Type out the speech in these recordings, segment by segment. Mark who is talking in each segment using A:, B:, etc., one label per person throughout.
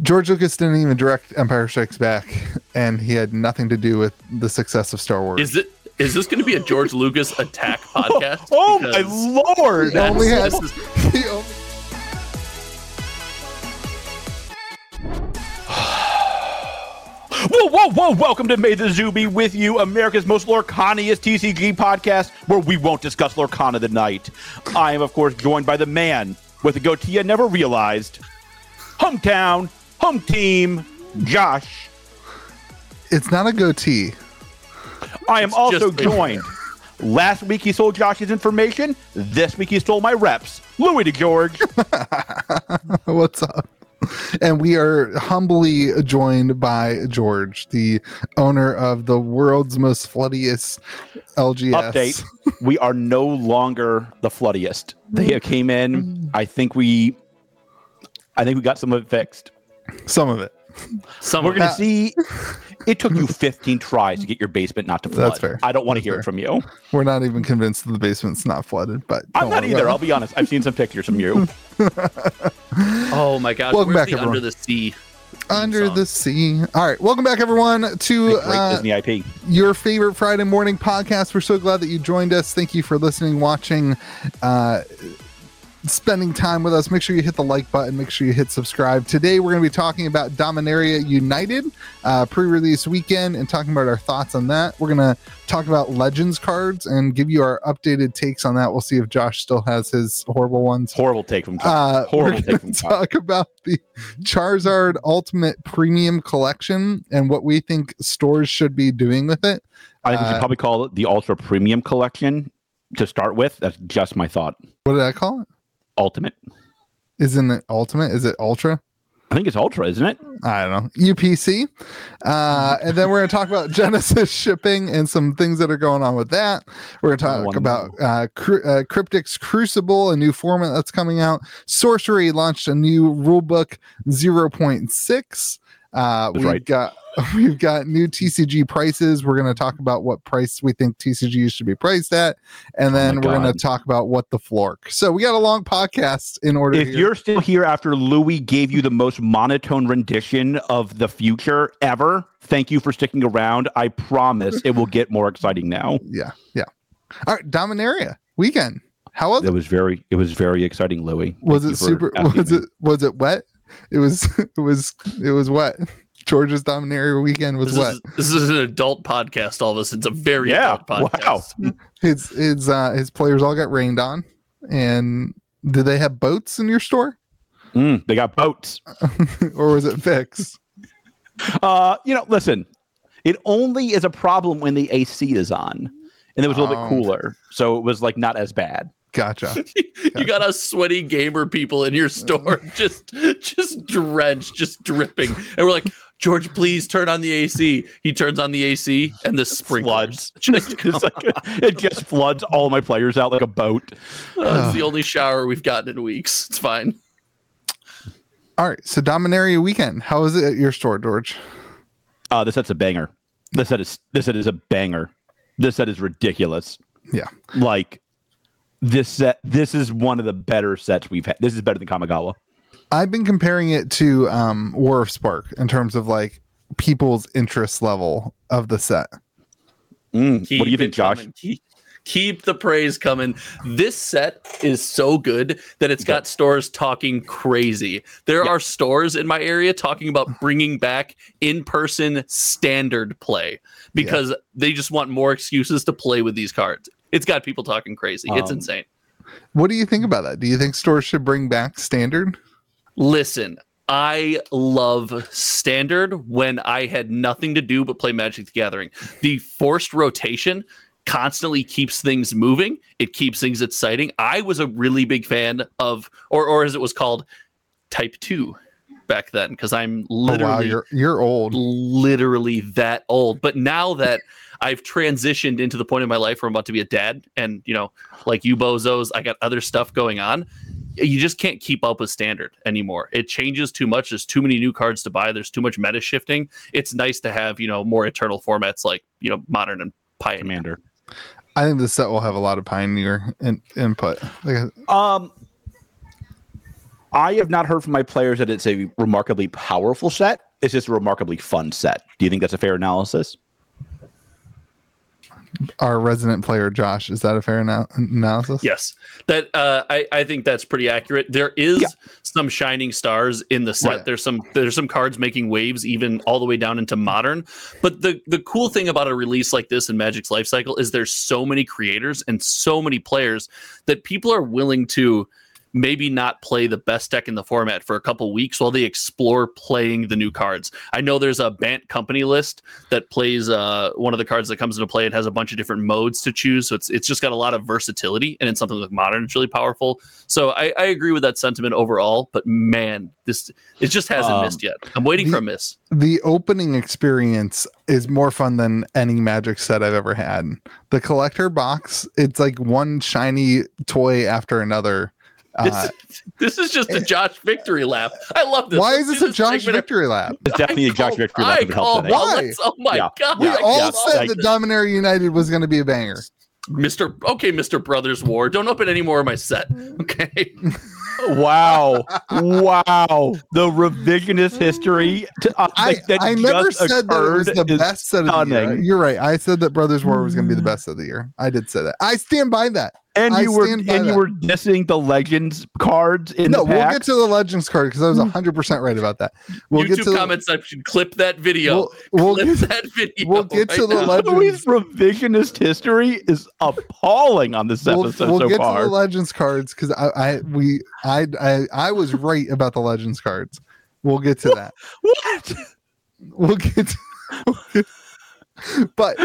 A: George Lucas didn't even direct Empire Strikes Back, and he had nothing to do with the success of Star Wars.
B: Is it? Is this going to be a George Lucas attack podcast?
C: Oh
B: Because
C: my lord!
A: he only
B: that's-
A: has.
B: this is-
A: he only-
C: Whoa, whoa, whoa! Welcome to May the Zoo be with you, America's most Lorcaniest TCG podcast, where we won't discuss Lorcana tonight. I am, of course, joined by the man with the goatee I never realized, hometown, home team, Josh.
A: it's not a goatee.
C: I am
B: It's
C: also
B: just been-
C: joined. Last week he stole Josh's information. This week he stole my reps. Louis to George.
A: What's up? And we are humbly joined by George, the owner of the world's most floodiest LGS.
C: Update: We are no longer the floodiest. They came in. I think we, I think we got some of it fixed.
A: Some of it.
B: some
C: We're
B: of it.
C: gonna see. It took you 15 tries to get your basement not to flood.
A: That's fair.
C: I don't want to
A: That's
C: hear
A: fair.
C: it from you.
A: We're not even convinced that the basement's not flooded, but
C: I'm
A: don't
C: not
A: worry
C: either. I'll
A: about it.
C: be honest. I've seen some pictures from you.
B: Oh my gosh!
A: Welcome
B: where's
A: back,
B: the
A: everyone.
B: under the sea.
A: Under
B: song.
A: the sea. All right. Welcome back, everyone, to
C: Great
A: uh,
C: Disney IP.
A: your favorite Friday morning podcast. We're so glad that you joined us. Thank you for listening, watching, uh, spending time with us. Make sure you hit the like button. Make sure you hit subscribe. Today, we're going to be talking about Dominaria United uh, pre release weekend and talking about our thoughts on that. We're going to talk about Legends cards and give you our updated takes on that. We'll see if Josh still has his horrible ones.
C: Horrible take from Tom.
A: Uh,
C: Horrible
A: we're
C: take
A: going
C: from
A: to
C: Tom.
A: talk about the Charizard Ultimate Premium Collection and what we think stores should be doing with it.
C: I think we should
A: uh,
C: probably call it the Ultra Premium Collection to start with. That's just my thought.
A: What did I call it?
C: Ultimate.
A: Isn't it ultimate? Is it ultra?
C: I think it's Ultra, isn't it?
A: I don't know. UPC. Uh,
C: Mm-hmm.
A: and then we're going to talk about Genesis shipping and some things that are going on with that. We're going to talk
C: Wonderful.
A: about uh, Cru- uh, Cryptic's Crucible, a new format that's coming out. Sorcery launched a new rulebook 0.6. Uh,
C: That's
A: we've
C: right.
A: got we've got new TCG prices. We're going to talk about what price we think TCG should be priced at, and then
C: Oh my
A: we're going
C: God.
A: to talk about what the flork. So we got a long podcast in order.
C: If
A: here.
C: you're still here after Louis gave you the most monotone rendition of the future ever, thank you for sticking around. I promise it will get more exciting now.
A: yeah, yeah. All right, Dominaria weekend. How was it?
C: It was very, it was very exciting, Louis.
A: Was
C: Thank
A: it
C: you for
A: super?
C: asking
A: Was
C: me.
A: it was it wet? It was it was it was wet. George's Dominaria weekend was
B: This
A: wet.
B: is, this is an adult podcast. All of us. It's a very
C: Yeah,
B: adult podcast. Wow.
A: His his uh, his players all got rained on. And did they have boats in your store,
C: Mm, they got boats.
A: or was it fixed?
C: Uh, you know, listen, it only is a problem when the AC is on, and it was a little
A: Oh.
C: bit cooler, so it was like not as bad.
A: Gotcha.
B: you got us sweaty gamer people in your store, just just drenched, just dripping, and we're like, George, please turn on the AC. He turns on the AC, and the sprinklers.
C: Floods, just, just like, it just floods all my players out like a boat.
B: Uh, it's the only shower we've gotten in weeks. It's fine.
A: All right. So Dominaria weekend. How was it at your store, George?
C: Uh, this set's a banger. This set is this set is a banger. This set is ridiculous.
A: Yeah.
C: Like this set. This is one of the better sets we've had. This is better than Kamigawa.
A: I've been comparing it to um, War of Spark in terms of like people's interest level of the set.
C: Mm,
B: Keep
C: What do you
B: it
C: think, Josh?
B: coming. Keep, keep the praise coming. This set is so good that it's got stores talking crazy. There are stores in my area talking about bringing back in person standard play because they just want more excuses to play with these cards. It's got people talking crazy. it's
C: Um,
B: insane.
A: What do you think about that? Do you think stores should bring back standard?
B: Listen, I love standard when I had nothing to do but play Magic the Gathering. The forced rotation constantly keeps things moving, it keeps things exciting. I was a really big fan of, or, or as it was called, Type 2 back then, because I'm
A: Oh, wow,
B: literally
A: you're you're old.
B: literally that old. But now that I've transitioned into the point in my life where I'm about to be a dad, and you know, like you bozos, I got other stuff going on. You just can't keep up with standard anymore. It changes too much. There's too many new cards to buy. There's too much meta shifting. It's nice to have you know more eternal formats like you know modern and pioneer.
C: Commander.
A: I think this set will have a lot of pioneer in, input. Like,
C: Um, I have not heard from my players that it's a remarkably powerful set. It's just a remarkably fun set. Do you think that's a fair analysis?
A: Our resident player Josh, is that a fair ana- analysis?
B: Yes, that uh, I I think that's pretty accurate. There is
C: Yeah.
B: some shining stars in the set.
A: Right.
B: There's some there's some cards making waves even all the way down into modern. But the the cool thing about a release like this in Magic's life cycle is there's so many creators and so many players that people are willing to maybe not play the best deck in the format for a couple weeks while they explore playing the new cards. I know there's a Bant company list that plays uh, one of the cards that comes into play. It has a bunch of different modes to choose, so it's it's just got a lot of versatility. And in something like modern, it's really powerful. So I, I agree with that sentiment overall. But man, this it just hasn't
C: Um,
B: missed yet. I'm waiting for
A: the-
B: a miss.
A: The opening experience is more fun than any magic set I've ever had. The collector box, it's like one shiny toy after another.
B: This,
A: Uh,
B: is, this is just a Josh victory lap. I love this.
A: why
B: Let's
A: is
B: do
A: this a Josh
B: segment.
A: victory lap?
C: It's definitely a Josh
B: called-
C: Victory
B: I
C: lap would help
B: called
A: Why?
C: today.
B: Alex. Oh my
C: Yeah.
B: god!
A: We
C: Yeah,
A: all
C: yeah,
A: said
C: like-
A: the Dominator United was going to be a banger.
B: Mr. Okay, Mr. Brothers War. Don't open any more of my set. Okay.
C: Wow. wow. The revisionist history to, uh,
A: I,
C: like, that
A: I never
C: just
A: said that it was
C: occurred
A: the
C: is-
A: best set of the year.
C: stunning. Mm.
A: You're right. I said that Brothers War was going to be the best of the year. I did say that. I stand by that.
C: And
A: I
C: you were
A: stand
C: and
A: by
C: you
A: that.
C: were dissing the legends cards in
A: no,
C: the pack. Mm.
A: we'll get to the Legends card because I was 100% right about that. We'll get to
B: YouTube
A: the-
B: comment section. Clip that video.
A: We'll, we'll
B: Clip
A: get,
B: that video.
A: we'll get to the
B: now.
A: leg-
C: Louis' revisionist history is appalling on this
A: we'll,
C: episode
A: we'll
C: so
A: get to
C: far.
A: the Legends cards because I, I we I, I I was right about the Legends cards. We'll get to that.
C: what?
A: We'll get. To, but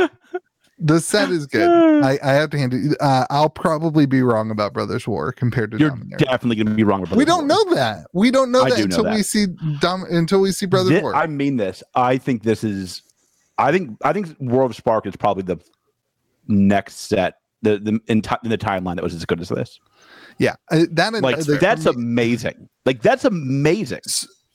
A: the set is good. I, I have to hand it. Uh, I'll probably be wrong about Brothers War compared to
C: You're
A: Dominator.
C: definitely going to be wrong. About
A: we
C: the
A: don't
C: Lord.
A: know that. We don't know
C: I
A: that
C: do know
A: until we
C: that.
A: see Dom until we see Brothers
C: Thi-
A: War.
C: I mean this. I think this is. I think I think World of Spark is probably the next set. The the in, ti- in the timeline that was as good as this.
A: yeah, uh, that and
C: Like
A: other-
C: that's
A: for me-
C: amazing. Like that's amazing.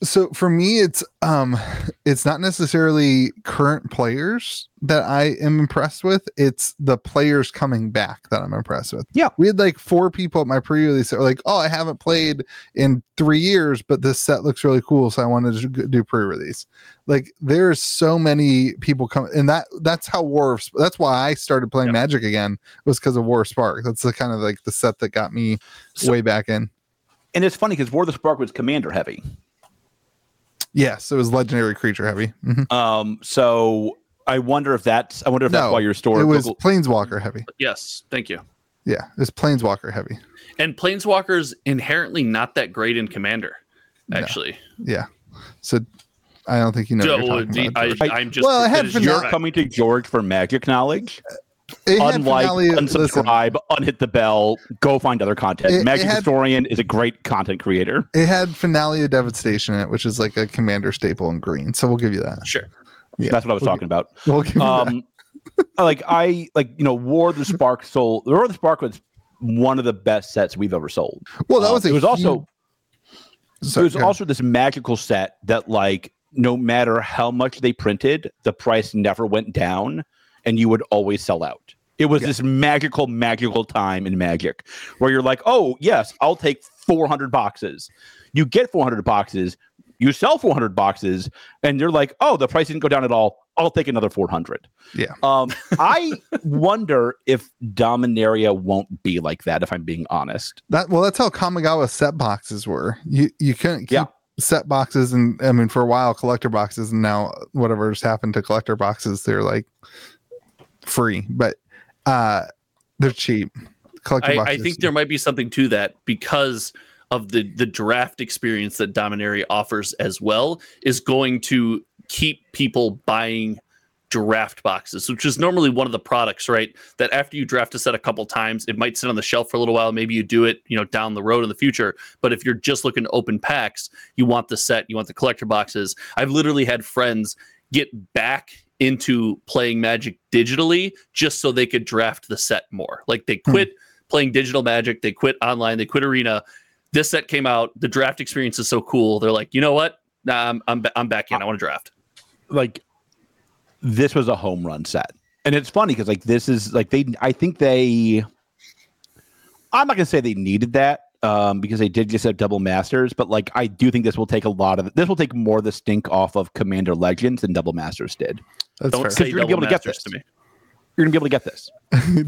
A: so for me it's um it's not necessarily current players that i am impressed with it's the players coming back that i'm impressed with
C: Yeah.
A: we had like four people at my pre-release that were like oh i haven't played in three years but this set looks really cool so i wanted to g- do pre-release like there's so many people coming and that that's how war of, Sp- that's why i started playing
B: Yeah.
A: magic again was because of war of spark that's the kind of like the set that got me
C: So-
A: way back in
C: And it's funny because War of the Spark was commander heavy.
A: yes it was legendary creature heavy Mhm.
C: Um, so I wonder if that's I wonder if
A: No,
C: that's why your store
A: It was
C: Google-
A: planeswalker heavy.
B: yes. Thank you.
A: Yeah, it was planeswalker heavy.
B: And Planeswalker's inherently not that great in Commander, actually.
A: Yeah, so I don't think you know.
B: Joe,
A: what
B: the-
A: you're talking about,
B: I,
A: George.
B: I'm just.
A: Well, I had
B: that is
A: finale-
B: your-
C: you're coming to George for magic knowledge.
A: It had
C: Unlike
A: finale- listen,
C: unsubscribe, unhit the bell, go find other content.
A: It- it
C: magic
A: had-
C: Historian is a great content creator.
A: it had finale of devastation in it, which is like a commander staple in green. So we'll give you that.
B: Sure.
A: Yeah.
C: That's what I was
A: Okay.
C: talking about.
A: We'll give you that.
C: Um, like I like you know War of the Spark sold. War of the Spark was one of the best sets we've ever sold.
A: Well, that
C: um,
A: was a
C: it was also
A: huge- Sorry,
C: There's
A: go ahead.
C: also this magical set that, like, no matter how much they printed, the price never went down and you would always sell out. It was
A: Yeah.
C: this magical, magical time in magic where you're like, oh, yes, I'll take 400 boxes. You get 400 boxes, you sell 400 boxes, and you're like, oh, the price didn't go down at all. I'll take another 400.
A: Yeah.
C: Um, I wonder if Dominaria won't be like that, if I'm being honest.
A: that. Well, that's how Kamigawa set boxes were. You you couldn't keep
C: Yeah.
A: set boxes and I mean for a while collector boxes and now whatever's happened to collector boxes they're like free, but uh they're cheap. Collector
B: I, I
A: boxes-
B: think there might be something to that because of the the draft experience that Dominaria offers as well is going to keep people buying draft boxes, which is normally one of the products, right? That after you draft a set a couple times, it might sit on the shelf for a little while. Maybe you do it, you know, down the road in the future. But if you're just looking to open packs, you want the set, you want the collector boxes. I've literally had friends get back into playing Magic digitally just so they could draft the set more. Like they quit playing digital Magic, they quit online, they quit Arena. This set came out. The draft experience is so cool. They're like, you know what? Nah, I'm I'm, ba- I'm back in. I want to draft.
C: like this was a home run set and it's funny because like this is like they i think they i'm not gonna say they needed that um, because they did accept double masters. But like, I do think this will take a lot of this will take more of the stink off of Commander Legends than double masters did.
A: That's
B: Don't
A: fair.
B: say
C: you're gonna be
B: double
C: able to get
B: masters
C: this.
B: to me.
C: You're gonna be able to get this.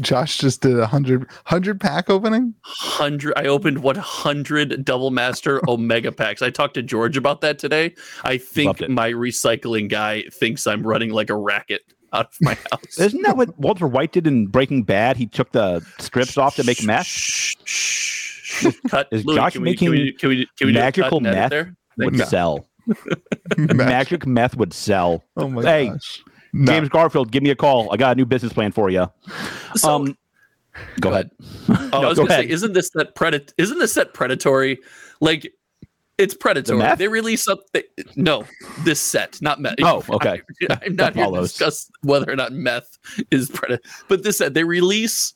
A: Josh just did a 100, 100 pack opening.
B: Hundred. I opened one hundred double master omega packs. I talked to George about that today. I
C: Loved
B: think
C: it.
B: my recycling guy thinks I'm running like a racket out of my house.
C: Isn't that what Walter White did in Breaking Bad? He took the strips off to make meth.
B: Shh, shh, shh. Cut.
C: Is
B: Louis,
C: Josh
B: can we, can we, can we, can we do a cut
C: magical
B: and edit
C: meth?
B: there?
C: Would
A: No.
C: sell. Magic meth would sell.
A: Oh my
C: Hey,
A: gosh. No.
C: James Garfield, give me a call. I got a new business plan for you.
B: So-
C: um, go ahead.
B: Oh,
C: No,
B: I was
C: go
B: gonna
C: ahead.
B: say, isn't this that predat? Isn't this that predatory? Like, it's predatory.
C: meth?
B: they release up. They, no, this set, not meth.
C: Oh, okay.
B: I, am not here to
C: follows.
B: discuss whether or not meth is predat. But this set, they release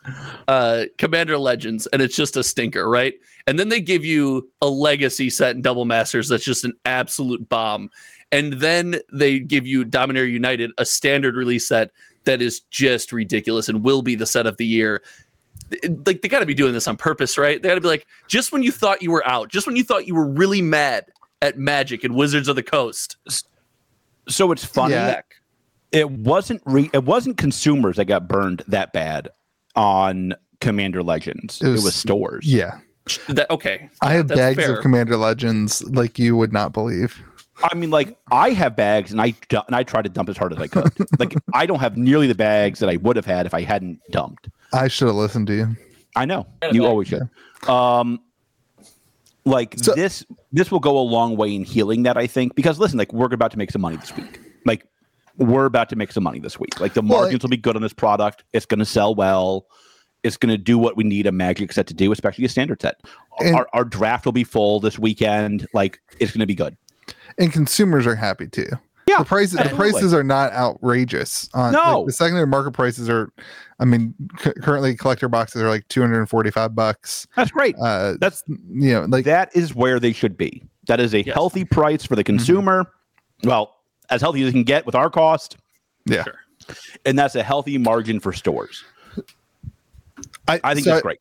B: uh Commander Legends, and it's just a stinker, right? And then they give you a legacy set in Double Masters that's just an absolute bomb. And then they give you Dominator United, a standard release set that is just ridiculous and will be the set of the year like they got to be doing this on purpose, right? They got to be like, just when you thought you were out, just when you thought you were really mad at Magic and Wizards of the Coast,
C: So it's funny.
A: Yeah.
B: back.
C: It wasn't re- it wasn't consumers that got burned that bad on Commander Legends.
A: It
C: It
A: was-
C: was, stores.
A: Yeah.
B: That okay?
A: I have
B: That's
A: bags
B: fair.
A: of Commander Legends like you would not believe.
C: I mean, like I have bags, and I du- and I tried to dump as hard as I could. like I don't have nearly the bags that I would have had if I hadn't dumped.
A: I should have listened to you.
C: I know
B: Yeah,
C: you
B: like-
C: always should. Um, like
A: So-
C: this, this will go a long way in healing that I think because listen, like we're about to make some money this week. Like we're about to make some money this week. Like the
A: Well,
C: margins will be good on this product. It's going to sell well. It's going to do what we need a magic set to do, especially a standard set.
A: And-
C: our, our draft will be full this weekend. Like it's going to be good.
A: And consumers are happy too.
C: Yeah,
A: The prices the
C: absolutely.
A: prices are not outrageous. On, like,
C: No.
A: the secondary market prices are I mean c- currently collector boxes are like 245 bucks.
C: That's great.
A: Uh
C: That's
A: you know like
C: that is where they should be. That is a
B: Yes.
C: healthy price for the
A: Mm-hmm.
C: consumer. Well, as healthy as it can get with our cost.
A: yeah.
B: Sure.
C: and that's a healthy margin for stores. I think
A: so
C: that's great.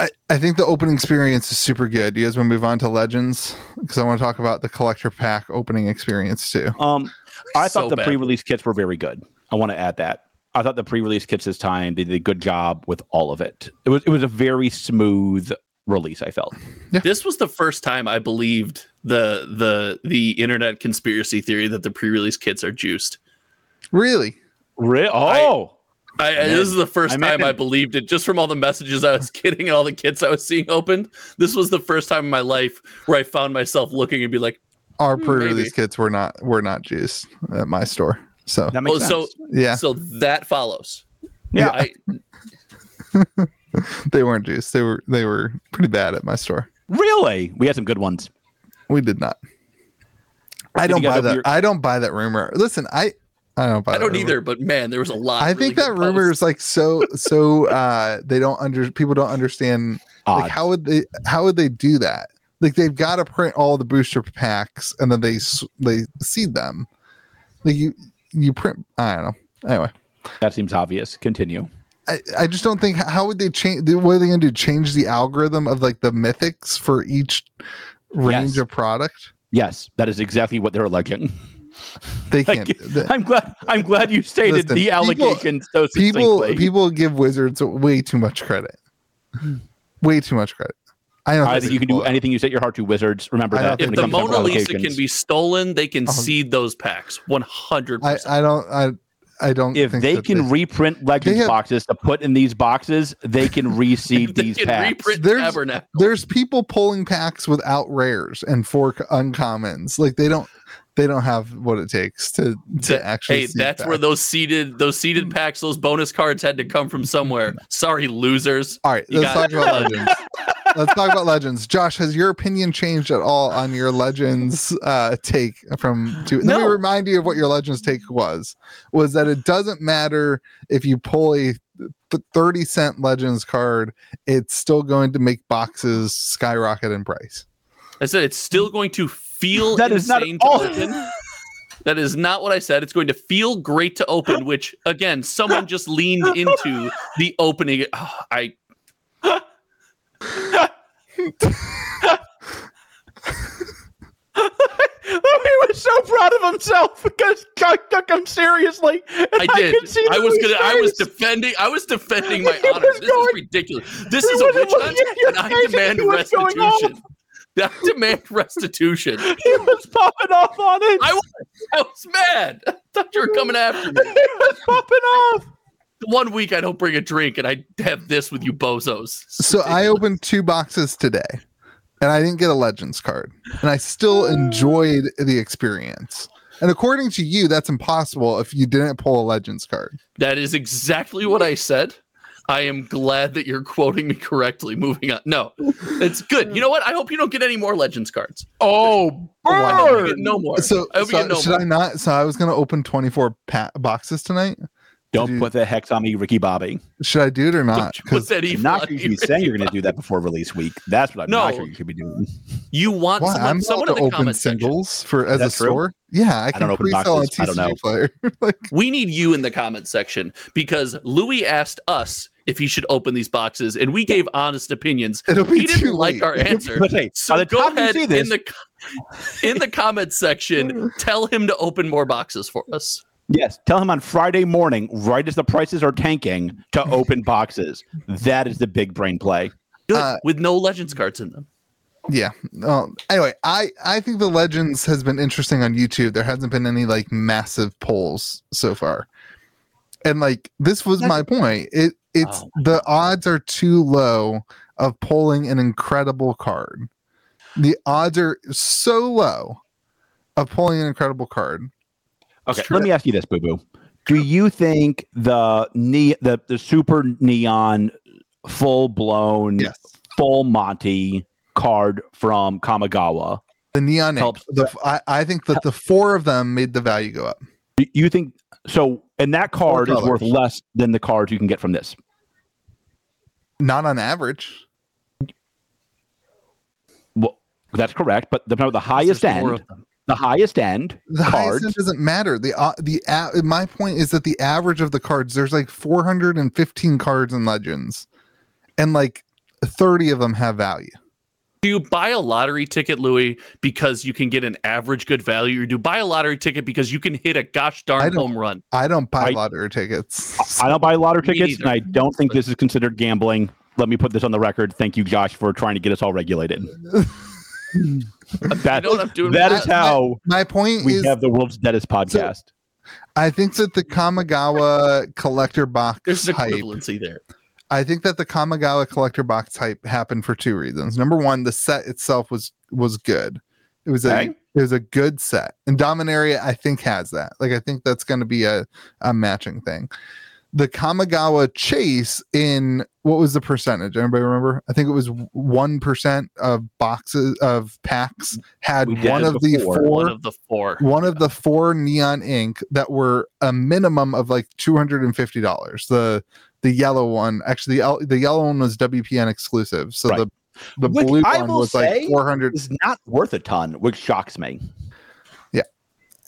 A: I, I think the opening experience is super good. You guys want to move on to Legends because I want to talk about the collector pack opening experience too.
C: Um, I
B: So
C: thought the
B: bad.
C: pre-release kits were very good. I want to add that. I thought the pre-release kits this time they did a good job with all of it. It was it was a very smooth release. I felt.
B: This was the first time I believed the the the internet conspiracy theory that the pre-release kits are juiced.
A: Really?
C: Really?
B: oh! I, I- this is the first
C: I'm
B: time I
C: in.
B: believed it, just from all the messages I was getting and all the kits I was seeing opened. This was the first time in my life where I found myself looking and be like,
A: Our
B: Hmm, maybe.
A: pre-release kits were not were not juiced at my store. So
C: that makes
B: "Oh,
C: sense.
B: so
A: yeah,
B: so that follows."
C: Yeah.
B: I,
A: they weren't juiced. They were they were pretty bad at my store.
C: really, we had some good ones.
A: We did not. I
C: Did
A: don't
C: you guys
A: buy
C: open
A: that.
C: your-
A: I don't buy that rumor. Listen, I I don't buy.
B: I
A: that
B: don't
A: rumor.
B: either, but man, there was a lot.
A: I
B: of really
A: think that
B: good
A: rumor
B: posts.
A: is like so so uh they don't under people don't understand like
C: Odd.
A: how would they how would they do that? Like they've got to print all the booster packs and then they s- they seed them. Like you you print I don't know. Anyway,
C: that seems obvious. Continue.
A: I, I just don't think how would they change what are they going to do change the algorithm of like the mythics for each range
C: Yes.
A: of product?
C: Yes, that is exactly what they're alleging.
A: They
C: Like,
A: can't. the-
C: I'm glad. I'm glad you stated
A: Listen,
C: the
A: people-
C: allegation so
A: people
C: succinctly.
A: people give wizards way too much credit. Way too much credit. I don't
C: I think you can do
A: anything.
C: anything you set your heart to, wizards. Remember
A: I
C: that.
A: don't
B: if
C: when it
B: the
C: comes down to
B: Mona Lisa
C: allocations.
B: can be stolen, they can
C: Um,
A: Oh.
B: seed those packs. One hundred
A: I,
B: percent.
A: I don't I I don't
C: if
A: think
C: they
A: that
C: can reprint Legends
A: have-
C: boxes to put in these boxes, they can reseed
B: They
C: these
B: can
C: packs.
B: reprint
A: There's-
B: Tabernacle.
A: there's people pulling packs without rares and four c- uncommons. Like they don't they don't have what it takes to to
B: That-
A: actually
B: Hey,
A: see
B: that's
A: that.
B: where those seeded those
C: Mm.
B: seeded packs, those bonus cards had to come from somewhere. Sorry, losers.
A: all right,
B: you
A: let's
B: got
A: talk about legends. Let's talk about legends. Josh, has your opinion changed at all on your legends uh take from two? Let
B: No.
A: me remind you of what your legends take was. Was that it doesn't matter if you pull a th- 30 cent legends card, it's still going to make boxes skyrocket in price.
B: I said it's still going to feel
C: Mm. That is not
B: insane
C: at all-
B: to open. That is not what I said. It's going to feel great to open, which again, someone just leaned into the opening. Ah, I
C: Oh, he was so proud of himself because I took him seriously. and
B: I did.
C: could see it
B: I,
C: in
B: was
C: his
B: gonna. I was
C: face.
B: defending. I witch hunt. I was defending
C: He
B: my
C: was
B: honor. This
C: going-
B: is ridiculous. This
C: he
B: is a
C: wasn't
B: witch
C: looking
B: hunt,
C: at your
B: and I
C: face as
B: demand
C: he was going
B: restitution. I demand restitution.
C: He was popping off on it.
B: I was, I was mad. I thought you were coming after me.
C: he was popping off.
B: One week I don't bring a drink, and I have this with you bozos.
A: So I opened two boxes today, and I didn't get a Legends card, and I still
B: Ah.
A: enjoyed the experience. And according to you, that's impossible if you didn't pull a Legends card.
B: That is exactly what I said. I am glad that you're quoting me correctly. Moving on. No, it's good. You know what? I hope you don't get any more Legends cards.
C: Oh,
B: I hope you get
C: burn.
B: no more.
A: So,
B: I hope
A: so
B: you get no
A: should
B: more.
A: I not? So I was going to open twenty four pa- boxes tonight.
C: Don't put the hex on me, Ricky Bobby.
A: Should I do it or not?
B: Don't you put
A: 'Cause
B: that
C: I'm
B: evil
C: not
B: on
C: sure you
B: me,
C: should be saying you're going to do that before release week. That's what I'm
B: No.
C: not sure you should be doing.
B: You want
A: why?
B: someone,
A: I'm
B: someone
A: allowed
B: in
A: to
B: the
A: open
B: comments section.
A: singles for as a
C: that true?
A: store. Yeah, I can
C: don't open
A: pre-sell a
C: boxes. I don't know.
A: TCG player.
B: We need you in the comments section because Louis asked us if he should open these boxes, and we gave honest opinions.
A: It'll be
B: he
A: too
B: didn't like
A: late.
B: our answer.
C: But hey,
B: So
C: by the
B: go
C: time you
B: ahead
C: see this,
B: in the co- in the comments section, tell him to open more boxes for us.
C: yes, tell him on Friday morning, right as the prices are tanking, to open boxes. That is the big brain play.
B: Good,
A: Uh,
B: with no legends cards in them.
A: Yeah. Um, anyway, I I think the legends has been interesting on YouTube. There hasn't been any like massive polls so far, and like this was my point. It it's
B: Oh
A: the odds are too low of pulling an incredible card. The odds are so low of pulling an incredible card.
C: Okay, let me ask you this, Boo Boo. Do you think the ne- the the super neon, full blown,
A: Yes.
C: full Monty card from Kamigawa?
A: The neon ink,
C: Helps.
A: The, I, I think that the four of them made the value go up.
C: Do you think so? And that card is
A: colors.
C: worth less than the cards you can get from this.
A: Not on average.
C: Well, that's correct. But the, no, the highest
B: There's more
C: end,
B: of them.
C: the highest end
A: the highest
C: cards.
A: end doesn't matter. The uh, the a- my point is that the average of the cards there's like 415 cards in Legends, and like 30 of them have value.
B: Do you buy a lottery ticket, Louis, because you can get an average good value, or do you buy a lottery ticket because you can hit a gosh
A: I
B: darn
A: don't-
B: home run?
A: I don't buy
C: I-
A: lottery tickets.
C: I don't buy lottery
B: Me
C: tickets, and
B: neither.
C: I don't think this is considered gambling. Let me put this on the record. Thank you, Josh, for trying to get us all regulated.
B: You
C: that,
B: know what I'm doing?
C: that
B: with
C: is how
A: my point
C: we
A: is,
C: have the world's deadest podcast.
A: I think that the Kamigawa collector box
B: There's an
A: hype.
B: equivalency there.
A: I think that the Kamigawa collector box hype happened for two reasons. Number one, the set itself was was good. It was a
C: Okay.
A: it was a good set, and Dominaria I think has that. Like I think that's going to be a a matching thing. The Kamigawa chase in what was the percentage? Anybody remember? I think it was one percent of boxes of packs had
C: We did
A: one
C: it
A: of the
C: before.
A: four
B: One of the four.
A: one of the four neon ink that were a minimum of like two hundred and fifty dollars. The the yellow one, actually, the, el- the yellow one was WPN exclusive, so
C: Right.
A: the the
C: Which
A: blue
C: I
A: one
C: will
A: was
C: say-
A: like four hundred.
C: It's not worth a ton, which shocks me.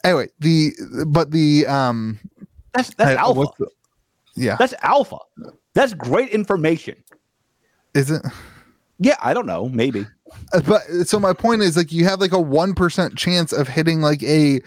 A: Anyway, the but the um
C: That's that's
A: I-
C: alpha.
A: what's the- yeah,
C: That's alpha. That's great information.
A: is it?
C: Yeah, I don't know. Maybe
A: Uh, But so my point is like you have like a one percent chance of hitting like a.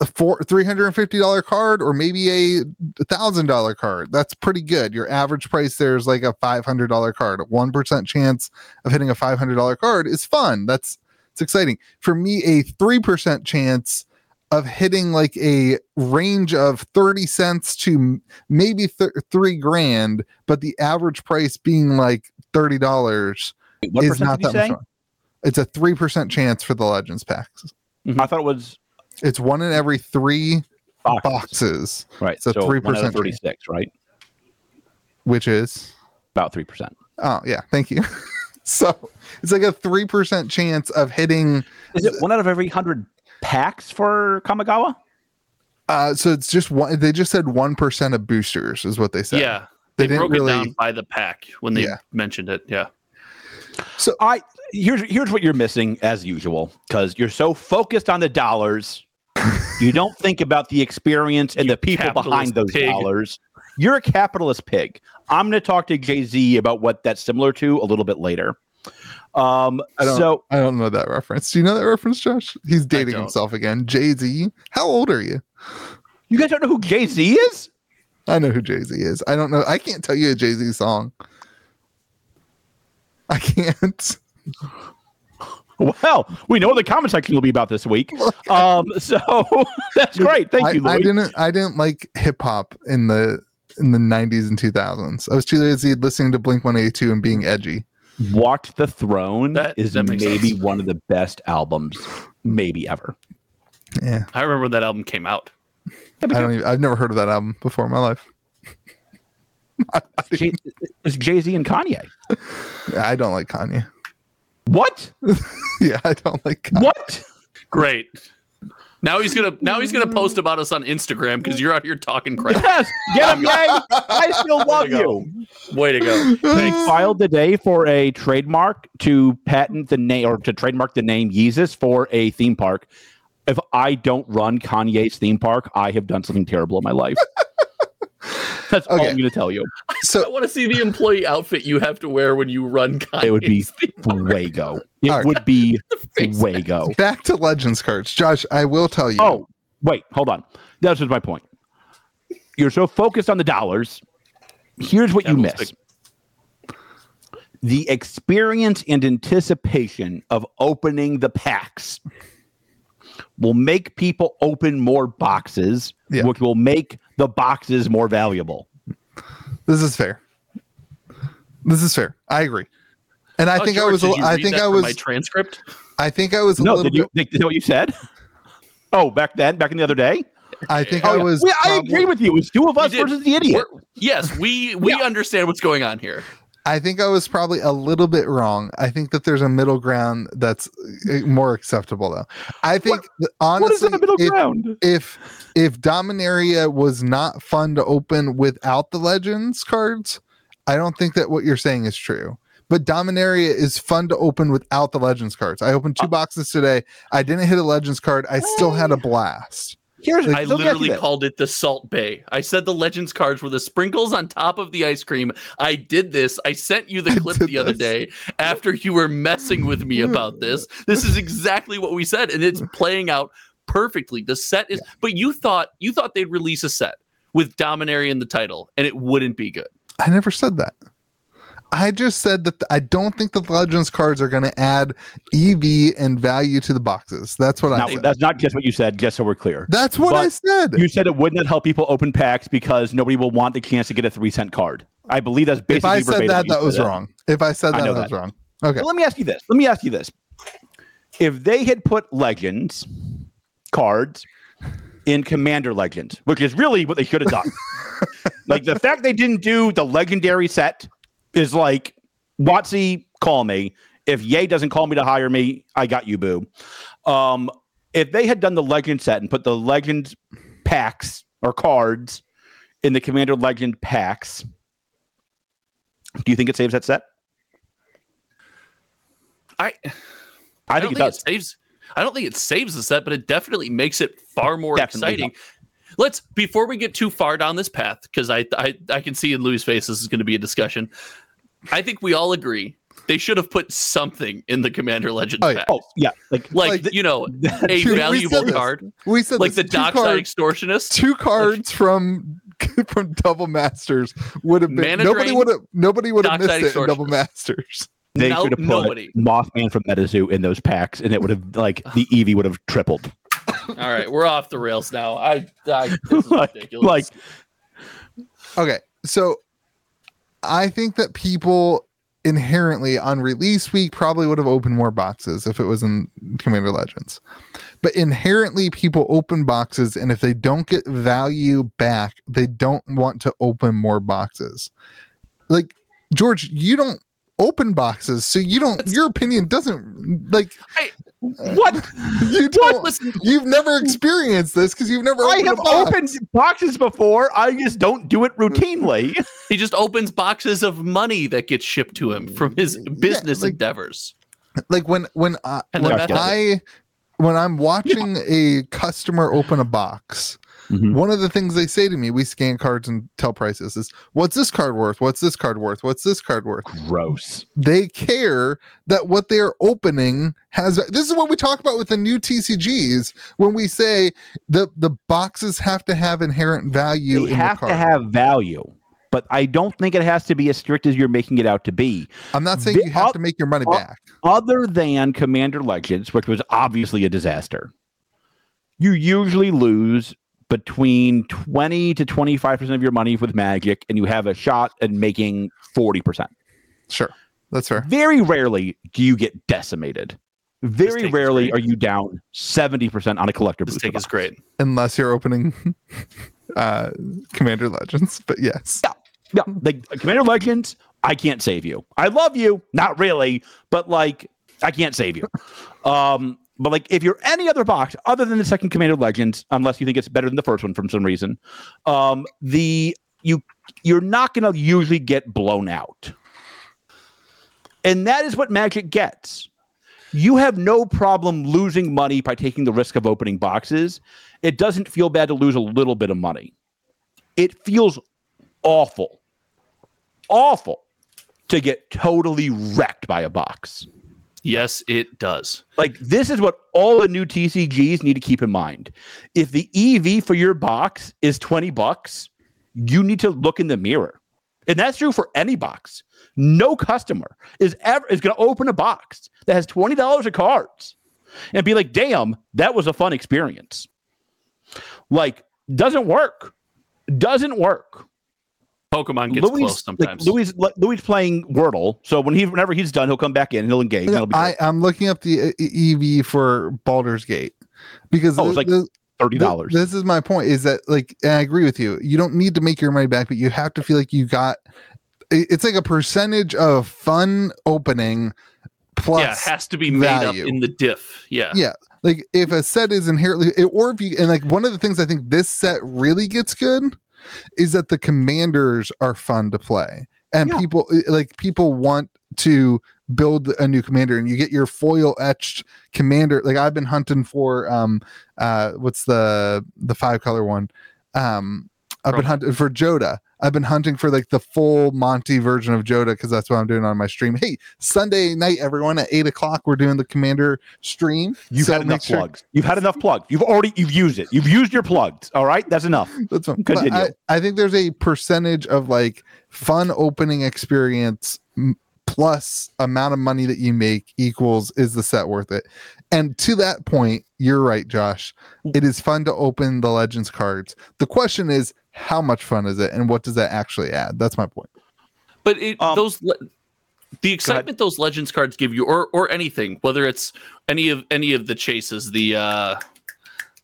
A: A four three hundred and fifty dollar card, or maybe a thousand dollar card. That's pretty good. Your average price there is like a five hundred dollar card. A One percent chance of hitting a five hundred dollar card is fun. That's it's exciting. For me, a three percent chance of hitting like a range of thirty cents to m- maybe th- three grand, but the average price being like thirty dollars
C: Wait, what
A: is
C: percent
A: not
C: did you
A: that much.
C: say?
A: fun. It's a three percent chance for the Legends packs.
C: I thought it was
A: It's one in every three
C: box.
A: boxes,
C: Right,
A: So
C: so three
A: 3%
C: percent, thirty-six, right?
A: which is
C: About three percent.
A: oh yeah, thank you. so it's like a three percent chance of hitting.
C: Is it one out of every hundred packs for Kamigawa?
A: Uh, so it's just one. They just said one percent of boosters is what they said.
B: Yeah.
A: they,
B: They,
A: didn't
B: broke
A: really.
B: it down by the pack when they
A: Yeah.
B: mentioned it. Yeah.
C: I here's here's what you're missing as usual because you're so focused on the dollars, you don't think about the experience and the people behind
B: capitalist
C: those
B: pig.
C: dollars. You're a capitalist pig. I'm going to talk to Jay Z about what that's similar to a little bit later. Um,
A: I don't,
C: so
A: I don't know that reference. Do you know that reference, Josh? He's dating
B: don't.
A: himself again. Jay Z. How old are you?
C: you guys don't know who Jay Z is?
A: I know who Jay Z is. I don't know. I can't tell you a Jay Z song. I can't.
C: Well, we know what the comment section will be about this week. Um, so that's great. Thank
A: I,
C: you, Louis.
A: I didn't. I didn't like hip hop in the in the '90s and 2000s. I was too lazy listening to Blink 182 and being edgy.
C: Walked the Throne
B: That-
C: is
B: that makes
C: maybe
B: sense.
C: one of the best albums, maybe ever.
A: Yeah,
B: I remember when that album came out.
A: I don't. Even, I've never heard of that album before in my life.
C: Jay- It's Jay Z and Kanye.
A: I don't like Kanye.
C: What?
A: Yeah, I don't like. Kanye.
C: What?
B: Great. Now he's gonna now he's gonna post about us on Instagram because you're out here talking crap.
C: Yes, get him, Yay! I still love
B: There you go.
C: you.
B: Way to go.
C: They filed today for a trademark to patent the name or to trademark the name Yeezus for a theme park. If I don't run Kanye's theme park, I have done something terrible in my life. That's all
A: Okay.
C: I'm going to tell you.
B: I
A: So
B: want to see the employee outfit you have to wear when you run Kanye's
C: It would be
B: theme
C: Fuego. It
A: All right.
C: would be
B: face.
C: Fuego.
A: back to Legends cards, Josh. I will tell you.
C: Oh, wait, hold on. That's just my point. You're so focused on the dollars. Here's what
B: Yeah,
C: you
B: we'll
C: miss.
B: stick-
C: The experience and anticipation of opening the packs will make people open more boxes,
A: Yeah.
C: which will make the boxes more valuable.
A: This is fair. This is fair. I agree. And I
B: Oh,
A: think I
B: George,
A: was. a-
B: did you
A: I
B: read
A: think
B: that
A: I
B: from
A: was.
B: my transcript.
A: I think I was a
C: No,
A: little
C: did you
A: bit.
C: did you know what you said? Oh, back then, back in the other day.
A: I think
C: Oh,
A: I
C: yeah.
A: was.
C: We- I
A: probably-
C: agree with you. It's two of us
B: did.
C: versus the idiot.
B: We're- yes, we we
C: Yeah.
B: understand what's going on here.
A: I think I was probably a little bit wrong. I think that there's a middle ground that's uh, more acceptable, though. I think that
C: what is
A: honestly,
C: in the middle
A: if,
C: ground?
A: if if Dominaria was not fun to open without the Legends cards, I don't think that what you're saying is true. But Dominaria is fun to open without the Legends cards. I opened
C: Uh
A: two boxes today. I didn't hit a Legends card. I still had a blast.
C: Here's
B: I
C: so let me ask you
B: literally
C: this.
B: called it the Salt Bay. I said the Legends cards were the sprinkles on top of the ice cream. I did this. I sent you the clip
A: did
B: the other
A: this.
B: day after you were messing with me about this. This is exactly what we said, and it's playing out perfectly. The set is, but you thought you thought they'd release a set with Dominaria in the title, and it wouldn't be good.
A: I never said that. I just said that I don't think the Legends cards are going to add EV and value to the boxes. That's what I
C: Now,
A: said.
C: that's not just what you said, just so we're clear.
A: That's what I said.
C: You said it would not help people open packs because nobody will want the chance to get a three cent card. I believe that's
A: if
C: basically
A: I said
C: verbatim
A: that,
C: what you
A: that was wrong. If I said
C: I
A: that,
C: know
A: that was
C: that.
A: wrong. Okay.
C: But let me ask you this. Let me ask you this. If they had put legends cards in Commander Legends, which is really what they should have done, like the fact they didn't do the legendary set is like, Watsy, call me. If Ye doesn't call me to hire me, I got you, boo. Um, if they had done the legend set and put the legend packs or cards in the Commander Legend packs, do you think it saves that set?
B: I
C: I,
B: I
C: think
B: don't
C: it does.
B: saves. I don't think it saves the set, but it definitely makes it far more
C: Definitely
B: exciting. Let's before we get too far down this path, because I, I I can see in Louis' face this is going to be a discussion. I think we all agree they should have put something in the Commander Legends
A: Oh, yeah.
B: pack.
C: Oh yeah, like
B: like
A: like-
B: you know, a
A: We said
B: valuable
A: this.
B: card,
A: We said
B: like the
A: this, two
B: dockside
A: cards,
B: extortionist.
A: two cards from from Double Masters would have been
B: Mana
A: nobody
B: Drain,
A: would have nobody would have missed it
B: Dockside
A: in Double
B: Extortionist.
A: Masters.
C: they
B: No-
C: should have put
B: nobody.
C: Mothman from MetaZoo in those packs, and it would have like the EV would have tripled.
B: All right, we're off the rails now. I, I this is
C: like,
B: ridiculous.
C: like
A: Okay, so I think that people inherently on release week probably would have opened more boxes if it was in Commander Legends. But inherently people open boxes and if they don't get value back, they don't want to open more boxes. Like George, you don't open boxes, so you don't your opinion doesn't like
C: what?
A: you don't
B: listen,
A: you've never experienced this because you've never
C: I
A: opened a
C: have
A: box.
C: opened boxes before. I just don't do it routinely.
B: he just opens boxes of money that gets shipped to him from his business
A: like-
B: endeavors.
A: like when when I
B: And
A: when
C: they're method.
A: I when I'm watching a customer open a box,
C: Mm-hmm. Mm.
B: Mhm.
A: One of the things they say to me, we scan cards and tell prices, is what's this card worth? What's this card worth? What's this card worth?
C: Gross.
A: They care that what they're opening has. This is what we talk about with the new TCGs when we say the the boxes have to have inherent value
C: You
A: in
C: have
A: the card.
C: to have value, but I don't think it has to be as strict as you're making it out to be.
A: I'm not saying
C: the-
A: you have
C: I'll-
A: to make your money
C: I'll-
A: back.
C: Other than Commander Legends, which was obviously a disaster, you usually lose between 20 to 25% of your money with Magic, and you have a shot at making 40%.
A: Sure, that's fair.
C: Very rarely do you get decimated. Very
B: take is
C: rarely
B: great.
C: are you down 70% on a collector
B: This
C: booster
B: take is
C: box.
B: great.
A: Unless you're opening uh Commander Legends, but yes.
C: Yeah, like Commander Legends, I can't save you. I love you, not really, but like I can't save you. Um, but like if you're any other box other than the second Commander Legends, unless you think it's better than the first one for some reason, um, the you you're not gonna usually get blown out. And that is what Magic gets. You have no problem losing money by taking the risk of opening boxes. It doesn't feel bad to lose a little bit of money. It feels awful, awful to get totally wrecked by a box.
B: Yes, it does.
C: Like this is what all the new TCGs need to keep in mind. If the EV for your box is 20 bucks, you need to look in the mirror. And that's true for any box. No customer is ever is going to open a box that has $20 of cards and be like, "Damn, that was a fun experience." Like doesn't work. Doesn't work.
B: Pokemon gets close
C: like,
B: sometimes.
C: Louis, Lu- Louis playing Wordle, so when he whenever he's done, he'll come back in and he'll engage. and it'll be
A: I, I'm looking up the uh, E- EV for Baldur's Gate because
C: Oh, it's
A: th-
C: like
A: th-
C: thirty
A: th-
C: dollars.
A: This is my point is that like and I agree with you. You don't need to make your money back, but you have to feel like you got i- it's like a percentage of fun opening plus
B: yeah, it has to be made
A: value.
B: up in the diff. Yeah.
A: Yeah. like if a set is inherently it- or if you and like one of the things i think this set really gets good is that the commanders are fun to play and
C: Yeah.
A: people eh, like people want to build a new commander and you get your foil etched commander like i've been hunting for um uh what's the the five color one um i've been
B: Chroma.
A: hunting for joda i've been hunting for like the full monty version of joda because that's what i'm doing on my stream hey sunday night everyone at eight o'clock we're doing the commander stream
C: You've
A: So
C: had
A: make
C: enough
A: sure-
C: plugs. You've had enough plugs. You've already you've used it. You've used your plugs. All right, that's enough.
A: That's fine.
C: Continue.
A: I, I think there's a percentage of like fun opening experience m- plus amount of money that you make equals is the set worth it. And to that point, you're right, Josh. It is fun to open the Legends cards. The question is, how much fun is it, and what does that actually add? That's my point.
B: But it,
C: Um,
B: those le- the excitement those legends cards give you, or or anything, whether it's any of any of the chases, the uh,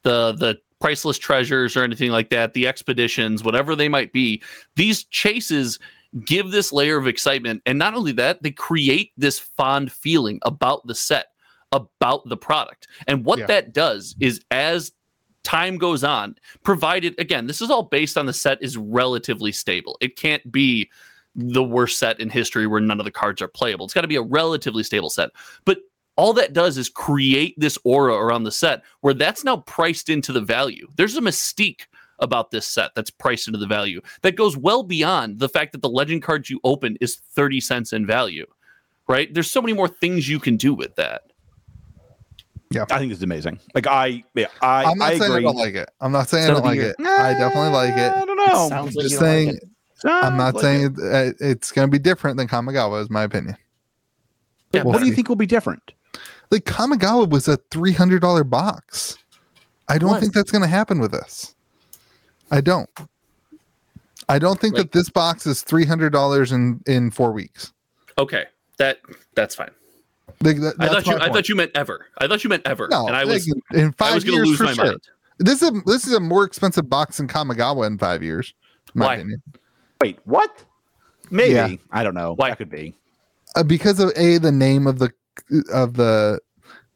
B: the the priceless treasures or anything like that, the expeditions, whatever they might be, these chases give this layer of excitement, and not only that, they create this fond feeling about the set, about the product, and what
A: Yeah.
B: that does is as time goes on provided again this is all based on the set is relatively stable it can't be the worst set in history where none of the cards are playable. It's got to be a relatively stable set. But all that does is create this aura around the set where that's now priced into the value. There's a mystique about this set that's priced into the value that goes well beyond the fact that the legend card you open is 30 cents in value, right? There's so many more things you can do with that.
C: I think this is amazing. Like I yeah, I
A: I'm not
C: I
A: saying
C: agree.
A: I don't like it. I'm not saying
B: Set
A: I
B: of
A: don't like
B: the year.
A: it. I definitely like
C: I
A: it.
C: don't know.
A: I'm
D: Sounds like
A: just
D: you don't like
A: saying,
D: it.
A: I'm not
C: Sounds like
A: saying
C: it.
A: it, uh, it's going to be different than Kamigawa, is my opinion.
B: Yeah,
A: We'll
C: what do you
A: see.
C: think will be different?
A: Like Kamigawa was a three hundred dollar box. I don't
B: Was.
A: think that's going to happen with this. I don't. I don't think
B: Like-
A: that this box is three hundred dollars in in four weeks.
B: Okay. That that's fine.
A: Like, that-
B: I
A: that's
B: thought you
A: my
B: I
A: point.
B: thought you meant ever. I thought you meant ever.
A: no,
B: and I
A: like,
B: was
A: in five
B: I was going
A: years
B: to lose
A: for
B: my
A: sure.
B: mind.
A: This is a, this is a more expensive box than Kamigawa in five years. in My
B: Why?
A: opinion.
C: Wait, what? Maybe
A: Yeah.
C: I don't know.
B: Why?
C: That could be.
A: Uh, because of a the name of the of the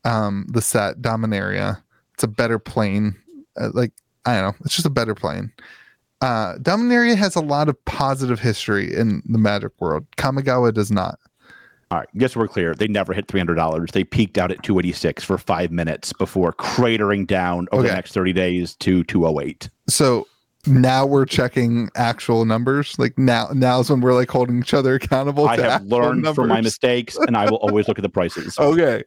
A: um the set Dominaria. It's a better plane. Uh, like I don't know, it's just a better plane. Uh, Dominaria has a lot of positive history in the Magic world. Kamigawa does not.
C: All right, guess we're clear. They never hit three hundred dollars. They peaked out at two eighty six for five minutes before cratering down over
A: Okay.
C: the next thirty days to two oh eight.
A: So now we're checking actual numbers. Like now, now's when we're like holding each other accountable.
C: I
A: to
C: have
A: actual
C: learned from my
A: numbers.
C: mistakes, and I will always look at the prices.
A: Okay.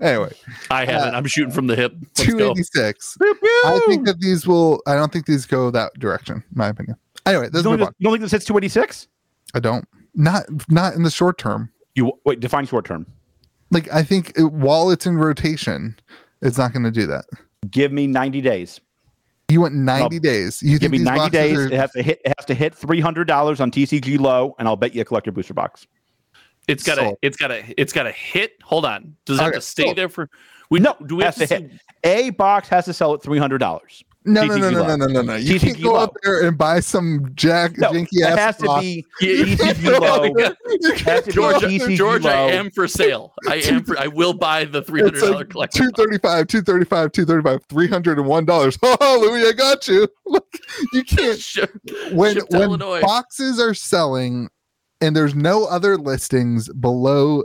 A: anyway,
B: I haven't. I'm shooting from the hip. Let's
A: two
B: go.
A: eighty six. I think that these will. I don't think these go that direction. My opinion. Anyway,
C: you
A: let's move
C: don't,
A: on.
C: think this- you don't think this hits two eighty six?
A: I don't. Not not in the short term.
C: You wait. Define short term.
A: Like I think it, while it's in rotation, it's not going to do that.
C: Give me ninety days.
A: You want ninety days. You
C: Give
A: think
C: me
A: these
C: ninety
A: boxes
C: days.
A: are-
C: It has to hit. It has to hit three hundred dollars on TCG low, and I'll bet you a collector booster box.
B: It's gotta.
A: Sold.
B: It's gotta. It's gotta hit. Hold on. Does it have
A: Okay,
B: to stay
A: sold.
B: there for? We
C: No,
B: Do we have to
C: has to
B: see?
C: hit. A box has to sell at three hundred dollars.
A: no, no, no, no,
C: TCG
A: no,
C: low.
A: no, no, no. You can't
C: TCG
A: go
C: low.
A: out there and buy some jack
C: No, it
A: janky ass.
C: has to
A: box.
C: be
B: Yeah.
C: TCG low.
A: You can't
C: has to be
A: go out
B: Oh, George,
A: there-
C: TCG
B: George, I
C: low.
B: am for sale. I am. For, I will buy the three hundred
A: It's
B: dollar
A: like
B: collector. box.
A: 235 235 235 301 dollars oh louis i got you Like, you can't
B: Sure.
A: when
B: Shipped to
A: when
B: Illinois.
A: boxes are selling and there's no other listings below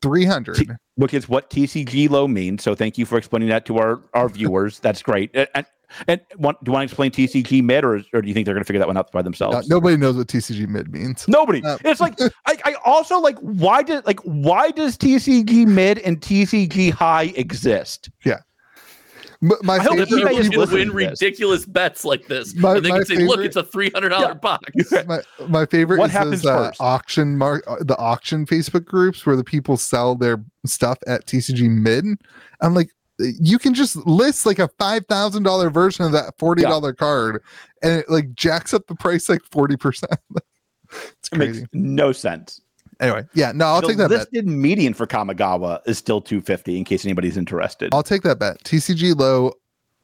A: 300
C: Look, it's what TCG low means. So thank you for explaining that to our our viewers. That's great. And, and, and want, do you want to explain TCG mid, or, or do you think they're going to figure that one out by themselves?
A: Uh, nobody knows what tcg mid means
C: Nobody.
A: Uh,
C: it's like I, I also like why did like why does TCG mid and TCG high exist?
A: M- my
C: I hope
B: If
A: favorite,
C: eBay
A: people,
B: people
C: is
B: can win
C: listening to this.
B: ridiculous bets like this,
A: My-
B: and they
A: my
B: can say, "Look,
A: favorite-
B: it's a three hundred dollar
C: Yeah.
B: box."
A: my, my favorite
C: What
A: is those,
C: happens
A: uh,
C: first?
A: auction mark uh, the auction facebook groups where the people sell their stuff at tcg mid i'm like you can just list like a five thousand dollar version of that forty dollar card, and it like jacks up the price like forty percent. it's
C: It makes
A: crazy.
C: no sense.
A: Anyway, yeah, no, I'll
C: the
A: take that bet.
C: listed median for Kamigawa is still 250 in case anybody's interested.
A: I'll take that bet. TCG low,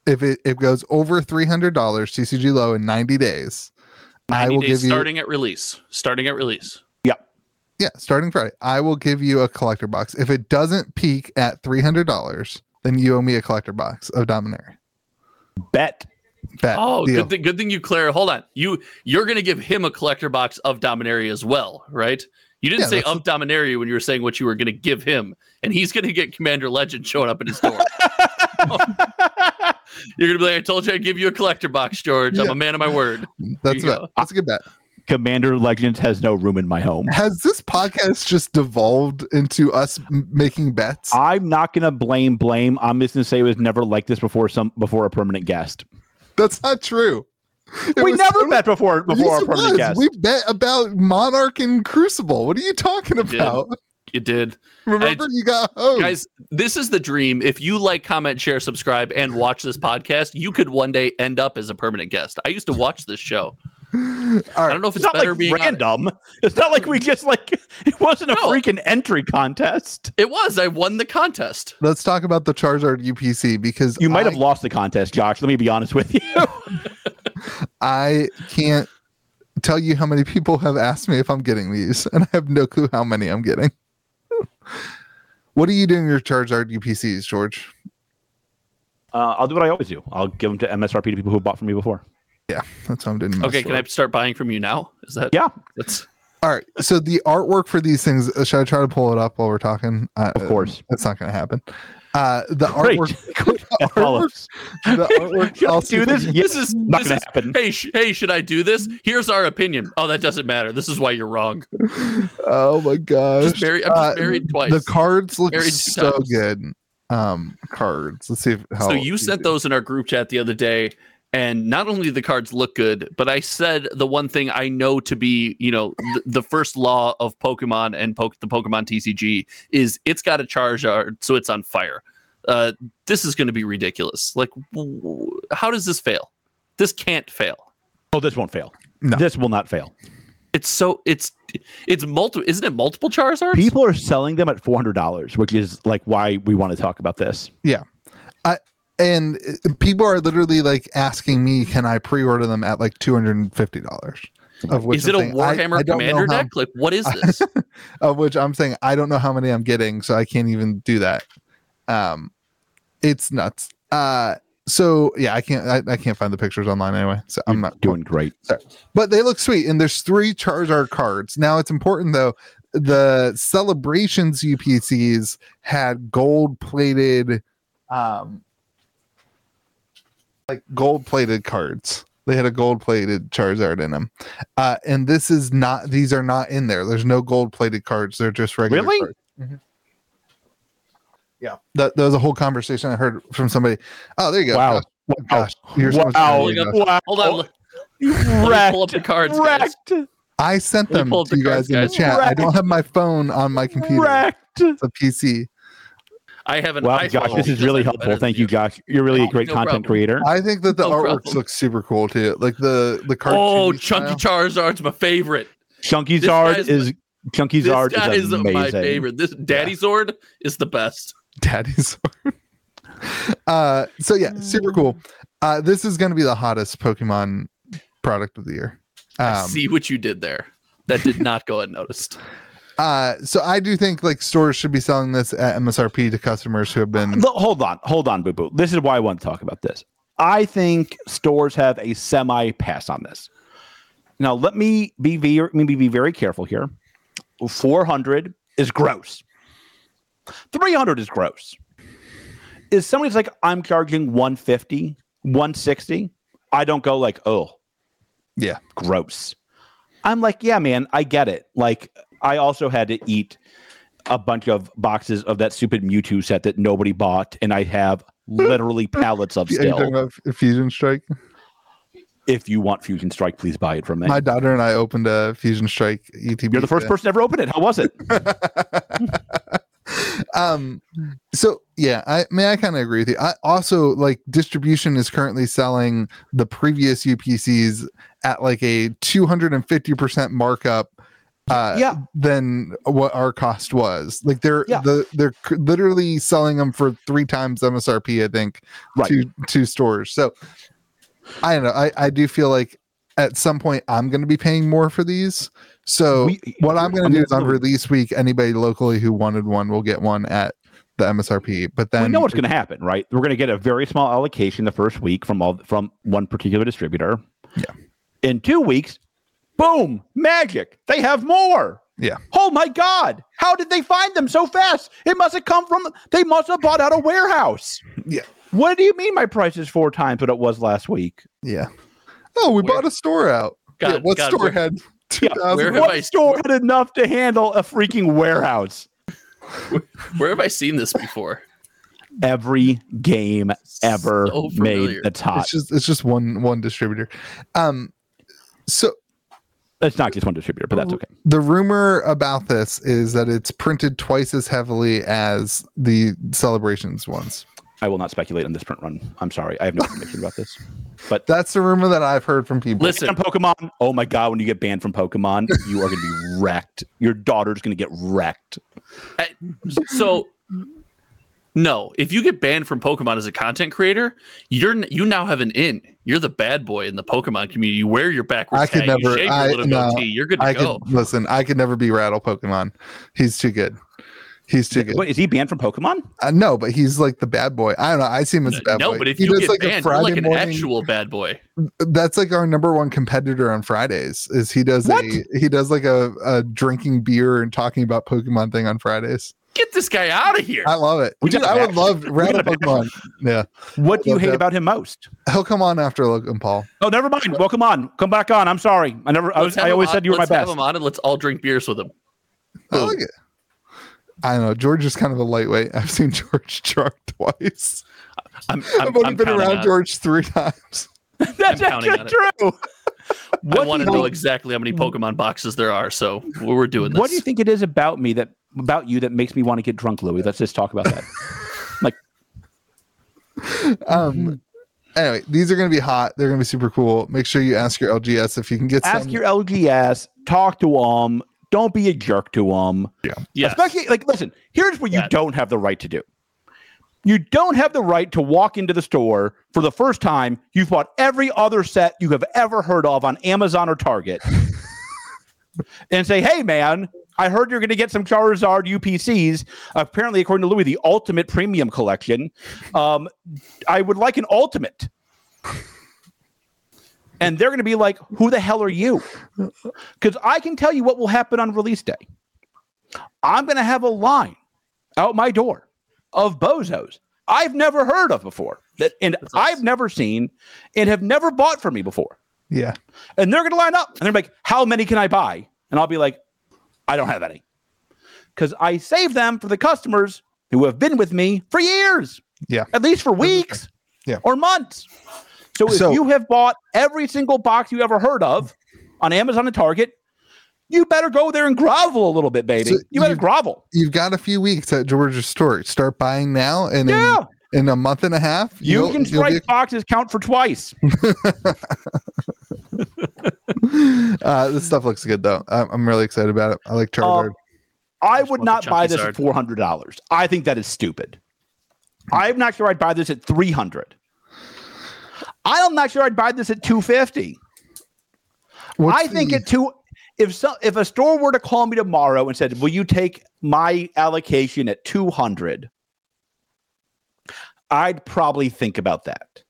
A: if it, it goes over three hundred dollars, TCG low in ninety days. I
B: 90
A: will
B: days
A: give you
B: starting at release. Starting at release.
A: yeah, starting Friday. I will give you a collector box. If it doesn't peak at three hundred dollars, then you owe me a collector box of Dominaria.
C: Bet.
A: Bet.
B: Oh,
A: Deal.
B: good, thing good thing you clear. Hold on, you you're gonna give him a collector box of Dominaria as well, right? You didn't
A: Yeah,
B: say
A: that's-
B: of Dominaria when you were saying what you were gonna give him, and he's gonna get Commander Legend showing up at his door. you're gonna be like, "I told you I'd give you a collector box, George. I'm
A: Yeah.
B: a man of my word."
A: That's a
B: you
A: bet.
B: go.
A: That's a good bet.
C: Commander Legends has no room in my home.
A: Has this podcast just devolved into us m- making bets?
C: I'm not gonna blame blame. I'm just gonna say it was never like this before some before a permanent guest.
A: That's not true. It
C: we
A: was
C: never
A: totally-
C: met before before
A: Yes,
C: a
A: it
C: permanent
A: was.
C: guest.
A: We bet about Monarch and Crucible. What are you talking
B: did.
A: about?
B: You did.
A: Remember, you got hosed.
B: guys this is the dream if you like comment share subscribe and watch this podcast you could one day end up as a permanent guest i used to watch this show
A: All
B: i
A: right.
B: don't know if
C: it's
B: it's,
C: not
B: better
C: like
B: being on it.
C: random. It's not like we just like it wasn't a
B: No.
C: freaking entry contest.
B: it was i won the contest
A: Let's talk about the Charizard UPC because
C: You might
A: I,
C: have lost the contest, Josh. Let me be honest with you. Uh,
A: I can't tell you how many people have asked me if I'm getting these, and I have no clue how many I'm getting. what are you doing with your Charizard UPCs, George?
C: Uh, I'll do what I always do. I'll give them to MSRP to people who bought from me before.
A: That's what I'm doing. in my
B: okay
A: store.
B: can i start buying from you now is that
C: Yeah,
B: that's
A: All right. So the artwork for these things, uh, should I try to pull it up while we're talking? Uh,
C: of course.
A: That's not going to happen. Uh, the
C: Great.
A: artwork,
C: Good. That
A: artwork-
C: follows.
A: the artwork.
C: Should I
A: I'll see
C: do
A: if I
C: this?
A: can-
C: Yes,
B: this is
C: not
B: this
C: gonna
B: is
C: happen.
B: hey sh- hey should i do this here's our opinion oh that doesn't matter this is why you're wrong
A: Oh my gosh.
B: just married, i'm just
A: Uh,
B: married twice
A: The cards look
B: Married two
A: so
B: times.
A: good. Um, cards. Let's see if, how.
B: so you sent those in our group chat the other day and not only did the cards look good but i said the one thing i know to be you know th- the first law of pokemon and poke the pokemon tcg is it's got a charizard so it's on fire uh, this is going to be ridiculous like w- w- how does this fail this can't fail
C: Oh, this won't fail.
A: No.
C: This will not fail.
B: it's so it's it's multiple isn't it multiple charizards
C: People are selling them at four hundred dollars, which is like why we want to talk about this.
A: And uh, people are literally like asking me, can I pre-order them at like two hundred and fifty dollars? Of which
B: is it a
A: I'm saying, I-
B: warhammer
A: I don't know
B: commander
A: how-
B: deck like what is this
A: of which I'm saying I don't know how many I'm getting, so I can't even do that. Um, it's nuts. Uh, so yeah, I can't I, I can't find the pictures online anyway, so I'm not
C: doing great.
A: But they look sweet, and there's three Charizard cards. Now it's important though. the celebrations UPCs had gold plated, um, like gold plated cards. They had a gold plated Charizard in them, uh, and this is not. These are not in there. There's no gold plated cards. They're just regular.
C: Really?
A: cards. Yeah, that, that was a whole conversation I heard from somebody. Oh, there you go.
C: Wow.
A: Gosh, you're so much
C: wow.
A: better than us.
C: wow.
B: Hold on. let- Let me pull up
C: Wrecked.
B: the cards, guys.
C: Wrecked.
A: I sent
B: Let me
A: them
B: pull up
A: to
B: the
A: you guys
B: cards,
A: in the
B: guys.
A: chat. I
C: Right.
A: don't have my phone on my computer.
C: Wrecked.
A: It's a PC.
B: I haven't.
C: Wow, Josh, this is really helpful. Thank you, Josh. You're really a
B: No,
C: great
B: Oh, no
C: content
B: problem.
C: creator.
A: I think that the
B: No
A: artwork
B: problem.
A: looks super cool too. Like the the cartoon.
B: Oh, Chunky Charizard's my favorite.
C: Chunky
B: This
C: Zard
B: guy's-
C: is Chunky
B: This
C: Zard
B: guy
C: is
B: is
C: amazing.
B: my favorite. This Daddy Zord is the best.
A: Daddy's. uh, so yeah, super cool.
B: Mm.
A: Uh, this is going to be the hottest Pokemon product of the year.
B: I
A: Um,
B: See what you did there. That did not go unnoticed.
A: uh, so I do think like stores should be selling this at MSRP to customers who have been.
C: Look, hold on, hold on, Boo Boo. This is why I want to talk about this. I think stores have a semi pass on this. Now, let me be very, let me be very careful here. 400 is gross. 300 is gross. Is somebody's like, I'm charging 150, 160, I don't go like, oh,
A: Yeah.
C: gross. I'm like, yeah, man, I get it. Like, I also had to eat a bunch of boxes of that stupid Mewtwo set that nobody bought, and I have literally pallets of
A: Are you talking
C: still.
A: about Fusion Strike?
C: If you want Fusion Strike, please buy it from me.
A: My daughter and I opened a Fusion Strike E ETB.
C: You're the first
A: set.
C: person to ever open it. How was it?
A: um
C: Hmm.
A: so yeah i may i kind of agree with you i also like distribution is currently selling the previous upcs at like a 250% markup uh
C: Yeah.
A: than what our cost was like they're
C: Yeah.
A: the, they're c- literally selling them for three times msrp i think
C: Right.
A: to to stores so i don't know i i do feel like at some point i'm going to be paying more for these so
C: We-
A: what i'm going
C: I'm
A: to do is on
C: gonna-
A: release week anybody locally who wanted one will get one at the msrp but then
C: we know what's going to happen, right? We're going to get a very small allocation the first week from all from one particular distributor.
A: Yeah.
C: In two weeks, boom, magic! They have more.
A: Yeah.
C: Oh my God! How did they find them so fast? It must have come from. They must have bought out a warehouse.
A: Yeah.
C: What do you mean my price is four times what it was last week?
A: yeah oh we
B: Where-
A: bought a store out yeah,
B: God,
A: what
B: God,
A: store
B: where-
A: had
C: Yeah,
A: 2000
B: where- Where have
C: What
B: I-
C: store had enough to handle a freaking warehouse?
B: Where have I seen this before?
C: Every game ever
B: So
C: made
B: familiar.
C: that's hot.
A: it's just it's just one one distributor um so
C: It's not just one distributor, but
A: Oh,
C: that's okay.
A: the rumor about this is that it's printed twice as heavily as the celebrations ones
C: I will not speculate on this print run. I'm sorry. I have no information about this. But
A: that's the rumor that i've heard from people
B: Listen,
C: on Pokemon, oh my God, when you get banned from Pokemon, you are going to be wrecked. Your daughter's going to get wrecked.
B: I- so no if you get banned from pokemon as a content creator you're n- you now have an in you're the bad boy in the pokemon community you wear your backwards
A: I could
B: hat,
A: never-
B: you shave
A: I-
B: your little
A: no,
B: goatee you're good to
A: i
B: go
A: could listen i could never be rattle pokemon he's too good he's too good
C: Wait, is he banned from Pokemon?
A: Uh, no, but he's like the bad boy. I don't know. I see him as a bad
B: no
A: boy.
B: but if
A: He
B: you
A: does,
B: get
A: like, a
B: banned you're
A: Friday
B: like an
A: morning-
B: actual bad boy
A: That's like our number one competitor on Fridays. Is he does
C: What?
A: a he does like a, a drinking beer and talking about Pokemon thing on Fridays.
B: get this guy out of here
A: I love it.
C: We
A: Dude,
C: gotta
A: I would love
C: back-
A: rattle
C: gotta back-
A: Pokemon. Yeah,
C: What do you
A: Love
C: hate
A: that.
C: about him most?
A: he'll come on after Logan Paul.
C: Oh, never mind. Well, come on. Come back on. I'm sorry. I never, I,
B: Let's
C: was,
B: have
C: I
B: him
C: always
B: on-
C: said you were my
B: let's have
C: best.
B: him on and let's all drink beers with him
A: I like it. I don't know. George is kind of a lightweight. I've seen George chart twice.
B: i'm,
A: i
B: I'm,
A: have only
B: I'm
A: been
B: counting
A: around
B: on it.
A: George three times.
C: That's
B: I'm counting
C: actually true.
B: i want to
C: do you
B: know
C: think-
B: exactly how many pokemon boxes there are so we're doing this
C: What do you think it is about me that, about you that makes me want to get drunk, Louis? Let's just talk about that.
A: Um.
C: Mm-hmm.
A: Anyway, these are going to be hot. They're going to be super cool. Make sure you ask your LGS if you can get
C: Ask
A: some.
C: your LGS, talk to them. Don't be a jerk to them.
B: Yes.
C: Especially like listen, here's what you
B: Yeah.
C: don't have the right to do. You don't have the right to walk into the store for the first time. You've bought every other set you have ever heard of on Amazon or Target and say, hey man, I heard you're gonna get some Charizard UPCs. Apparently, according to Louis, the ultimate premium collection. Um, I would like an ultimate. And they're gonna be like, who the hell are you? Because I can tell you what will happen on release day I'm going to have a line out my door of bozos I've never heard of before that and
B: That's awesome.
C: I've never seen and have never bought from me before.
A: Yeah.
C: And they're going to line up and they're like, how many can I buy? And I'll be like, I don't have any. Because I save them for the customers who have been with me for years.
A: Yeah.
C: At least for weeks
A: Yeah.
C: or months. So if
A: So-
C: you have bought every single box you ever heard of on Amazon and Target, you better go there and grovel a little bit, baby.
A: So
C: you better
A: you-
C: grovel.
A: You've got a few weeks at George's store. Start buying now and in-
C: Yeah.
A: in, a month and a half.
C: You
A: you'll-
C: can
A: you'll
C: strike
A: be-
C: boxes count for twice.
A: uh, this stuff looks good though. I'm, I'm really excited about it. I like
C: Oh,
A: Charizard.
C: I
B: just
C: would
B: want the
C: not
B: chunky
C: buy this at
B: sard.
C: four hundred dollars. I think that is stupid. I'm not sure I'd buy this at three hundred. I'm not sure I'd buy this at two fifty.
A: What's
C: I think
A: the-
C: at two, if so, if a store were to call me tomorrow and said, "Will you take my allocation at two hundred? I'd probably think about that.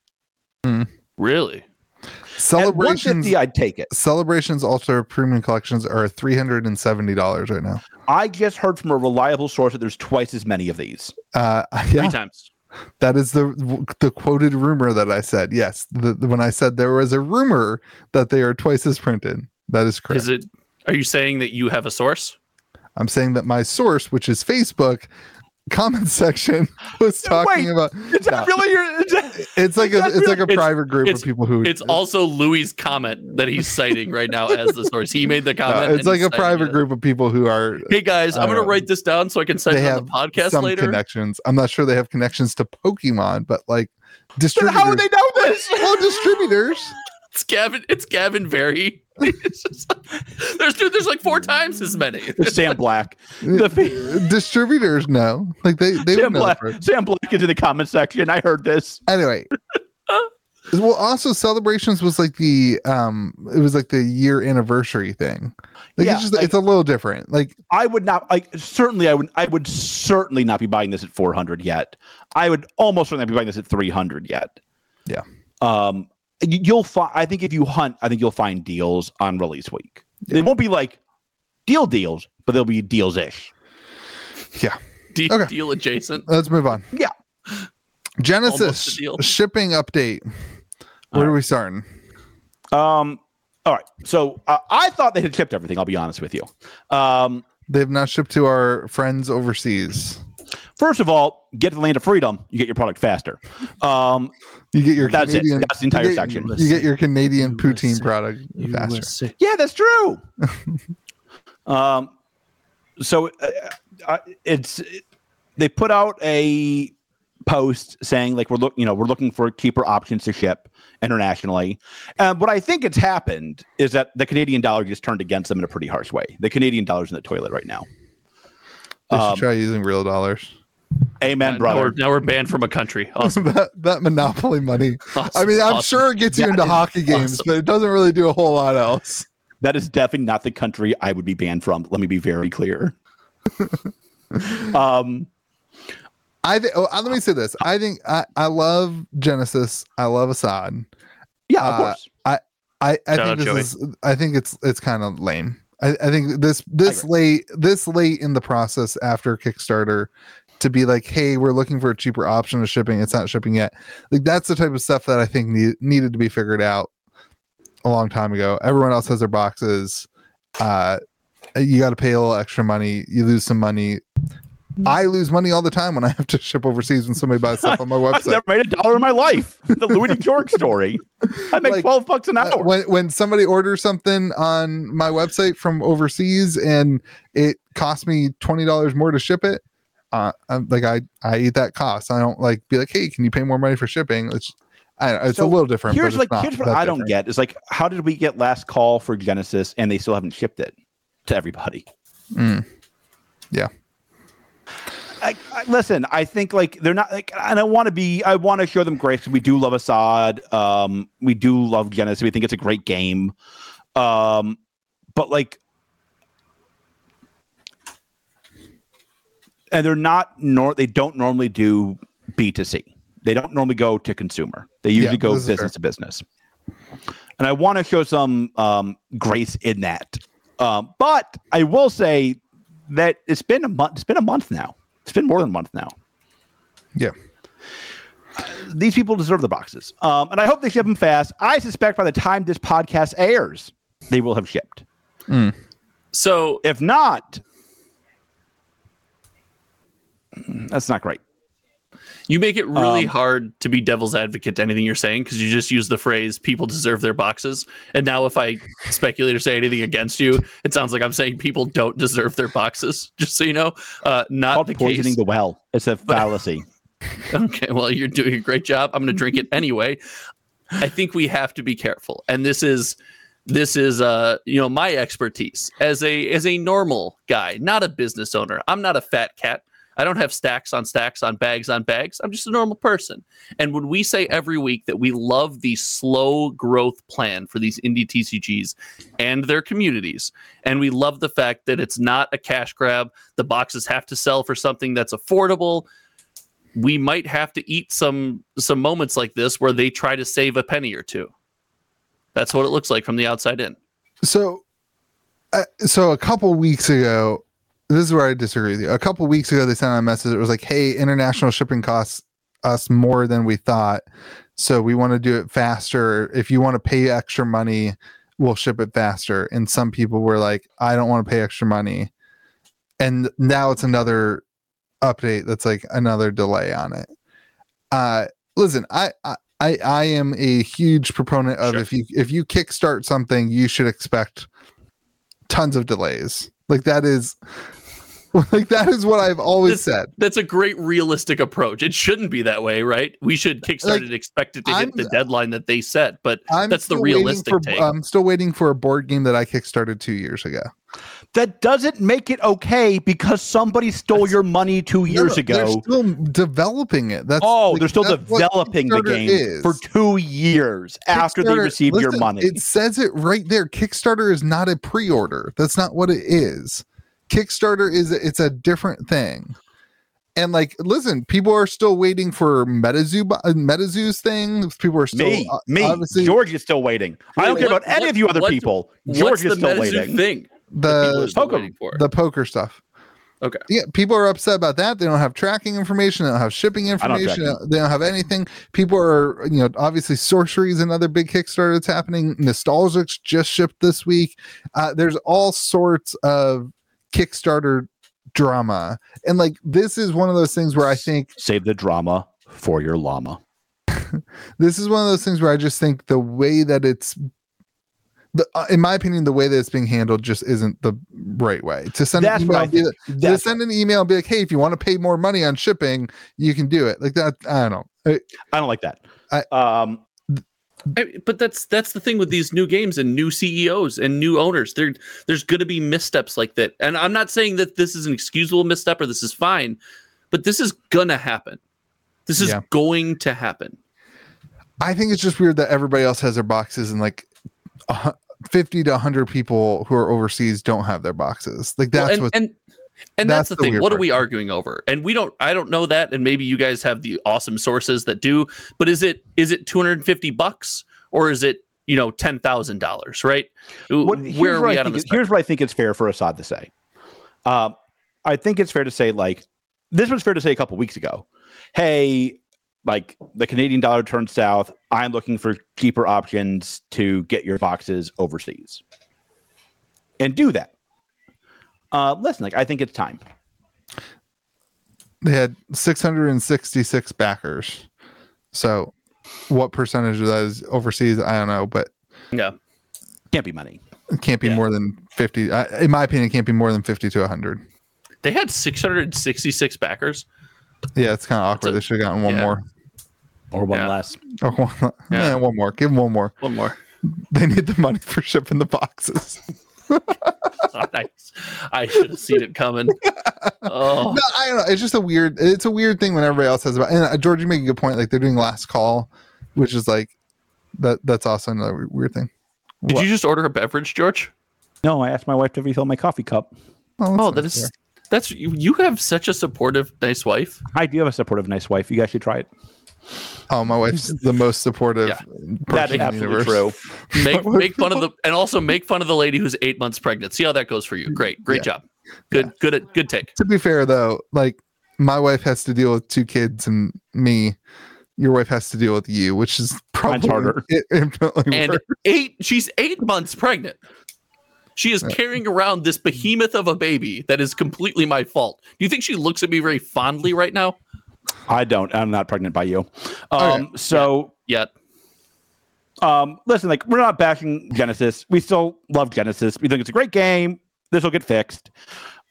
B: Really?
C: At one
A: celebrations.
C: fifty, I'd take it.
A: Celebrations Ultra Premium Collections are three hundred and seventy dollars right now.
C: I just heard from a reliable source that there's twice as many of these.
A: Uh,
B: Three
A: yeah,
B: times.
A: that is the the quoted rumor that I said. Yes, the, the- when I said there was a rumor that they are twice as printed, that is correct.
B: Is it? Are you saying that you have a source?
A: I'm saying that my source, which is Facebook comment section, was
C: No,
A: talking
C: wait.
A: about.
C: Is that
A: No,
C: really your? Is that,
A: it's like
C: is
A: a
C: that
A: it's like a
B: really- It's-
A: private group of people who.
B: It's also Louis' comment that he's citing right now as the source. He made the
A: no,
B: comment.
A: it's
B: and
A: like
B: he's
A: a
B: citing
A: private
B: it.
A: group of people who are.
B: Hey guys,
A: I
B: I'm gonna
A: don't know.
B: write this down so I can cite
A: They
B: it
A: have
B: on the podcast
A: some
B: later.
A: connections. I'm not sure they have connections to Pokemon, but like
C: then
A: distributors.
C: how would they know this?
A: well, distributors.
B: It's Gavin. It's Gavin Very. there's dude. There's like four times as many.
C: Sam Black. The fa-
A: distributors know. Like they they would
C: Sam
A: know. the
C: Black.
A: price.
C: Sam Black is in the comment section. I heard this.
A: Anyway. Well, also celebrations was like the um, it was like the year anniversary thing. Like
C: Yeah,
A: it's just
C: like-
A: it's a little different. Like
C: I would not. Like certainly, I would. I would certainly not be buying this at four hundred yet. I would almost certainly not be buying this at three hundred yet.
A: Yeah.
C: Um. y- You'll find. I think if you hunt, I think you'll find deals on release week. They won't be like deal deals, but they'll be deals ish.
B: De-
A: Okay.
B: Deal adjacent.
A: let's move on.
C: Yeah.
B: Almost
A: Genesis
B: a deal.
A: shipping update. Where are we starting?
C: Um. All right. So uh, I thought they had shipped everything. I'll be honest with you. Um.
A: They've not shipped to our friends overseas.
C: First of all, get to the land of freedom. You get your product faster. Um,
A: You get your
C: That's it.
A: Canadian.
C: That's the entire
A: you get-
C: section.
A: You get your Canadian poutine
B: USA.
A: product faster.
C: yeah, that's true. um, so uh, I it's it- they put out a post saying like we're look you know we're looking for cheaper options to ship internationally. And what I think it's happened is that the Canadian dollar just turned against them in a pretty harsh way. The Canadian dollar's in the toilet right now.
A: They should
C: Um,
A: try using real dollars.
C: Amen,
B: Now we're,
C: brother.
B: now we're banned from a country. Awesome.
A: that that monopoly money. I
B: Awesome.
A: mean, I'm
B: Awesome.
A: sure it gets you
C: That
A: into
C: is
A: hockey games,
B: awesome.
A: but it doesn't really do a whole lot else.
C: That is definitely not the country I would be banned from. Let me be very clear. um,
A: I think. Oh, uh, let me say this. I think I, I love Genesis. I love Assad.
C: yeah, of
A: Uh,
C: course.
A: I, I
B: Shout out,
A: think this
B: Joey.
A: is. I think it's it's kind of lame. I, I think this this
C: agree.
A: late this late in the process after Kickstarter to be like, hey, we're looking for a cheaper option of shipping. It's not shipping yet. Like that's the type of stuff that I think need, needed to be figured out a long time ago. Everyone else has their boxes. Uh, you got to pay a little extra money. You lose some money. I lose money all the time when I have to ship overseas when somebody buys stuff on my
C: I've
A: website.
C: never made a dollar in my life. The Louis York story. I make
A: Like,
C: twelve bucks an
A: Uh,
C: hour.
A: when when somebody orders something on my website from overseas and it costs me twenty dollars more to ship it, uh, I'm, like I I eat that cost. I don't like be like, hey, can you pay more money for shipping? It's I don't know, it's
C: So
A: a little different. but
C: here's
A: it's
C: like
A: not
C: here's what
A: that
C: I don't
A: different.
C: get is like how did we get last call for Genesis and they still haven't shipped it to everybody?
A: Mm.
C: I, I, listen, I think like they're not like, and I want to be, I want to show them grace. 'cause We do love Assad. Um, we do love Genesis. We think it's a great game. Um, but like, and they're not nor they don't normally do B two C. They don't normally go to consumer. They usually go
A: this is fair.
C: business to business. And I want to show some um, grace in that. Um, but I will say that it's been a month. It's been a month now. It's been more than a month now.
A: Yeah.
C: These people deserve the boxes, um, and I hope they ship them fast. I suspect by the time this podcast airs, they will have shipped.
B: So
C: If not, that's not great.
B: you make it really
C: Um,
B: hard to be devil's advocate to anything you're saying because you just use the phrase "people deserve their boxes," and now if I speculate or say anything against you, it sounds like I'm saying people don't deserve their boxes. Just so you know, uh, not
C: Called
B: the
C: poisoning
B: case.
C: the well. It's a fallacy.
B: Okay, well, you're doing a great job. I'm going to drink it anyway. I think we have to be careful, and this is this is uh you know my expertise as a as a normal guy, not a business owner. I'm not a fat cat. I don't have stacks on stacks on bags on bags. I'm just a normal person. And when we say every week that we love the slow growth plan for these indie TCGs and their communities, and we love the fact that it's not a cash grab, the boxes have to sell for something that's affordable we might have to eat some some moments like this where they try to save a penny or two. That's what it looks like from the outside in.
A: So, uh, so a couple weeks ago, this is where I disagree with you. A couple weeks ago, they sent out a message. It was like, "Hey, international shipping costs us more than we thought, so we want to do it faster. If you want to pay extra money, we'll ship it faster." And some people were like, "I don't want to pay extra money," and now it's another update that's like another delay on it. Uh, listen, I, I I I am a huge proponent of
B: Sure.
A: if you if you kickstart something, you should expect tons of delays. Like that is like that is what I've always
B: This-
A: said.
B: That's a great realistic approach. It shouldn't be that way, right? We should kickstart
A: Like,
B: it, expect it to
A: I'm-
B: hit the deadline that they set, but
A: I'm
B: that's the
A: still waiting
B: realistic
A: for-
B: take.
A: I'm still waiting for a board game that I kickstarted two years ago.
C: that doesn't make it okay because somebody stole your money two
A: No,
C: years
A: no,
C: ago.
A: they're still developing it. That's
C: oh,
A: like,
C: they're still
A: that's what
C: developing the
A: Kickstarter
C: game
A: is.
C: for two years after they
A: Kickstarter-
C: receive your
A: listen,
C: money.
A: It says it right there. Kickstarter is not a pre-order. That's not what it is. Kickstarter is it's a different thing. And like, listen, people are still waiting for MetaZoo, bo- uh, MetaZoo's thing. People are still
C: me,
A: uh,
C: me,
A: obviously
C: George is still waiting. I don't
B: Wait,
C: care
B: what-
C: about any
B: what-
C: of you other
B: what's-
C: people.
B: What's
C: George
B: the
C: is still
B: Metazoo
C: waiting.
B: thing? that people are
A: the
B: still
C: Pokem,
B: waiting for?
A: the poker stuff.
B: Okay.
A: Yeah, people are upset about that. They don't have tracking information. They don't have shipping
C: don't have
A: information. they don't have anything. People are, you know, obviously sorcery is another big Kickstarter that's happening. Nostalgics just shipped this week. Uh, there's all sorts of Kickstarter drama, and like this is one of those things where I think
C: Save the drama for your llama.
A: this is one of those things where I just think the way that it's, the, uh, in my opinion, the way that it's being handled just isn't the right way. To send
C: That's
A: an email,
C: what I
A: and be
C: think.
A: like- to
C: That's-
A: send an email and be like, "Hey, if you want to pay more money on shipping, you can do it." Like that, I don't know. I-
C: I don't like that.
A: I-
C: um,
B: I- but that's that's the thing with these new games and new CEOs and new owners. There, there's going to be missteps like that. And I'm not saying that this is an excusable misstep or this is fine, but this is gonna happen. This is
A: Yeah.
B: going to happen.
A: I think it's just weird that everybody else has their boxes and like. a hu- 50 to 100 people who are overseas don't have their boxes. Like
B: Well,
A: that's what
B: and, and and
A: that's
B: that's, the,
A: the
B: thing.
A: weird
B: What are
A: part.
B: we arguing over? And we don't. I don't know that. And maybe you guys have the awesome sources that do. But is it is it two hundred and fifty bucks or is it you know ten thousand dollars? Right?
C: what,
B: Where
C: here's
B: are
C: what
B: we
C: I
B: at on
C: think
B: this?
C: is- Here's what I think it's fair for Assad to say. Um, I think it's fair to say, like, this was fair to say a couple weeks ago. Hey, like, the Canadian dollar turned south. I'm looking for cheaper options to get your boxes overseas and do that. Uh, listen, like, I think it's time.
A: they had 666 backers. So what percentage of that is overseas? I don't know, but
B: yeah.
C: Can't be money.
A: It can't be
B: Yeah.
A: more than 50 I, in my opinion it can't be more than 50 to 100
B: They had six hundred and sixty six backers.
A: yeah it's kind of awkward
B: a-
A: they should have gotten one
B: yeah.
A: more
C: Or one
B: Yeah.
C: less.
A: or one,
B: Yeah.
A: eh, one more give them one more
B: One more.
A: they need the money for shipping the boxes
B: I, I should have seen it coming. Oh,
A: no, i don't know it's just a weird it's a weird thing when everybody else has about and uh, george you make a good point like they're doing last call which is like that that's also another weird thing
B: did
A: What?
B: you just order a beverage, George?
C: No, I asked my wife to refill my coffee cup.
A: that's
B: Oh,
A: not
B: that
A: fair.
B: is that's you, you have such a supportive, nice wife.
C: I do have a supportive, nice wife. You guys should try it.
A: oh my wife's the most supportive
B: Yeah.
A: person
C: That's
A: in the
C: absolutely
A: universe.
C: true.
B: Make make fun of the and also make fun of the lady who's eight months pregnant. See how that goes for you. Great, great
A: Yeah.
B: job. Good, good, good take.
A: To be fair though, like my wife has to deal with two kids and me. Your wife has to deal with you, which is probably
C: harder.
A: It, infinitely
B: And
A: worse.
B: eight, she's eight months pregnant. She is carrying around this behemoth of a baby that is completely my fault. Do you think she looks at me very fondly right now?
C: I don't. I'm not pregnant by you. Um,
A: Okay.
C: So
B: Yet,
C: um, listen, like we're not bashing Genesis. We still love Genesis. We think it's a great game. This will get fixed.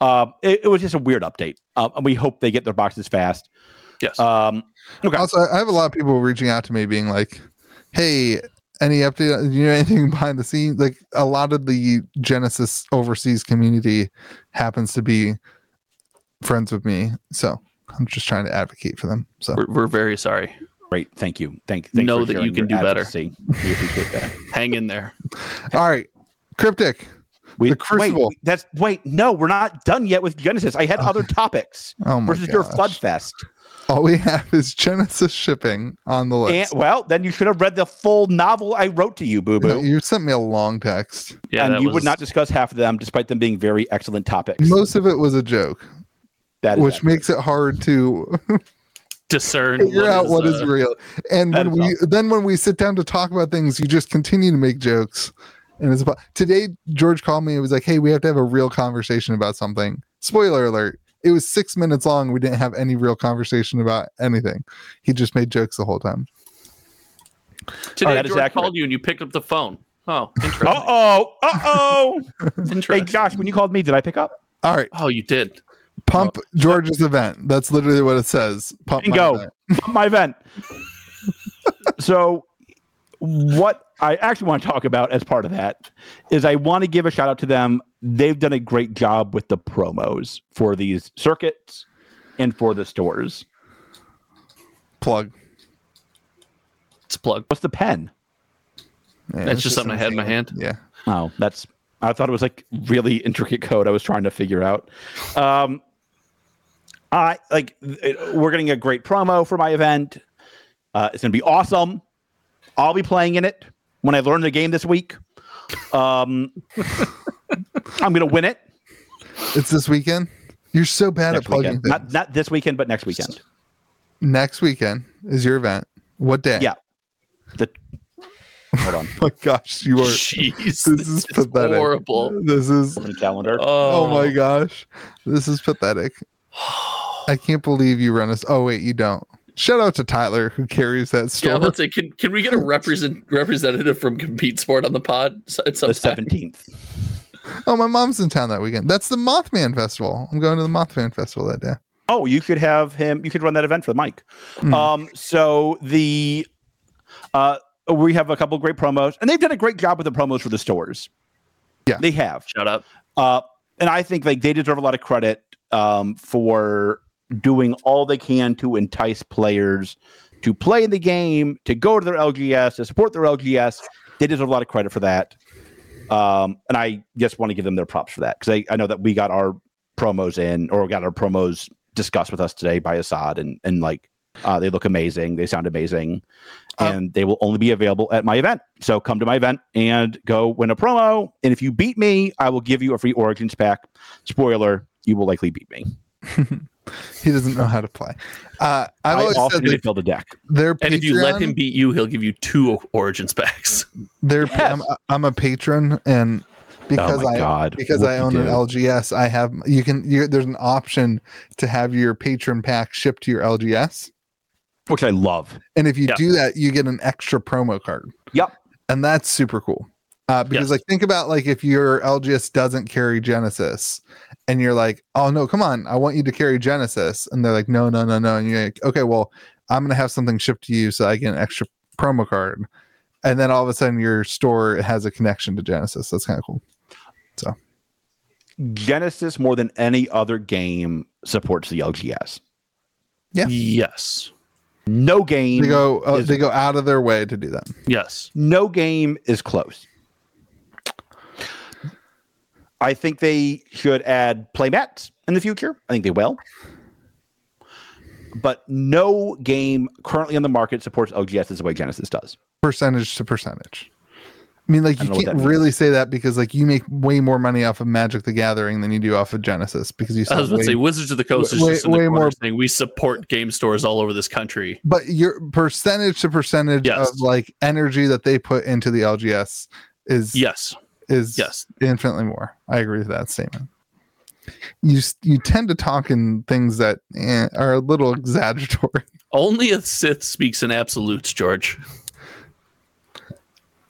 C: Um, it, it was just a weird update, um, and we hope they get their boxes fast.
B: yes.
A: Uh,
C: Um, okay.
A: Also, I have a lot of people reaching out to me being like, "Hey, any update? Do you know anything behind the scenes?" Like a lot of the Genesis overseas community happens to be friends with me, so I'm just trying to advocate for them. So
B: we're, we're very sorry.
C: Great. Thank you. Thank. thanks
B: Know
C: for
B: that you
C: sharing
B: can
C: your
B: do better.
C: advocacy. We appreciate that.
B: Hang in there.
A: all right, cryptic.
C: We,
A: The Crucible.
C: Wait, that's wait. No, we're not done yet with Genesis. I had other topics
A: Oh my
C: versus your
A: gosh.
C: Flood Fest.
A: All we have is Genesis shipping on the
C: And,
A: list.
C: well, then you should have read the full novel I wrote to you, Boo Boo.
A: you sent me a long text.
B: Yeah,
C: and
B: that
C: you
B: was-
C: would not discuss half of them, despite them being very excellent topics.
A: Most of it was a joke,
C: that is
A: which makes it hard to
B: discern.
A: figure out what is
B: uh,
A: real. And
C: that
A: when
C: is
A: we then when we sit down to talk about things, you just continue to make jokes. And it's about today. George called me and was like, "Hey, we have to have a real conversation about something." Spoiler alert: It was six minutes long. We didn't have any real conversation about anything. He just made jokes the whole time.
C: Oh,
B: Today,
C: that is
B: George
C: accurate.
B: called you and you picked up the phone. Oh, interesting.
C: Uh oh. Uh oh. hey,
B: interesting.
C: Josh, when you called me, did I pick up?
A: All right,
B: Oh, you did.
A: pump George's event. That's literally what it says. Pump my
C: Bingo.
A: event.
C: My event. so, what I actually want to talk about as part of that is I want to give a shout out to them. They've done a great job with the promos for these circuits and for the stores.
A: plug.
B: It's plugged.
C: What's the pen?
A: Yeah,
B: That's
A: it's
B: just something I had in my
A: insane. Yeah.
B: hand.
C: Oh, that's. I thought it was like really intricate code I was trying to figure out. Um, I like it, we're getting a great promo for my event. Uh, it's gonna be awesome. I'll be playing in it when I learn the game this week. Um, I'm gonna win it
A: It's this weekend. You're so bad
C: next
A: at plugging
C: weekend.
A: things.
C: Not not this weekend, but next weekend.
A: next weekend is your event. What day?
C: Yeah. The, hold on,
A: Oh my gosh, you are
B: Jeez, this,
A: this is pathetic.
B: horrible.
A: This is
C: open calendar.
A: oh
B: Oh,
A: my gosh. This is pathetic. I can't believe you run us. Oh wait, you don't. Shout out to Tyler who carries that
B: Yeah,
A: store.
B: let's say, can, can we get a represent representative from Compete Sport on the pod? So- At
C: the
B: some time?
C: seventeenth.
A: oh, my mom's in town that weekend. That's the Mothman Festival. I'm going to the Mothman Festival that day.
C: Oh, you could have him. You could run that event for Mike.
A: Hmm.
C: Um, so the uh, we have a couple great promos, and they've done a great job with the promos for the stores.
A: Yeah.
C: they have.
B: Shut up.
C: Uh, and I think like they deserve a lot of credit um, for doing all they can to entice players to play the game, to go to their LGS, to support their LGS. They deserve a lot of credit for that. Um, and I just want to give them their props for that because I, I know that we got our promos in or got our promos discussed with us today by Assad and and like uh, they look amazing, they sound amazing,
A: Um,
C: and they will only be available at my event. So come to my event and go win a promo. And if you beat me, I will give you a free Origins pack. Spoiler: you will likely beat me.
A: He doesn't know how to play. Uh, I've
C: I
A: always said
C: often
A: that
C: fill the deck. Oh
A: their Patreon,
B: And if you let him beat you, he'll give you two Origins packs.
A: their
C: Yes.
A: I'm, I'm a patron and because
C: oh my
A: I
C: god!
A: because
C: what
A: I
C: you
A: own an
C: do.
A: LGS, I have you can you, there's an option to have your patron pack shipped to your LGS,
C: which I love.
A: and if you
B: Yeah.
A: do that, you get an extra promo card.
C: Yep.
A: and that's super cool. Uh, because
B: Yes.
A: like think about like if your LGS doesn't carry Genesis, and you're like, oh no, come on, I want you to carry Genesis, and they're like, no, no, no, no, and you're like, okay, well, I'm gonna have something shipped to you so I get an extra promo card, and then all of a sudden your store has a connection to Genesis. That's kind of cool.
C: Genesis more than any other game supports the LGS.
A: Yeah.
B: Yes.
C: No game.
A: They go uh,
C: is-
A: they go out of their way to do that.
B: Yes.
C: no game is close. I think they should add playmats in the future. I think they will. But no game currently on the market supports OGS the way Genesis does.
A: percentage to percentage. I mean, like
C: I
A: you
C: don't know what
A: can't
C: that
A: really say that because like you make way more money off of Magic: The Gathering than you do off of Genesis because you.
B: I was
A: sell
B: about to
A: way-
B: say Wizards of the Coast is
A: way-
B: just in the
A: way
B: corner
A: more-
B: saying we support game stores all over this country.
A: but your percentage to percentage
B: Yes.
A: of like energy that they put into the LGS is
B: Yes,
A: is
B: yes.
A: infinitely more. I agree with that statement. You s- you tend to talk in things that eh, are a little exaggeratory.
B: Only a Sith speaks in absolutes, George.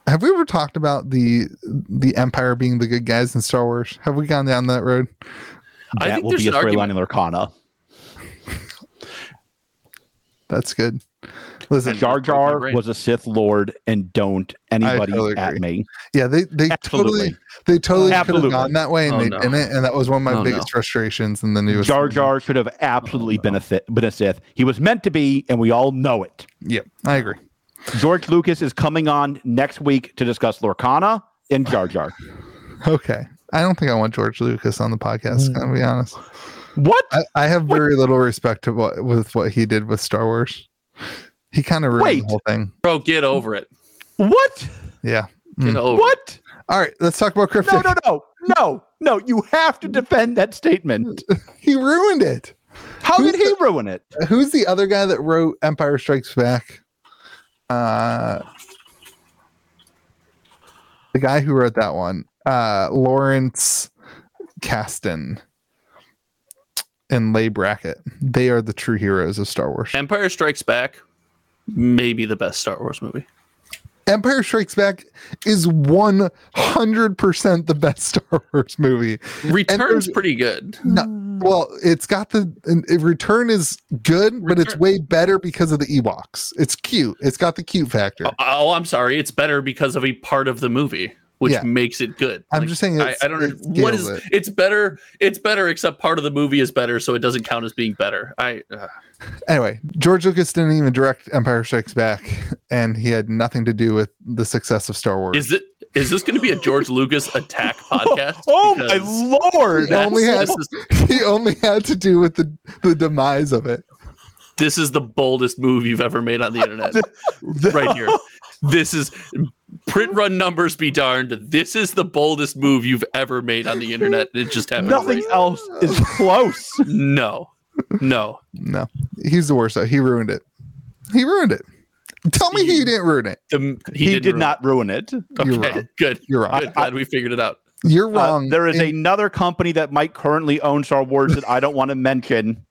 A: Have we ever talked about the the Empire being the good guys in Star Wars? Have we gone down that road?
B: I
C: That
B: think
C: will
B: there's
C: be a
B: an argument.
C: storyline in Lurkana.
A: That's good. Listen,
B: And-
C: Jar Jar
B: My brain.
C: was a Sith Lord, and don't anybody
A: totally
C: at
A: agree.
C: me.
A: yeah, they they
C: Absolutely.
A: totally they totally could
C: Absolutely.
A: have gone that way and
B: Oh,
A: they
B: no.
A: didn't, and that was one of my
B: Oh,
A: biggest frustrations in the newest.
C: Jar Jar should have absolutely been a, Sith, been a Sith. He was meant to be, and we all know it.
A: Yep, I agree.
C: George Lucas is coming on next week to discuss Lorcana and Jar Jar.
A: Okay. I don't think I want George Lucas on the podcast. Can I be honest?
C: What?
A: I, I have very little respect to what with what he did with Star Wars. He kind of ruined
C: Wait.
A: the whole thing.
B: Bro, get over it.
C: What?
A: Yeah.
B: Get
A: Mm.
B: over it.
C: What?
A: All right. Let's talk about cryptic.
C: No, no, no, no, no. You have to defend that statement.
A: He ruined it.
C: How
A: Who's
C: did he ruin it?
A: Who's the other guy that wrote Empire Strikes Back? Uh, the guy who wrote that one, uh, Lawrence Kasten and Lay Brackett. They are the true heroes of Star Wars.
B: Empire Strikes Back, maybe the best Star Wars movie.
A: Empire Strikes Back is 100% the best Star Wars movie.
B: Returns
A: there's-
B: pretty good.
A: No, well, it's got the and it- Return is good, but it's
B: Return-
A: way better because of the Ewoks. It's cute. It's got the cute factor.
B: Oh, I'm sorry. It's better because of a part of the movie, which
A: Yeah.
B: makes it good.
A: I'm just saying
B: I,
A: it's-
B: I don't
A: it
B: know what is.
A: scales it.
B: It's better. It's better, except part of the movie is better, so it doesn't count as being better. I uh,
A: Anyway, George Lucas didn't even direct Empire Strikes Back, and he had nothing to do with the success of Star Wars.
B: is it. Is this going to be a George Lucas attack podcast?
C: Oh
B: Because
C: my lord!
A: He only
B: that's-
A: had he only had to do with the the demise of it.
B: This is the boldest move you've ever made on the internet, right here. This is print run numbers be darned. This is the boldest move you've ever made on the internet. It just happened.
C: Nothing
B: right-
C: else is close.
B: No, no.
A: No, he's the worst. Though. He ruined it. He ruined it. Tell me he didn't ruin it.
B: The-
C: He,
B: didn't
C: did
B: ruin-
C: not ruin it.
A: You're
B: Okay,
A: wrong.
B: good.
A: You're wrong.
B: Good. Glad we figured it out.
A: You're
C: Uh,
A: wrong.
C: there is
A: in-
C: another company that might currently own Star Wars that I don't want to mention.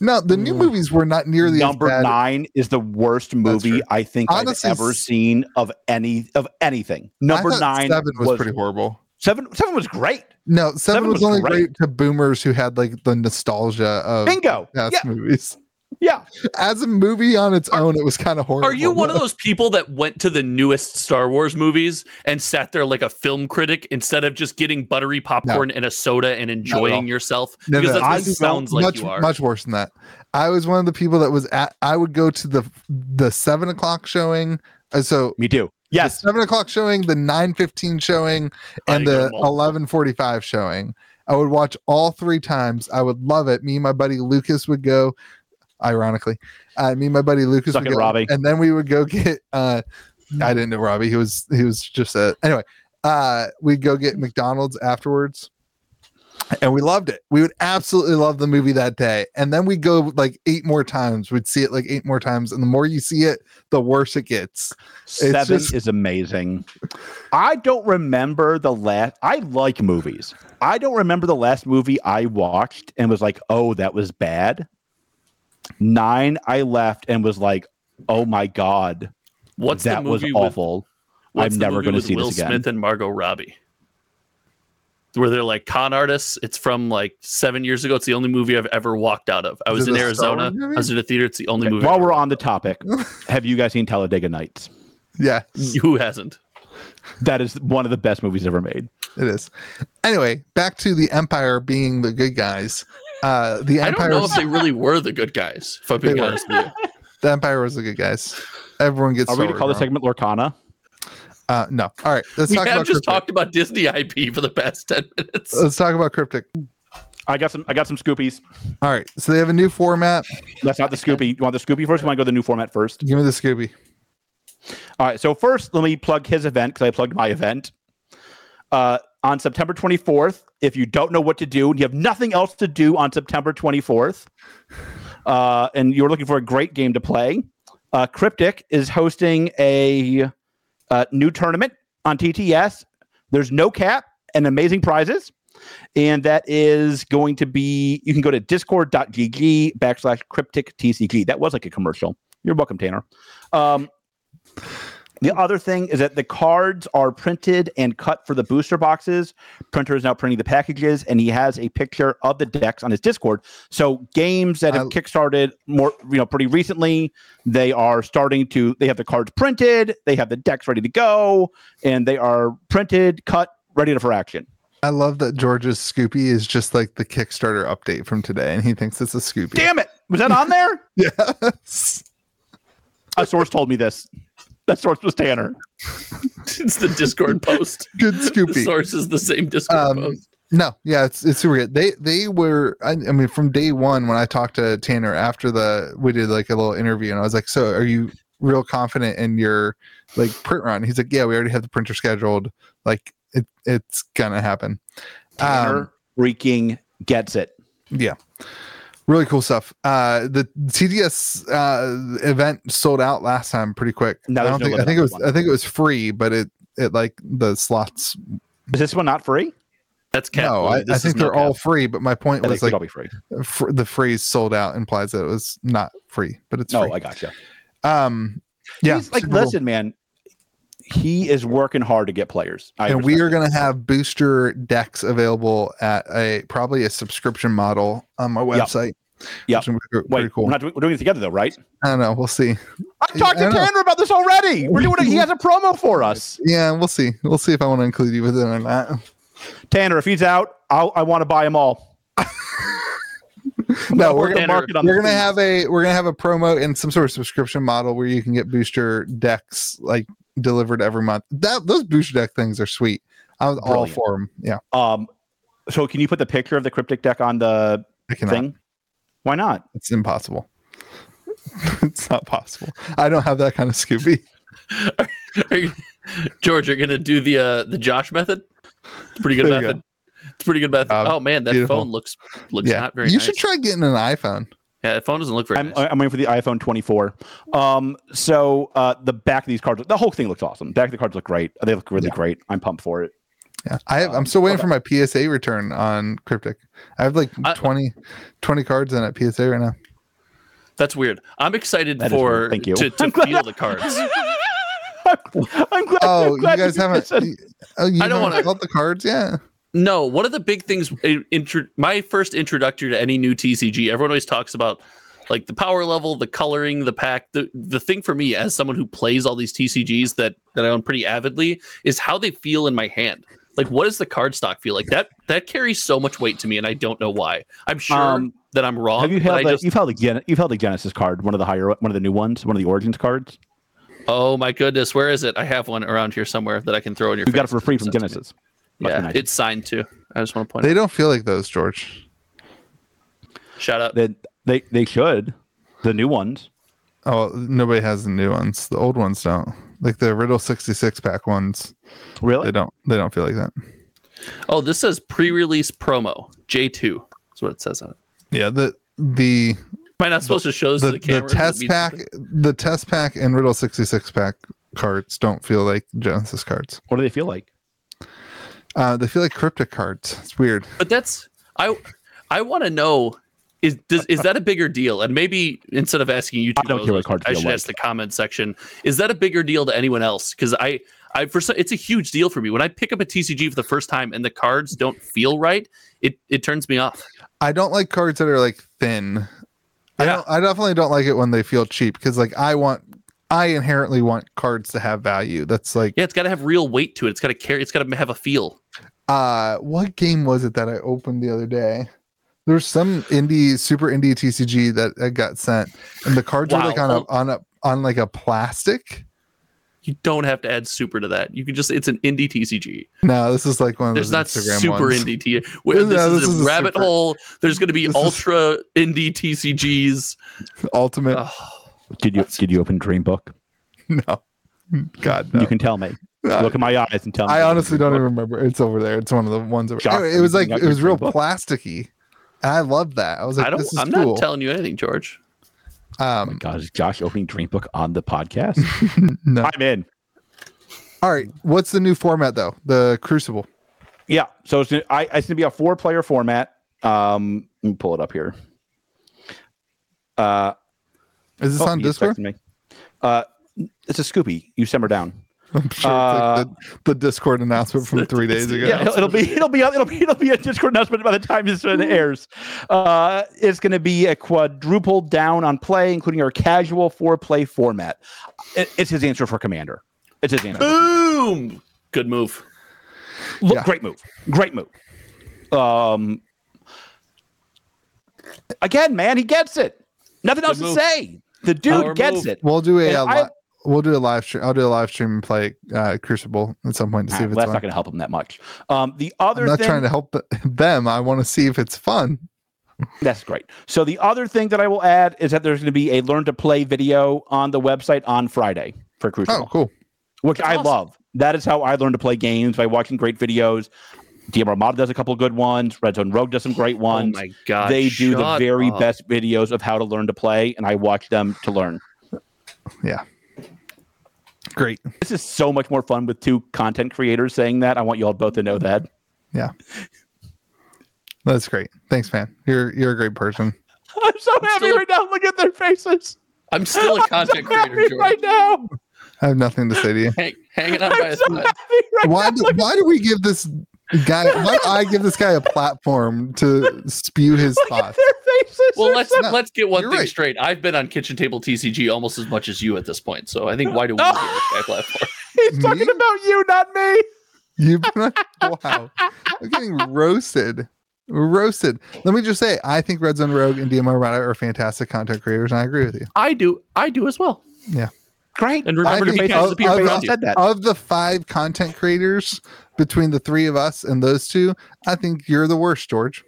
A: No, the new movies were not nearly
C: Hmm. Number
A: as bad.
C: nine is the worst
A: true.
C: movie I think
A: Honestly,
C: I've ever
A: s-
C: seen of any of anything.
A: I
C: Number
A: thought
C: nine
A: seven was,
C: was
A: pretty horrible.
C: seven. Seven was great.
A: No, seven,
C: Seven
A: was,
C: was
A: only
C: great.
A: great to boomers who had like the nostalgia of
C: Bingo.
A: past
C: Yeah,
A: movies.
C: yeah.
A: As a movie on its own, it was kind of horrible.
B: Are you one of those people that went to the newest Star Wars movies and sat there like a film critic instead of just getting buttery popcorn and a soda and enjoying yourself?
A: No,
B: because
A: no,
B: that's
A: I
B: what
A: don't-
B: it sounds like
A: much,
B: you are.
A: Much worse than that. I was one of the people that was at. I would go to the the seven o'clock showing. uh, So
C: Me too. Yes.
A: the seven o'clock showing, the nine fifteen showing, and
B: you go to
A: the
B: multiple.
A: eleven forty five showing. I would watch all three times. I would love it. Me and my buddy Lucas would go. Ironically, uh, me and my buddy Lucas
C: Suck
A: would
C: it,
A: go,
C: Robbie.
A: and then we would go get. Uh, I didn't know Robbie. He was he was just a anyway. Uh, we'd go get McDonald's afterwards, and we loved it. We would absolutely love the movie that day, and then we would go like eight more times. We'd see it like eight more times, and the more you see it, the worse it gets.
C: Seven
A: just-
C: is amazing. I don't remember the last. I like movies. I don't remember the last movie I watched and was like, "Oh, that was bad." Nine, I left and was like, "Oh my god,
B: What's the
C: that was
B: movie with
C: awful."
B: What's
C: I'm
B: the
C: never
B: movie
C: gonna
B: with
C: see this
B: Will
C: again.
B: Smith and Margot Robbie, where they're like con artists. It's from like seven years ago. It's the only movie I've ever walked out of. I
A: Is
B: was
A: it
B: in
A: a Star Wars
B: Arizona. I
A: movie?
B: was in a theater. It's the only
C: Okay,
B: movie.
C: While
B: I've
C: we're
B: ever-
C: on the topic, have you guys seen Talladega Nights?
A: Yeah,
B: who hasn't?
C: That is one of the best movies ever made.
A: It is. Anyway, back to the Empire being the good guys. Uh, the
B: I don't
A: Empire,
B: know if they really were the good guys. If I'm being
A: They were.
B: honest with you.
A: the Empire was the good guys. Everyone gets.
C: Are we going to
A: Star
C: call this
A: Wars
C: segment Lorcana?
A: wrong. Uh, no. All right. Let's
B: we
A: talk
B: have
A: about Uh,
B: just
A: cryptic.
B: talked about Disney IP for the past ten minutes.
A: Let's talk about cryptic.
C: I got some. I got some Scoopies.
A: All right. So they have a new format.
C: That's not the Scoopy. You want the Scoopy first? You want to go to the new format first?
A: Give me the Scooby.
C: All right. So first, let me plug his event because I plugged my event. Uh, on September 24th, if you don't know what to do and you have nothing else to do on September 24th, uh, and you're looking for a great game to play, uh, Cryptic is hosting a uh, new tournament on TTS. There's no cap and amazing prizes. And that is going to be, you can go to discord.gg backslash cryptic TCG. That was like a commercial. You're welcome, Tanner. Um, the other thing is that the cards are printed and cut for the booster boxes. Printer is now printing the packages, and he has a picture of the decks on his Discord. So games that have
A: I-
C: kickstarted more, you know, pretty recently, they are starting to. They have the cards printed, they have the decks ready to go, and they are printed, cut, ready to for action.
A: I love that George's Scoopy is just like the Kickstarter update from today, and he thinks it's a Scoopy.
C: Damn it! Was that on there?
A: Yes.
C: a source told me this. That source was Tanner.
B: it's the Discord post.
A: Good
B: The
A: Scoopy.
B: source is the same Discord
A: Um,
B: post.
A: No, yeah, it's it's super good. They they were I, I mean from day one when I talked to Tanner after the we did like a little interview and I was like, so are you real confident in your like print run? He's like, yeah, we already have the printer scheduled. Like it it's gonna happen.
C: Tanner
A: Um,
C: freaking gets it.
A: Yeah. Really cool stuff. Uh, the TDS uh, event sold out last time pretty quick.
C: No,
A: I
C: there's
A: don't
C: no
A: think, I
C: limit
A: think
C: on
A: it was
C: that
A: I think it was free, but it it like the slots.
C: Is this one not free?
B: That's cat.
A: no, I,
B: This
A: I
B: is
A: think
B: no
A: they're all
B: cat.
A: free. But my point
C: I
A: was
C: think like,
A: like
C: all be free.
A: fr- the phrase "sold out" implies that it was not free, but it's
C: No,
A: free.
C: I gotcha.
A: um, yeah,
C: He's like,
A: super cool.
C: listen, man, he is working hard to get players. I
A: and we
C: respect
A: are
C: it.
A: going to have booster decks available at a probably a subscription model on my website. which
C: Yep.
A: will be
C: Wait,
A: pretty cool.
C: we're not doing, we're doing it together though, right?
A: I don't know. We'll see.
C: I talked
A: I know.
C: to Tanner about this already. We're doing it. He has a promo for us.
A: Yeah, we'll see. We'll see if I want to include you with it or not.
C: Tanner, if he's out, I'll, I want to buy them all.
A: No, we're
C: Work the
A: gonna,
B: Tanner,
C: market on
A: we're
C: the
A: gonna
C: fees.
A: have a we're gonna have a promo and some sort of subscription model where you can get booster decks like delivered every month. That those booster deck things are sweet. I was all
C: Brilliant.
A: for them. Yeah,
C: Um, so can you put the picture of the cryptic deck on the
A: I cannot.
C: thing? Why not?
A: It's impossible. it's not possible. I don't have that kind of Scooby.
B: Are you- George, you're gonna do the uh, the Josh method. It's a pretty good
A: There you
B: method. It's a pretty good method.
A: Um,
B: oh man, that
A: beautiful.
B: phone looks looks
A: Yeah,
B: not very.
A: you
B: nice.
A: should try getting an iPhone.
B: Yeah, that phone doesn't look very.
C: I'm, uh,
B: nice.
C: I'm waiting for the iPhone 24. Um, so uh, the back of these cards, the whole thing looks awesome. Back of the cards look great. They look really
A: Yeah.
C: great. I'm pumped for it.
A: Yeah, I have,
C: Um,
A: I'm still waiting
C: okay.
A: for my PSA return on Cryptic. I have like
B: I-
A: 20, 20 cards in at PSA right now.
B: That's weird. I'm excited
C: That is
B: for
C: weird. Thank you.
B: to, to
C: I'm glad-
B: feel the cards.
C: I'm glad.
A: Oh,
C: I'm
A: you
C: glad
A: guys
C: did
A: haven't.
C: this.
A: Oh, you
B: I don't
A: haven't
B: wanna-
A: felt the cards. Yeah.
B: No, one of the big things. in- Intro, my first introductory to any new TCG. Everyone always talks about like the power level, the coloring, the pack. The the thing for me as someone who plays all these TCGs that that I own pretty avidly is how they feel in my hand. Like, what does the card stock feel like? That that carries so much weight to me, and I don't know why. I'm sure
C: Um,
B: that I'm wrong.
C: Have you
B: but I
C: held? The,
B: just,
C: you've held the Gen- you've held the Genesis card, one of the higher, one of the new ones, one of the Origins cards.
B: oh my goodness, where is it? I have one around here somewhere that I can throw in your.
C: We got it
B: face.
C: for free from
B: Sent to me.
C: Genesis. Must
B: Yeah,
C: be nice.
B: it's signed too. I just want to point.
A: They
B: out.
A: don't feel like those, George.
B: Shout out.
C: They, they they should the new ones.
A: Oh, nobody has the new ones. The old ones don't. Like the Riddle sixty six pack ones, they
C: Really?
A: don't. They don't feel like that.
B: Oh, this says pre-release promo J2. That's what it says on it.
A: Yeah the the
B: Am I not supposed to show this
A: the,
B: to the
A: the
B: camera?
A: test
B: Means
A: pack,
B: something?
A: the test pack, and Riddle sixty six pack cards don't feel like Genesis cards.
C: What do they feel like?
A: Uh, they feel like cryptic cards. It's weird.
B: But that's I. I want to know is does, is that a bigger deal? And maybe instead of asking you, two
C: don't care what
B: those,
C: cards
B: I
C: feel
B: should
C: like.
B: ask the comment section. Is that a bigger deal to anyone else? Because I. I, for some, it's a huge deal for me when I pick up a TCG for the first time and the cards don't feel right. It it turns me off.
A: I don't like cards that are like thin. I
B: Yeah.
A: don't, I definitely don't like it when they feel cheap because like I want, I inherently want cards to have value. That's like
B: Yeah, it's got to have real weight to it. It's got to carry. It's got to have a feel.
A: uh what game was it that i opened the other day there's some indie super indie tcg that, that got sent and the cards were
B: Wow.
A: like on a on a on like a plastic
B: You don't have to add super to that. You can just it's an indie TCG.
A: no this is like one of
B: There's
A: those
B: not
A: Instagram
B: super
A: ones.
B: indie T. Where,
A: No,
B: this is
A: this
B: a
A: is a
B: rabbit
A: super-
B: hole. There's going to be
A: This is-
B: ultra indie TCGs.
A: ultimate
B: Ugh.
C: Did you did you open Dream Book?
A: no God, no.
C: You can tell me.
A: Uh,
C: Look in my eyes and tell me.
A: I honestly don't even remember. It's over there. It's one of the ones over.
C: Josh,
A: Anyway, it was
C: you
A: like
C: got
A: it was
C: your
A: real
C: book?
A: plasticky. And I loved that. I was like,
B: I don't.
A: this is
B: I'm
A: cool.
B: not telling you anything, George.
C: Oh my
A: um,
C: God, is Josh opening Dream Book on the podcast?
A: no.
C: I'm in.
A: All right. What's the new format though? The Crucible.
C: Yeah. So it's, I, it's going to be a four player format. Um, let me pull it up here. Uh,
A: Is this
C: oh,
A: on
C: you just
A: Discord?
C: texted me. Uh, it's a Scooby. You simmer down.
A: I'm sure
C: Uh,
A: it's like the, the Discord announcement from three days ago.
C: Yeah, it'll, it'll be it'll be it'll be it'll be a Discord announcement by the time this uh, airs. Uh, it's going to be a quadruple down on play, including our casual four play format. It- it's his answer for commander. It's his answer.
B: Boom! Good move.
C: Look,
A: Yeah.
C: great move. Great move. Um, again, man, he gets it. Nothing else
B: move.
C: to say. The dude
B: Power
C: gets
B: move.
C: it.
A: We'll do a,
C: And
A: uh,
C: I-
A: li- we'll do a live stream. I'll do a live stream and play uh, Crucible at some point to see
C: Nah,
A: if
C: Ah, well,
A: it's
C: that's
A: fun.
C: not going to help him that much. Um, the other
A: I'm not
C: thing,
A: trying to help th- them. I want to see if it's fun.
C: That's great. So the other thing that I will add is that there's going to be a learn to play video on the website on Friday for Crucible,
A: Oh, cool.
C: which
B: That's
C: I
B: awesome.
C: love. That is how I learn to play games by watching great videos. DM Armada does a couple of good ones. Red Zone Rogue does some great ones.
B: Oh my god!
C: they do the
B: shut
C: very
B: up.
C: best videos of how to learn to play, and I watch them to learn.
A: Great.
C: This is so much more fun with two content creators saying that. I want you all both to know that.
A: That's great. Thanks, man. You're you're a great person.
C: I'm so happy
B: still-
C: right now. Look at their faces.
B: I'm still a content creator,
C: Happy
B: George.
C: right now.
A: I have nothing to say to you.
B: Hang, hanging on by
C: I'm
B: a
C: so
B: thread.
C: happy right
A: Why
C: now.
A: do, why do we give this guy why do I give this guy a platform to spew his
C: Look at
A: thoughts?
C: their faces.
B: Well,
C: They're
B: let's
A: No,
B: let's get one
A: you're
B: thing
A: right.
B: straight. I've been on kitchen table TCG almost as much as you at this point, so I think why do we
C: Oh.
B: need my platform?
C: He's
A: Me?
C: talking about you, not me.
A: You've been wow. I'm getting roasted. Roasted. Let me just say, I think Red Zone Rogue and DMR Rata are fantastic content creators, and I agree with you.
B: I do, I do as well.
C: Great.
B: And
A: I
B: remember to be
A: think
B: kind
A: of-
B: to the people
A: of-
B: around you.
C: said that.
A: Of the five content creators between the three of us and those two, I think you're the worst, George.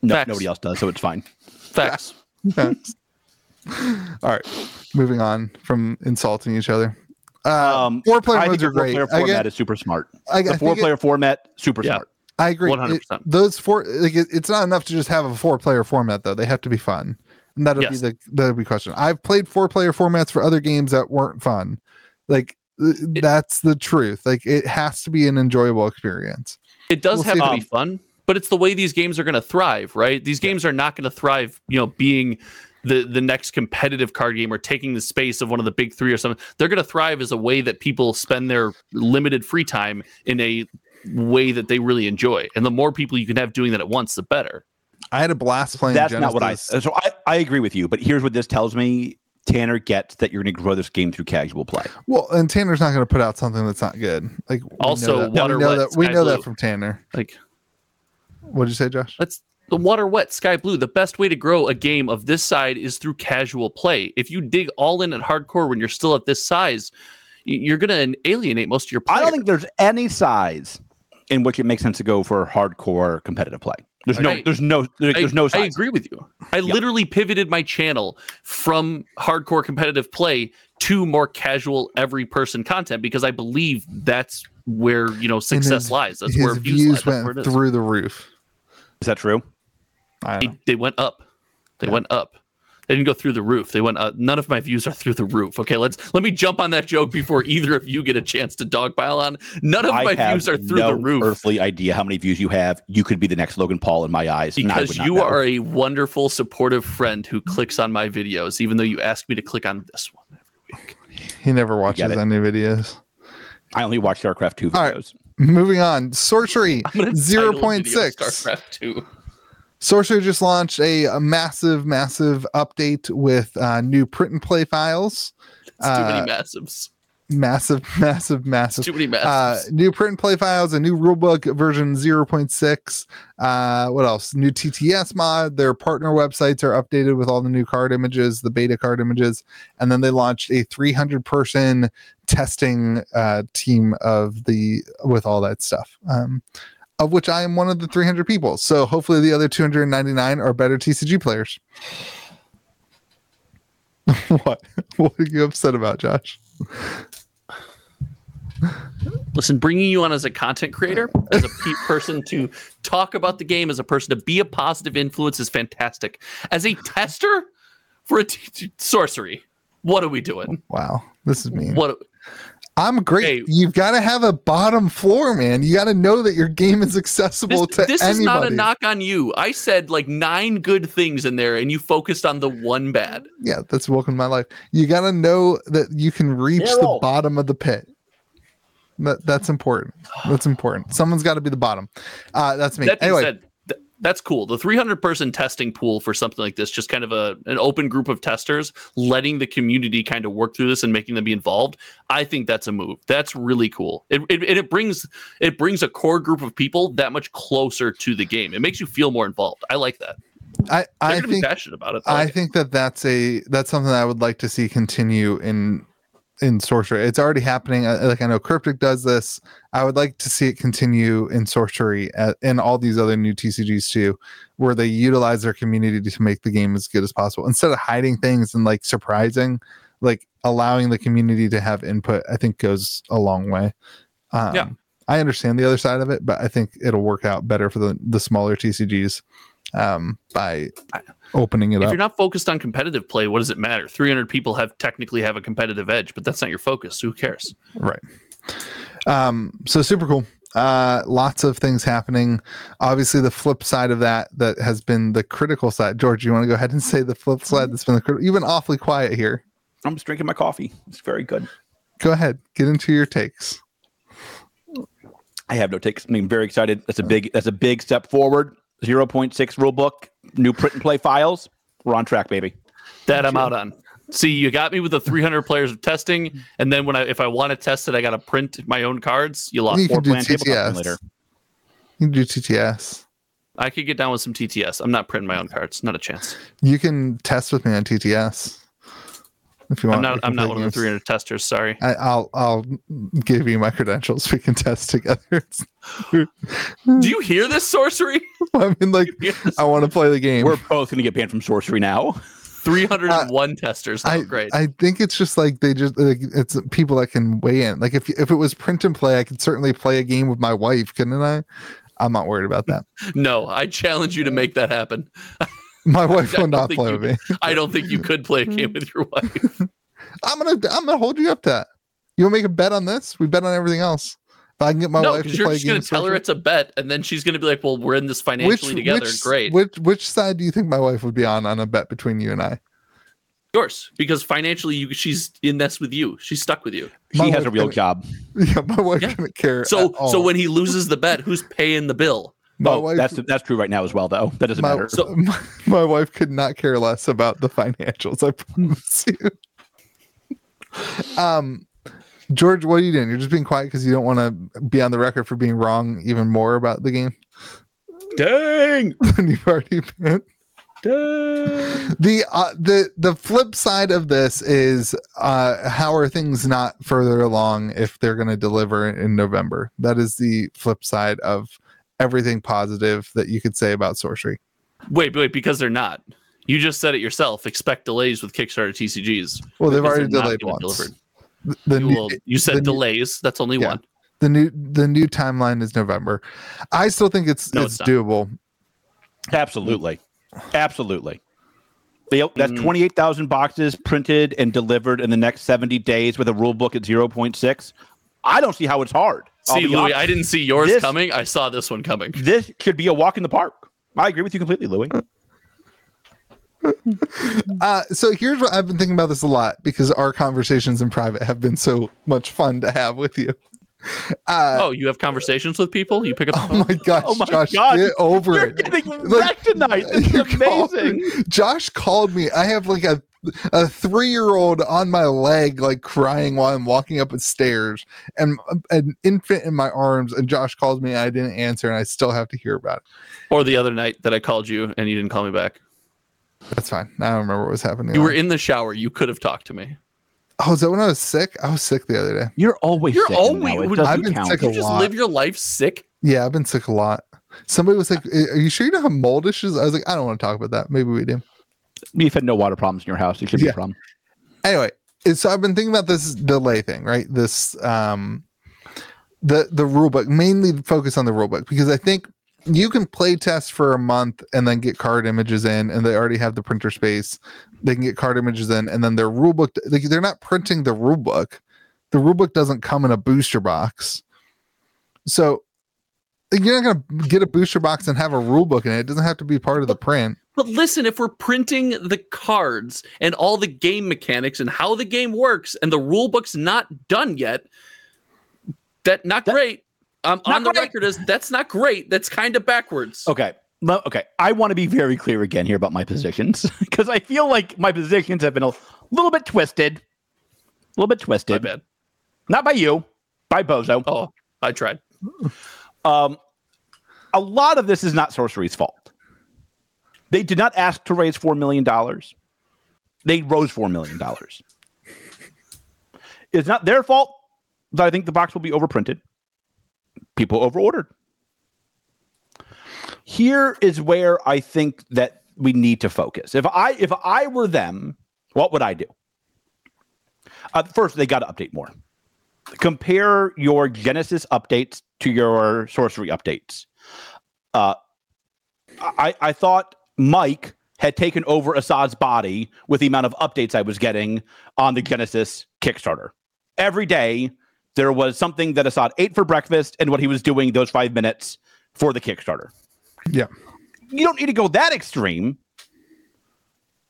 C: No,
B: Facts.
C: nobody else does, so it's fine.
B: Facts.
A: Thanks. All right, moving on from insulting each other. Uh,
C: Um,
A: four player
C: I think
A: modes
C: the
A: are
C: four
A: great.
C: player
A: I,
C: format
A: get,
C: is super smart.
A: I, I
C: The
A: think
C: four player format, super
B: Yeah.
C: smart.
A: it, I agree. It-
B: 100%.
A: those four, like, it- it's not enough to just have a four player format though. They have to be fun, and that'll
B: Yes.
A: be the that'll be question. I've played four player formats for other games that weren't fun. Like th- that's the truth. Like it has to be an enjoyable experience.
B: It does
A: We'll
B: have
A: see
B: to
A: if-
B: be fun, but it's the way these games are going to thrive, right? These games are not going to thrive, you know, being the the next competitive card game or taking the space of one of the big three or something. They're going to thrive as a way that people spend their limited free time in a way that they really enjoy. And the more people you can have doing that at once, the better.
A: I had a blast playing.
C: That's not what I.
A: Genesis.
C: So I, I agree with you, but here's what this tells me: Tanner gets that you're going to grow this game through casual play.
A: Well, and Tanner's not going to put out something that's not good. Like we know
B: Also,
A: that. we
B: water
A: know
B: wet,
A: that we
B: sky
A: know that
B: blue.
A: from Tanner.
B: Like
A: What did you say, Josh?
B: That's the water wet, sky blue. The best way to grow a game of this side is through casual play. If you dig all in at hardcore when you're still at this size, y- you're going to alienate most of your players.
C: I don't think there's any size in which it makes sense to go for hardcore competitive play. There's no,
B: Right.
C: there's no, there-
B: I-
C: there's no
B: I
C: size.
B: agree with you. I
C: Yeah.
B: literally pivoted my channel from hardcore competitive play to more casual every person content because I believe that's where you know
A: And
B: success
A: his-
B: lies. That's
A: his
B: where views, lie.
A: views
B: That's where
A: went
B: it is.
A: through the roof.
C: Is that true?
A: I don't know.
B: They, they went up. They went up. They didn't go through the roof. They went. Uh, none of my views are through the roof. Okay, let's let me jump on that joke before either of you get a chance to dogpile on. None of
C: I
B: my
C: have
B: views are through
C: no
B: the roof
C: Earthly idea how many views you have. You could be the next Logan Paul in my eyes and I
B: because
C: would not
B: you
C: know.
B: are a wonderful, supportive friend who clicks on my videos, even though you asked me to click on this one.
A: He never watches
C: it.
A: any videos.
C: I only watch StarCraft two
A: All right.
C: videos.
A: Moving on, sorcery
B: I'm gonna
A: zero
B: title a
A: point
B: video
A: six.
B: StarCraft two.
A: Sorcery just launched a, a massive, massive update with uh, new print and play files.
B: It's too
A: Uh,
B: many massives.
A: Massive, massive,
B: It's
A: massive.
B: too many
A: Uh,
B: massives.
A: new print and play files, a new rulebook version 0.6. Uh, what else? New TTS mod. Their partner websites are updated with all the new card images, the beta card images, and then they launched a 300 person testing uh, team of the with all that stuff. Um, of which I am one of the 300 people. So hopefully the other 299 are better TCG players. what? What are you upset about, Josh?
B: Listen, bringing you on as a content creator, as a pe- person to talk about the game, as a person to be a positive influence is fantastic. As a tester for a t- t- sorcery, what are we doing?
A: Wow, this is mean.
B: What?
A: I'm great.
B: Hey.
A: You've got to have a bottom floor, man. You got to know that your game is accessible
B: This,
A: to
B: this
A: anybody.
B: is not a knock on you. I said like nine good things in there, and you focused on the one bad.
A: yeah, that's welcome to my life. You got to know that you can reach the
C: Errol.
A: bottom of the pit. That that's important. That's important. Someone's got to be the bottom. Uh, that's me.
B: That being
A: anyway,
B: said, th- that's cool. The 300 person testing pool for something like this, just kind of a an open group of testers, letting the community kind of work through this and making them be involved. I think that's a move. That's really cool. It it, and it brings it brings a core group of people that much closer to the game. It makes you feel more involved. I like that.
A: I
B: They're
A: I
B: gonna be
A: think
B: passionate about it.
A: I
B: like it.
A: think that that's a that's something that I would like to see continue in in sorcery. It's already happening. I, like I know Cryptic does this. I would like to see it continue in sorcery at, and all these other new TCGs too, where they utilize their community to make the game as good as possible instead of hiding things and like surprising, like allowing the community to have input. I think goes a long way. Um,
B: Yeah.
A: I understand the other side of it, but I think it'll work out better for the the smaller TCGs um, by opening it
B: if
A: up.
B: you're not focused on competitive play, what does it matter? 300 people have technically have a competitive edge, but that's not your focus. So who cares?
A: Right. Um, so super cool. Uh, lots of things happening. Obviously, the flip side of that that has been the critical side. George, you want to go ahead and say the flip side that's been the critical. You've been awfully quiet here.
C: I'm just drinking my coffee. It's very good.
A: Go ahead, get into your takes.
C: I have no takes. I mean, very excited. That's a big. That's a big step forward. 0.6 rule book, new print and play files. We're on track, baby.
B: That I'm out on. See, you got me with the 300 players of testing, and then when I, if I want to test it, I got to print my own cards. You lost.
A: You can
C: Floor
A: do
C: plan tabletop
A: TTS.
C: simulator.
A: You can do TTS.
B: I could get down with some TTS. I'm not printing my own cards. Not a chance.
A: You can test with me on TTS if you want.
B: I'm
A: We
B: not.
A: can
B: I'm
A: play
B: not one of the
A: games.
B: 300 testers. Sorry.
A: I, I'll I'll give you my credentials. We can test together. It's- Hmm.
B: Do you hear this sorcery?
A: I mean, like
B: Yes.
A: I want to play the game.
C: We're both going to get banned from sorcery now.
B: 301 testers.
A: I,
B: Oh, great.
A: I think it's just like they just like it's people that can weigh in. Like if if it was print and play, I could certainly play a game with my wife, couldn't I? I'm not worried about that.
B: no, I challenge you to make that happen.
A: My wife
B: I
A: will not
B: don't
A: play
B: think
A: with me.
B: you- I don't think you could play a
A: Hmm.
B: game with your wife.
A: I'm gonna I'm gonna hold you up to that. You wanna make a bet on this? We bet on everything else. If I can get my
B: no,
A: wife to
B: because you're
A: play a
B: just
A: game,
B: going to tell her it's a bet, and then she's going to be like, "Well, we're in this financially together.
A: which,
B: great."
A: Which which side do you think my wife would be on on a bet between you and I?
B: Yours, because financially, you, she's in this with you. She's stuck with you.
A: My
C: He has a
A: wife
C: real
A: can-
C: job.
A: Yeah, my wife
B: Yeah.
A: didn't care.
B: So,
A: at all.
B: so when he loses the bet, who's paying the bill?
A: my
C: oh,
A: wife
C: that's that's true right now as well, though. That doesn't
A: my,
C: matter.
B: So-
A: my, my wife could not care less about the financials. I promise you. um, George, what are you doing? You're just being quiet because you don't want to be on the record for being wrong even more about the game
C: dang,
A: than you've already been.
C: dang.
A: The uh, the the flip side of this is uh, how are things not further along if they're going to deliver in November? That is the flip side of everything positive that you could say about sorcery.
B: Wait, wait, because they're not. You just said it yourself. Expect delays with Kickstarter TCGs.
A: Well, they've
B: because
A: already
B: they're not
A: delayed
B: getting
A: once.
B: delivered.
A: The- the
B: You,
A: new-
B: will- you said
A: the new-
B: delays. That's only
A: Yeah.
B: one.
A: the new the new timeline is November. I still think it's
B: No,
A: it's,
B: it's not.
A: doable.
C: Absolutely, absolutely. Yep, that's
B: Mm.
C: twenty eight thousand boxes printed and delivered in the next seventy days with a rule book at zero point six. I don't see how it's hard. I'll
B: See,
C: be
B: Louis,
C: honest.
B: I didn't see yours
C: This-
B: coming. I saw this one coming.
C: this should be a walk in the park. I agree with you completely, Louis.
A: Uh, so here's what I've been thinking about this a lot because our conversations in private have been so much fun to have with you. Uh,
B: Oh, you have conversations with people? You pick up the
A: oh,
B: phone?
A: my gosh,
C: my
A: Josh,
C: God.
A: get over
C: You're
A: it.
C: getting
A: Like,
C: wrecked tonight. This
A: You
C: is
A: called-
C: amazing.
A: Josh called me. I have like a a three year old on my leg, like crying while I'm walking up the stairs, and an infant in my arms. And Josh calls me. And I didn't answer, and I still have to hear about it.
B: Or the other night that I called you and you didn't call me back.
A: That's fine. I don't remember what was happening.
B: You were in the shower. You could have talked to me.
A: Oh, is that when I was sick? I was sick the other day.
C: You're always
B: You're
C: sick
B: always-
C: now. It
B: would-
C: doesn't
A: I've been
C: count.
A: sick
B: You
A: a
B: just
A: lot.
B: live your life sick?
A: yeah, I've been sick a lot. Somebody was like, "Are you sure you don't have mold issues?" I was like, "I don't want to talk about that. Maybe we do."
C: You've had no water problems in your house. It should be
A: Yeah.
C: a problem.
A: anyway, and so I've been thinking about this delay thing, right? This um the the rule book, mainly focus on the rule book because I think you can play test for a month and then get card images in and they already have the printer space. They can get card images in and then their rule book like, they're not printing the rule book. The rule book doesn't come in a booster box. So you're not going to get a booster box and have a rule book in it. It doesn't have to be part of the print.
B: But listen, if we're printing the cards and all the game mechanics and how the game works, and the rule book's not done yet, that not
C: That-
B: great. Um,
C: Not
B: on the
C: great. Oh,
B: record is that's not great. That's kind of backwards.
C: Okay. Mo- Okay. I want to be very clear again here about my positions because I feel like my positions have been a little bit twisted. A little bit
B: My
C: twisted.
B: bad.
C: Not by you, by Bozo.
B: Oh, I tried.
C: Um, a lot of this is not Sorcery's fault. They did not ask to raise $4 million. They rose $4 million. it's not their fault that I think the box will be overprinted. People overordered. Here is where I think that we need to focus. If I if I were them, what would I do? Uh, first, they got to update more compare your Genesis updates to your sorcery updates. Uh, I, I thought Mike had taken over Assad's body with the amount of updates I was getting on the Genesis Kickstarter. Every day, there was something that Assad ate for breakfast and what he was doing those five minutes for the Kickstarter
A: Yeah.
C: you don't need to go that extreme.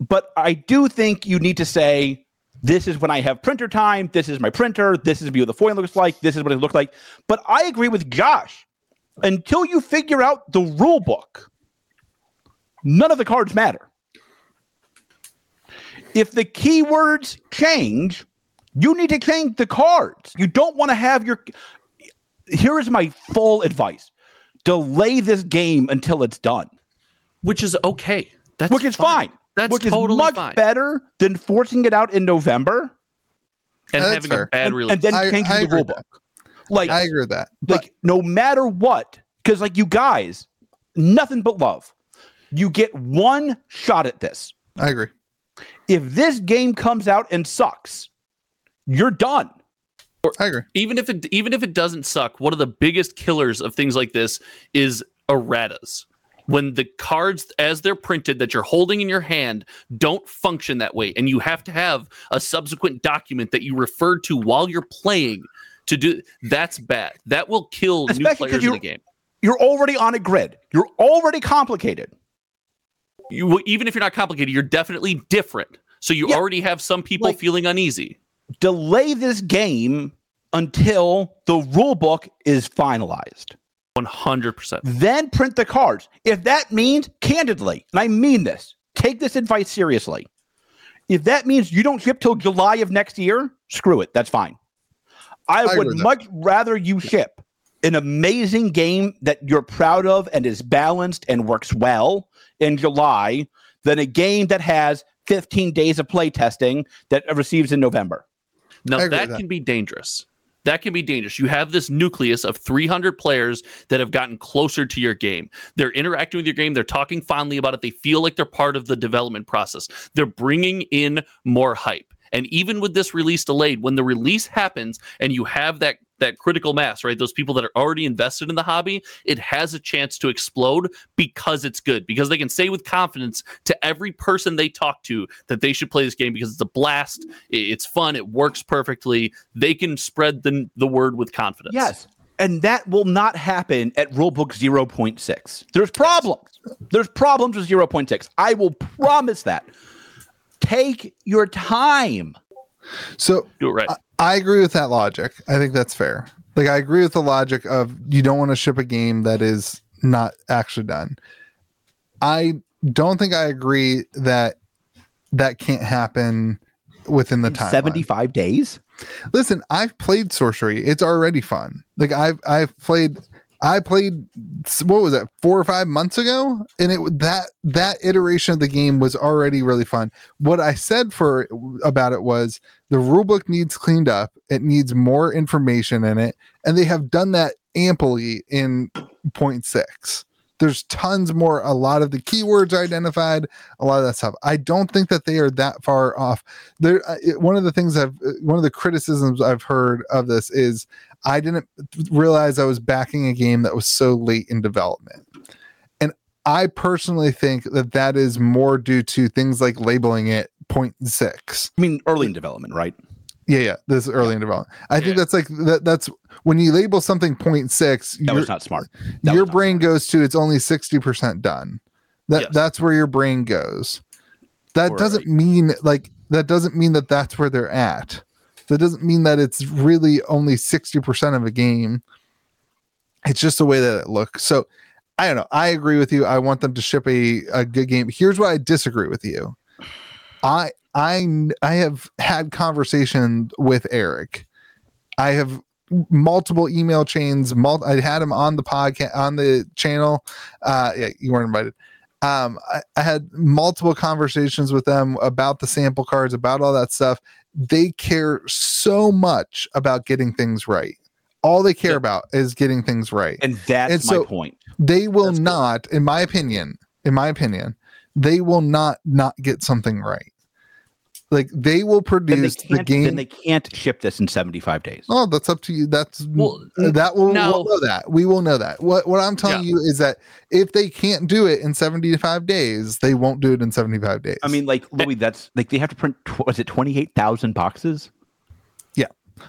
C: But I do think you need to say, this is when I have printer time. This is my printer. This is what the foil looks like. This is what it looked like. But I agree with Josh. Until you figure out the rule book, none of the cards matter. If the keywords change, you need to change the cards. You don't want to have your. Here is my full advice delay this game until it's done
B: Which is okay. That's
C: which is fine.
B: That's
C: which
B: totally
C: is much
B: fine.
C: better than forcing it out in November
B: And
A: That's
B: having
A: fair.
B: a bad
C: and,
B: release.
C: and then
A: I-
C: changing
A: I
C: the
A: agree
C: rule
A: with
C: book. Like,
A: I agree with that. But
C: like no matter what, because like you guys, nothing but love. You get one shot at this.
A: I agree.
C: If this game comes out and sucks, you're done.
A: I agree.
B: even if it even if it doesn't suck, one of the biggest killers of things like this is erratas. When the cards as they're printed that you're holding in your hand don't function that way and you have to have a subsequent document that you refer to while you're playing to do that's bad. That will kill new
C: Especially 'cause
B: players in
C: you-
B: the game.
C: You're already on a grid. You're already complicated.
B: You even if you're not complicated, you're definitely different. So you
C: Yeah.
B: already have some people
C: Like-
B: feeling uneasy.
C: Delay this game until the rule book is finalized.
B: 100%.
C: then print the cards. If that means, candidly, and I mean this, take this advice seriously. If that means you don't ship till July of next year, screw it. That's fine. I,
A: agree
C: would
A: with that.
C: much rather you ship an amazing game that you're proud of and is balanced and works well in July than a game that has 15 days of play testing that it receives in November.
A: I
B: Now
A: agree
B: that
A: with that.
B: can be dangerous. That can be dangerous. You have this nucleus of 300 players that have gotten closer to your game. They're interacting with your game. They're talking fondly about it. They feel like they're part of the development process. They're bringing in more hype. And even with this release delayed, when the release happens and you have that that critical mass, right? Those people that are already invested in the hobby, it has a chance to explode because it's good. Because they can say with confidence to every person they talk to that they should play this game because it's a blast. i- It's fun. It works perfectly. They can spread the the word with confidence.
C: Yes. And that will not happen at rulebook 0.6. There's problems. There's problems with 0.6. I will promise that. Take your time.
A: So
B: do it right.
A: I, I agree with that logic. I think that's fair. Like I agree with the logic of you don't want to ship a game that is not actually done. I don't think I agree that that can't happen within the time.
C: 75 days?
A: Listen, I've played sorcery. It's already fun. Like I've I've played I played what was that 4 or 5 months ago and it that that iteration of the game was already really fun. What I said for about it was the rulebook needs cleaned up. It needs more information in it and they have done that amply in point 0.6. There's tons more. A lot of the keywords are identified. A lot of that stuff. I don't think that they are that far off. There, uh, it- one of the things I've, uh, one of the criticisms I've heard of this is I didn't realize I was backing a game that was so late in development. And I personally think that that is more due to things like labeling it 0.6
C: I mean, early in development, right?
A: yeah yeah this is early in development i
B: Yeah.
A: think that's like that, that's when you label something 0.6
C: That
A: your,
C: was not smart. that
A: your
C: was not
A: brain goes to it's only 60% done that
B: Yes.
A: that's where your brain goes that
C: Or,
A: doesn't
C: like-
A: mean like that doesn't mean that that's where they're at that doesn't mean that it's really only 60% of a game it's just the way that it looks so i don't know i agree with you i want them to ship a, a good game here's why i disagree with you I I kn- I have had conversation with Eric. I have multiple email chains. Mul- I had him on the podcast on the channel. Uh, yeah, you weren't invited. Um, I, I had multiple conversations with them about the sample cards, about all that stuff. They care so much about getting things right. All they care
B: Yeah.
A: about is getting things right
C: And that's
A: And
C: my
A: so-
C: point.
A: they will
B: That's cool.
A: not in my opinion in my opinion they will not not get something right like they will
C: Then they,
A: produce the
C: can't,
A: game
C: then they can't ship this in 75 days.
A: oh that's up to you that's uh,
B: Well,
A: that will
B: no.
A: we'll know that we will know that what what i'm telling you is that if they can't do it in 75 days they won't do it in 75 days
C: I mean, like Louis, that's like they have to print. Tw- was it 28,000 boxes?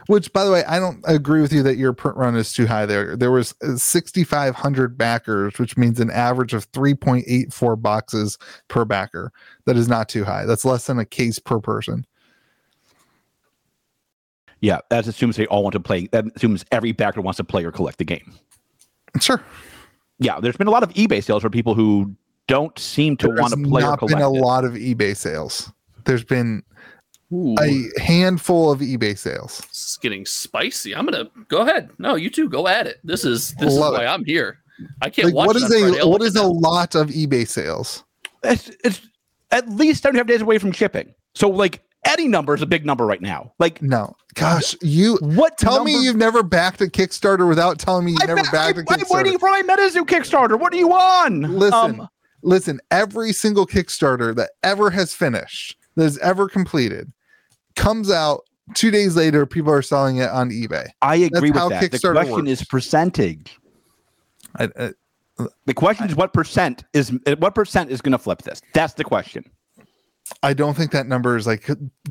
A: which by the way i don't agree with you that your print run is too high there there was uh, 6500 backers which means an average of 3.84 boxes per backer that is not too high that's less than a case per person
C: Yeah, that assumes they all want to play. That assumes every backer wants to play or collect the game.
A: sure
C: Yeah, there's been a lot of eBay sales for people who don't seem to
A: there's
C: want to play or
A: not been
C: collect.
A: a
C: it.
A: lot of ebay sales there's been
B: Ooh,
A: a handful of ebay sales
B: it's getting spicy. I'm gonna go ahead. No, you two go at it. This is this
A: Love
B: is
A: it.
B: why I'm here. I can't
A: like
B: watch
A: what
B: it
A: is
B: on Friday.
A: a
B: I'll
A: what
B: look
A: is
B: at
A: a
B: that.
A: lot of ebay sales
C: It's, it's at least 75 days away from shipping. So, like, any number is a big number right now. Like,
A: no gosh you
C: what?
A: tell me
C: number-
A: you've never backed a kickstarter without telling me you
C: I'm,
A: never
C: not-
A: backed a
C: I'm, I'm
A: kickstarter
C: waiting for my MetaZoo Kickstarter. What are you on?
A: Listen,
C: Um,
A: listen, every single Kickstarter that ever has finished, that is ever completed, comes out two days later, people are selling it on eBay.
C: I agree
A: how
C: with that. The
A: Kickstarter
C: question
A: works.
C: is percentage.
A: I, I,
C: The question is what percent is what percent is going to flip this? That's the question.
A: I don't think that number is like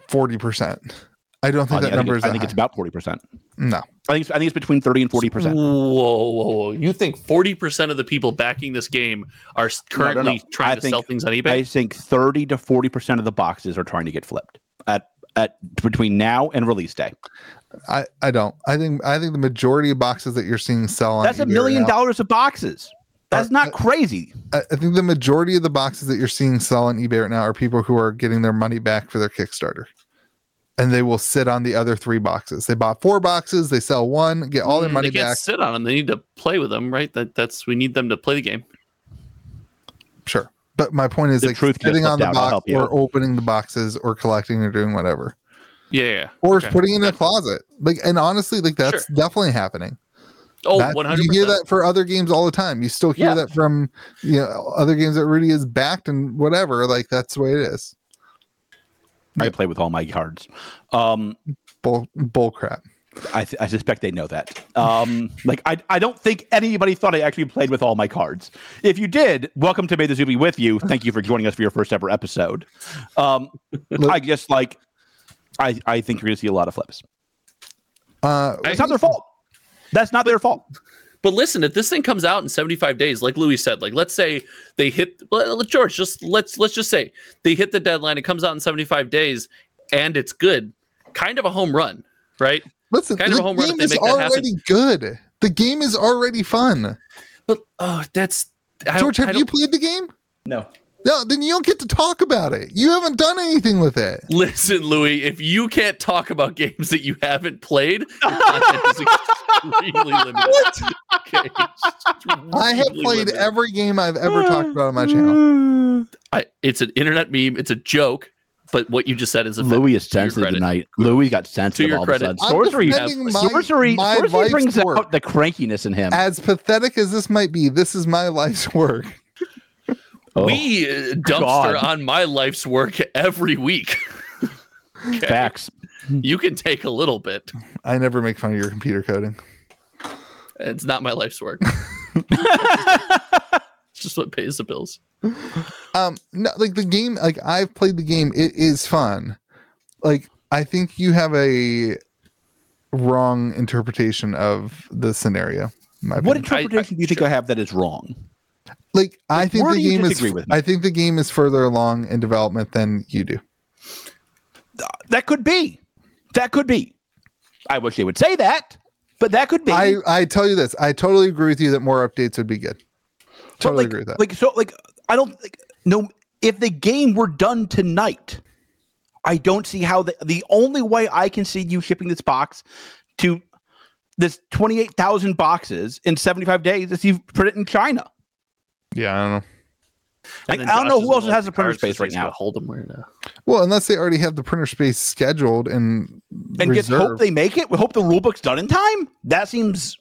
A: 40%. I don't think
C: Oh, I
A: that
C: think,
A: number is
C: I
A: that
C: think it's
A: high.
C: about forty percent.
A: no.
C: I think it's, I think it's between thirty and forty percent.
B: Whoa, whoa, whoa! You think forty percent of the people backing this game are s-
C: No, no, no.
B: currently trying
C: I
B: to
C: think-
B: sell things on
C: I
B: eBay?
C: think thirty to forty percent of the boxes are trying to get flipped at at between now and release day.
A: I, I don't. I think I think the majority of boxes that you're seeing sell on
C: That's a
A: eBay right
C: million
A: now-
C: dollars of boxes. That's
A: Are-
C: not crazy.
A: I, I think the majority of the boxes that you're seeing sell on eBay right now are people who are getting their money back for their Kickstarter. And they will sit on the other three boxes. They bought four boxes, they sell one, get all their
B: Mm,
A: money
B: they can't
A: back.
B: sit on them. They need to play with them, right? That that's we need them to play the game.
A: Sure. But my point is
C: The
A: like
C: truth gets
A: sitting on
C: left
A: the
C: out,
A: box
C: I'll help you
A: or
C: out.
A: opening the boxes or collecting or doing whatever.
B: Yeah, yeah, yeah.
A: Or
B: Okay.
A: putting it in a closet. Like and honestly, like that's definitely happening.
B: Oh,
A: That-
B: 100
A: You hear that for other games all the time. You still hear
B: Yeah.
A: that from you know other games that Rudy is backed and whatever. Like that's the way it is.
C: I play with all my cards. Um,
A: Bull bull crap.
C: I, th- I suspect they know that. Um, like I, I don't think anybody thought I actually played with all my cards. If you did, welcome to May the Zoo be with you. Thank you for joining us for your first ever episode. Um, I guess like I, I think you're gonna see a lot of flips.
A: Uh
C: It's not their fault. That's not their fault.
B: But listen, if this thing comes out in 75 days, like Louis said, like let's say they hit let- let- George, just let's let's just say they hit the deadline, it comes out in 75 days, and it's good, kind of a home run, right?
A: listen,
B: Kind of
A: the
B: a home run if
A: game
B: they
A: is
B: make that happen.
A: already good. The game is already fun.
B: But oh, that's I
A: George,
B: don't- I
A: have you
B: don't-
A: played the game?
C: No.
A: No, then you don't get to talk about it. You haven't done anything with it.
B: listen, Louis? If you can't talk about games that you haven't played, your content is extremely limited. Okay?
A: I have
B: Extremely
A: played
D: Mm.
B: limited.
C: Mm.
A: every game I've ever talked about on my channel.
B: I, it's an internet meme. It's a joke. But what you just said is a
D: Louis is
B: to your
D: sensitive
B: credit.
D: tonight. Louis got sensitive
B: your
D: all
B: credit.
D: of a
A: I'm
D: sudden.
B: Sorcery has-
A: defending my-
D: sorcery
A: my
D: sorcery
A: life's
D: brings
A: work.
D: out the crankiness in him.
A: As pathetic as this might be, this is my life's work.
D: Oh,
B: We uh, dumpster
D: God.
B: on my life's work every week.
D: facts.
B: you can take a little bit.
A: I never make fun of your computer coding.
B: It's not my life's work. it's just what pays the bills.
A: um no like the game like i've played the game it is fun like i think you have a wrong interpretation of the scenario in my
C: What
A: opinion.
B: I- I-
C: interpretation do you think I have that is wrong?
A: like i think
C: where
A: the
C: do you
A: game is
C: disagree with me?
A: i think the game is further along in development than you do
C: That could be. That could be. I wish they would say that, but that could be.
A: i i tell you this i totally agree with you that more updates would be good
C: But,
A: totally
C: like,
A: agree with that
C: Like so, like I don't like, no. If the game were done tonight, I don't see how the the only way I can see you shipping this box to this twenty eight thousand boxes in seventy five days is you put it in China.
A: yeah i don't know
B: And
C: Like,
B: then
C: I don't
B: Josh
C: know
B: is
C: who
B: gonna
C: else
B: like
C: has
B: the
C: a printer
B: cards 'cause
C: space right
B: he's gonna
C: now.
B: Hold them
A: uh,
B: right now.
A: well unless they already have the printer space scheduled and
C: And just hope
A: reserved.
C: they make it. We hope the rule book's done in time. That seems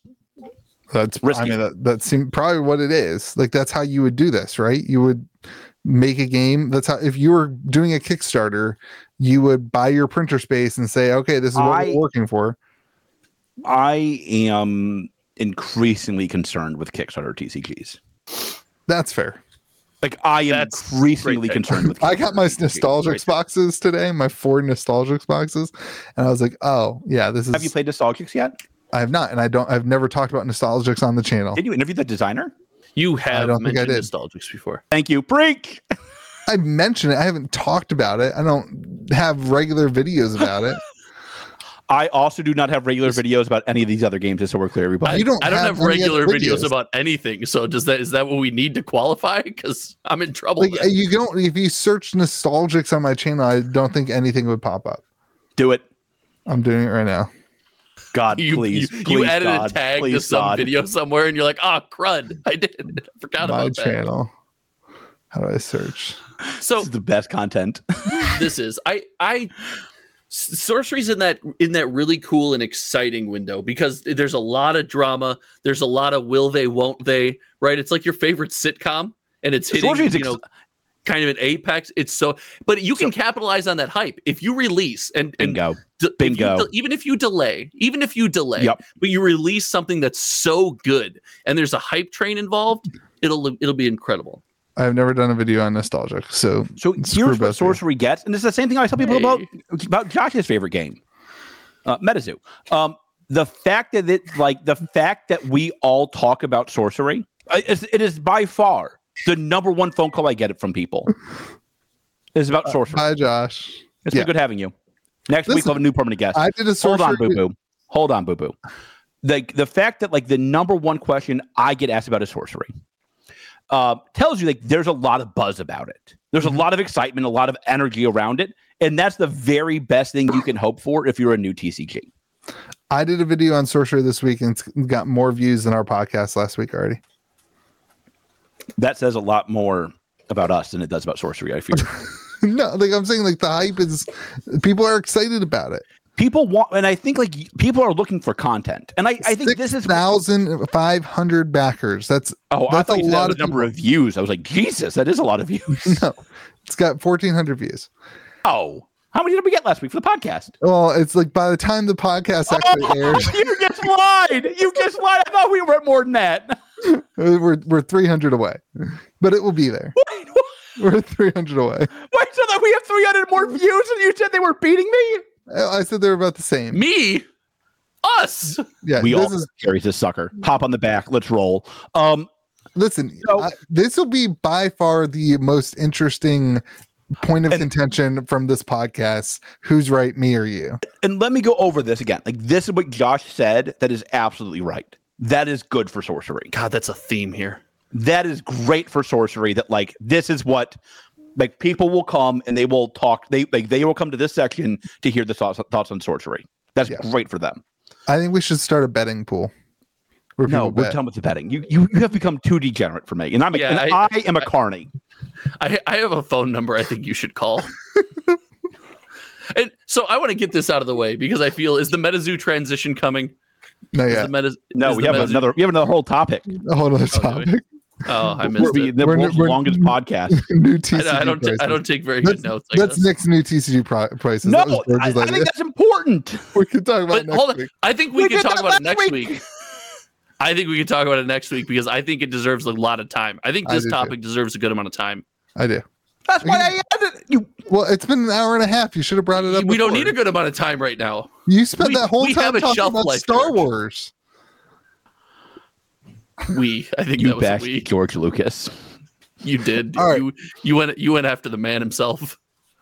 A: That's
C: Risky.
A: I mean that that seemed probably what it is. Like that's how you would do this, right? You would make a game. That's how if you were doing a Kickstarter, you would buy your printer space and say, okay, this is what
C: I-
A: we're working for.
C: I am increasingly concerned with Kickstarter TCGs.
A: That's fair.
C: Like I am
B: That's
C: increasingly
B: great take.
C: concerned with.
A: I got my
C: Kickstarter TCGs.
A: nostalgics boxes today, my four nostalgics boxes, and I was like, oh yeah, this is.
C: Have you played Nostalgics yet?
A: I have not, and I don't. I've never talked about nostalgics on the channel.
C: Did you interview the designer?
B: You have
A: don't think I
B: mentioned
A: did.
B: nostalgics before.
C: Thank you, Preach.
A: I mentioned it. I haven't talked about it. I don't have regular videos about it.
C: I also do not have regular videos about any of these other games, just so we're clear, everybody.
A: You don't
B: I don't
A: have
B: have,
A: any other
B: regular videos
A: videos.
B: about anything. So does that is that what we need to qualify? Because I'm in trouble.
A: Like
B: then.
A: you don't. If you search nostalgics on my channel, I don't think anything would pop up.
C: do it.
A: I'm doing it right now.
C: God,
B: you,
C: please.
B: you, you
C: please,
B: added
C: God,
B: a tag to
C: please,
B: some
C: God.
B: video somewhere, and you're like, "Oh, crud! I did. I forgot
A: My
B: about
A: channel. How do I search?
B: that."
C: This
B: So
C: is the best content.
B: this is I I S- sorcery's in that in that really cool and exciting window because there's a lot of drama. There's a lot of will they, won't they, right? It's like your favorite sitcom, and it's hitting
C: Sorcery's
B: you
C: ex-
B: know kind of an apex. It's so, but you can capitalize on that hype if you release and and
C: Bingo.
B: de- if you
C: Bingo.
B: de- even if you delay, even if you delay,
C: Yep.
B: but you release something that's so good and there's a hype train involved, it'll it'll be incredible.
A: I've never done a video on nostalgic, so Screw
C: So here's
A: Bethany.
C: what sorcery gets, and this is the same thing I tell people
B: Hey.
C: about about Josh's favorite game, uh, MetaZoo. Um, the fact that it, like the fact that we all talk about sorcery, I- it's- it is by far the number one phone call I get from people. is about sorcery.
A: hi Josh.
C: It's
A: Uh, yeah.
C: been good having you. Next week
A: Listen,
C: we'll have a new permanent guest.
A: I did a
C: Hold
A: sorcery.
C: on, boo boo. Hold on, boo boo. Like the fact that like the number one question I get asked about is sorcery uh, tells you like there's a lot of buzz about it. There's
A: Mm-hmm.
C: a lot of excitement, a lot of energy around it, and that's the very best thing you can hope for if you're a new TCG.
A: I did a video on sorcery this week and it's got more views than our podcast last week already.
C: That says a lot more about us than it does about sorcery. I fear.
A: no, like I'm saying, like the hype is. People are excited about it.
C: people want, and I think like y- people are looking for content, and I, I think this is
A: thousand five hundred backers. That's
C: Oh, I
A: that's
C: thought
A: a
C: you said that
A: lot
C: was
A: of
C: the number of views. I was like, Jesus, that is a lot of views.
A: no. It's got fourteen hundred views.
C: oh, how many did we get last week for the podcast?
A: Well, it's like by the time the podcast actually airs,
C: you just lied. You just lied. I thought we were at more than that.
A: Uh, we're we're three hundred away, but it will be there.
C: Wait,
A: We're three hundred away.
C: wait, so that we have 300 more views and you said they were beating me?
A: I I said they're about the same.
B: Me, us.
A: Yeah,
C: We
A: this
C: all
A: is
C: carries this sucker. Hop on the back. Let's roll. Um,
A: listen.
C: So-
A: this will be by far the most interesting point of
C: And-
A: contention from this podcast. Who's right, me or you?
C: and let me go over this again. Like this is what Josh said that is absolutely right. That is good for sorcery.
B: God, that's a theme here.
C: That is great for sorcery that like this is what like people will come and they will talk they like they will come to this section to hear the thoughts thoughts on sorcery. That's
A: Yes.
C: great for them.
A: I think we should start a betting pool. Where
C: No,
A: people
C: we're
A: bet.
C: done with the betting. You, you you have become too degenerate for me, and I'm a,
B: Yeah,
C: and I,
B: I-
C: am a carney.
B: I I have a phone number. I think you should call. And so I want to get this out of the way because I feel is the MetaZoo transition coming?
A: No,
B: Is
A: yeah.
B: the meta,
C: No,
B: is
C: we
B: the
C: have
B: MetaZoo-
C: another. We have another whole topic.
A: A whole other
B: Oh, do we?
A: topic.
B: Oh, I
C: We're
B: missed
C: be
B: it.
C: the
A: We're-
C: world's
A: we're-
C: longest podcast.
A: new
B: I,
A: TCG.
B: I don't. I
A: prices.
B: I don't take very
A: That's,
B: good notes. Like
A: that's
B: this.
A: Nick's new TCG pri- prices.
C: No,
A: that was
C: I, I
A: George's idea.
C: think that's important.
A: we can talk about
B: But
A: it next
B: hold on.
A: week.
B: I think we,
C: We
B: can
C: can
B: talk
C: talk
B: about it next
C: next
B: week.
C: week.
B: I think we can talk about it next week because I think it deserves a lot of time. I think
A: I
B: this
A: do too.
B: topic deserves a good amount of time.
A: I do.
C: That's why I added you.
A: Well, it's been an hour and a half. You should have brought it up.
B: We don't
A: before.
B: need a good amount of time right now.
A: You spent
B: we-
A: that whole
B: we
A: time
B: have a
A: talking
B: shelf
A: about
B: life,
A: Star
B: George.
A: Wars.
B: We. I think
D: You
B: that was a
D: bashed
B: week.
D: George Lucas.
B: You did.
A: All right.
B: You you went you went after the man himself.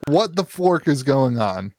A: What the fork is going on?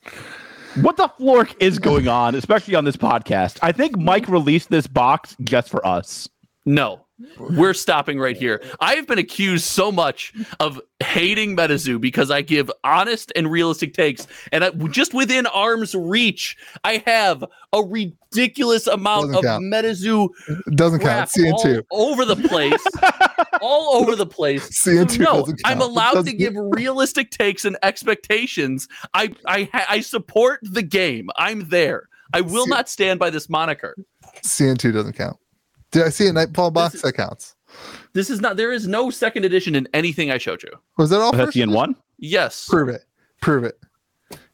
D: What the flork is going on, especially on this podcast?
C: I think Mike released this box just for us.
B: No. We're stopping right here. I have been accused so much of hating MetaZoo because I give honest and realistic takes. And I, just within arm's reach, I have a ridiculous amount
A: Doesn't
B: of
A: count.
B: MetaZoo
A: It doesn't count.
B: crap
A: CN2.
B: all over the place, all over the place.
A: CN2
B: no,
A: doesn't count.
B: I'm allowed to
A: Doesn't-
B: give realistic takes and expectations. I I ha- I support the game. I'm there. I will
A: See-
B: not stand by this moniker.
A: CN2 doesn't count. Did I see a Nightfall box
B: is-
A: that counts?
B: This is not. There is no second edition in anything I showed you.
A: Was that all?
C: That's
A: Oh, first?
C: the N one.
B: Yes,
A: Prove it. Prove it.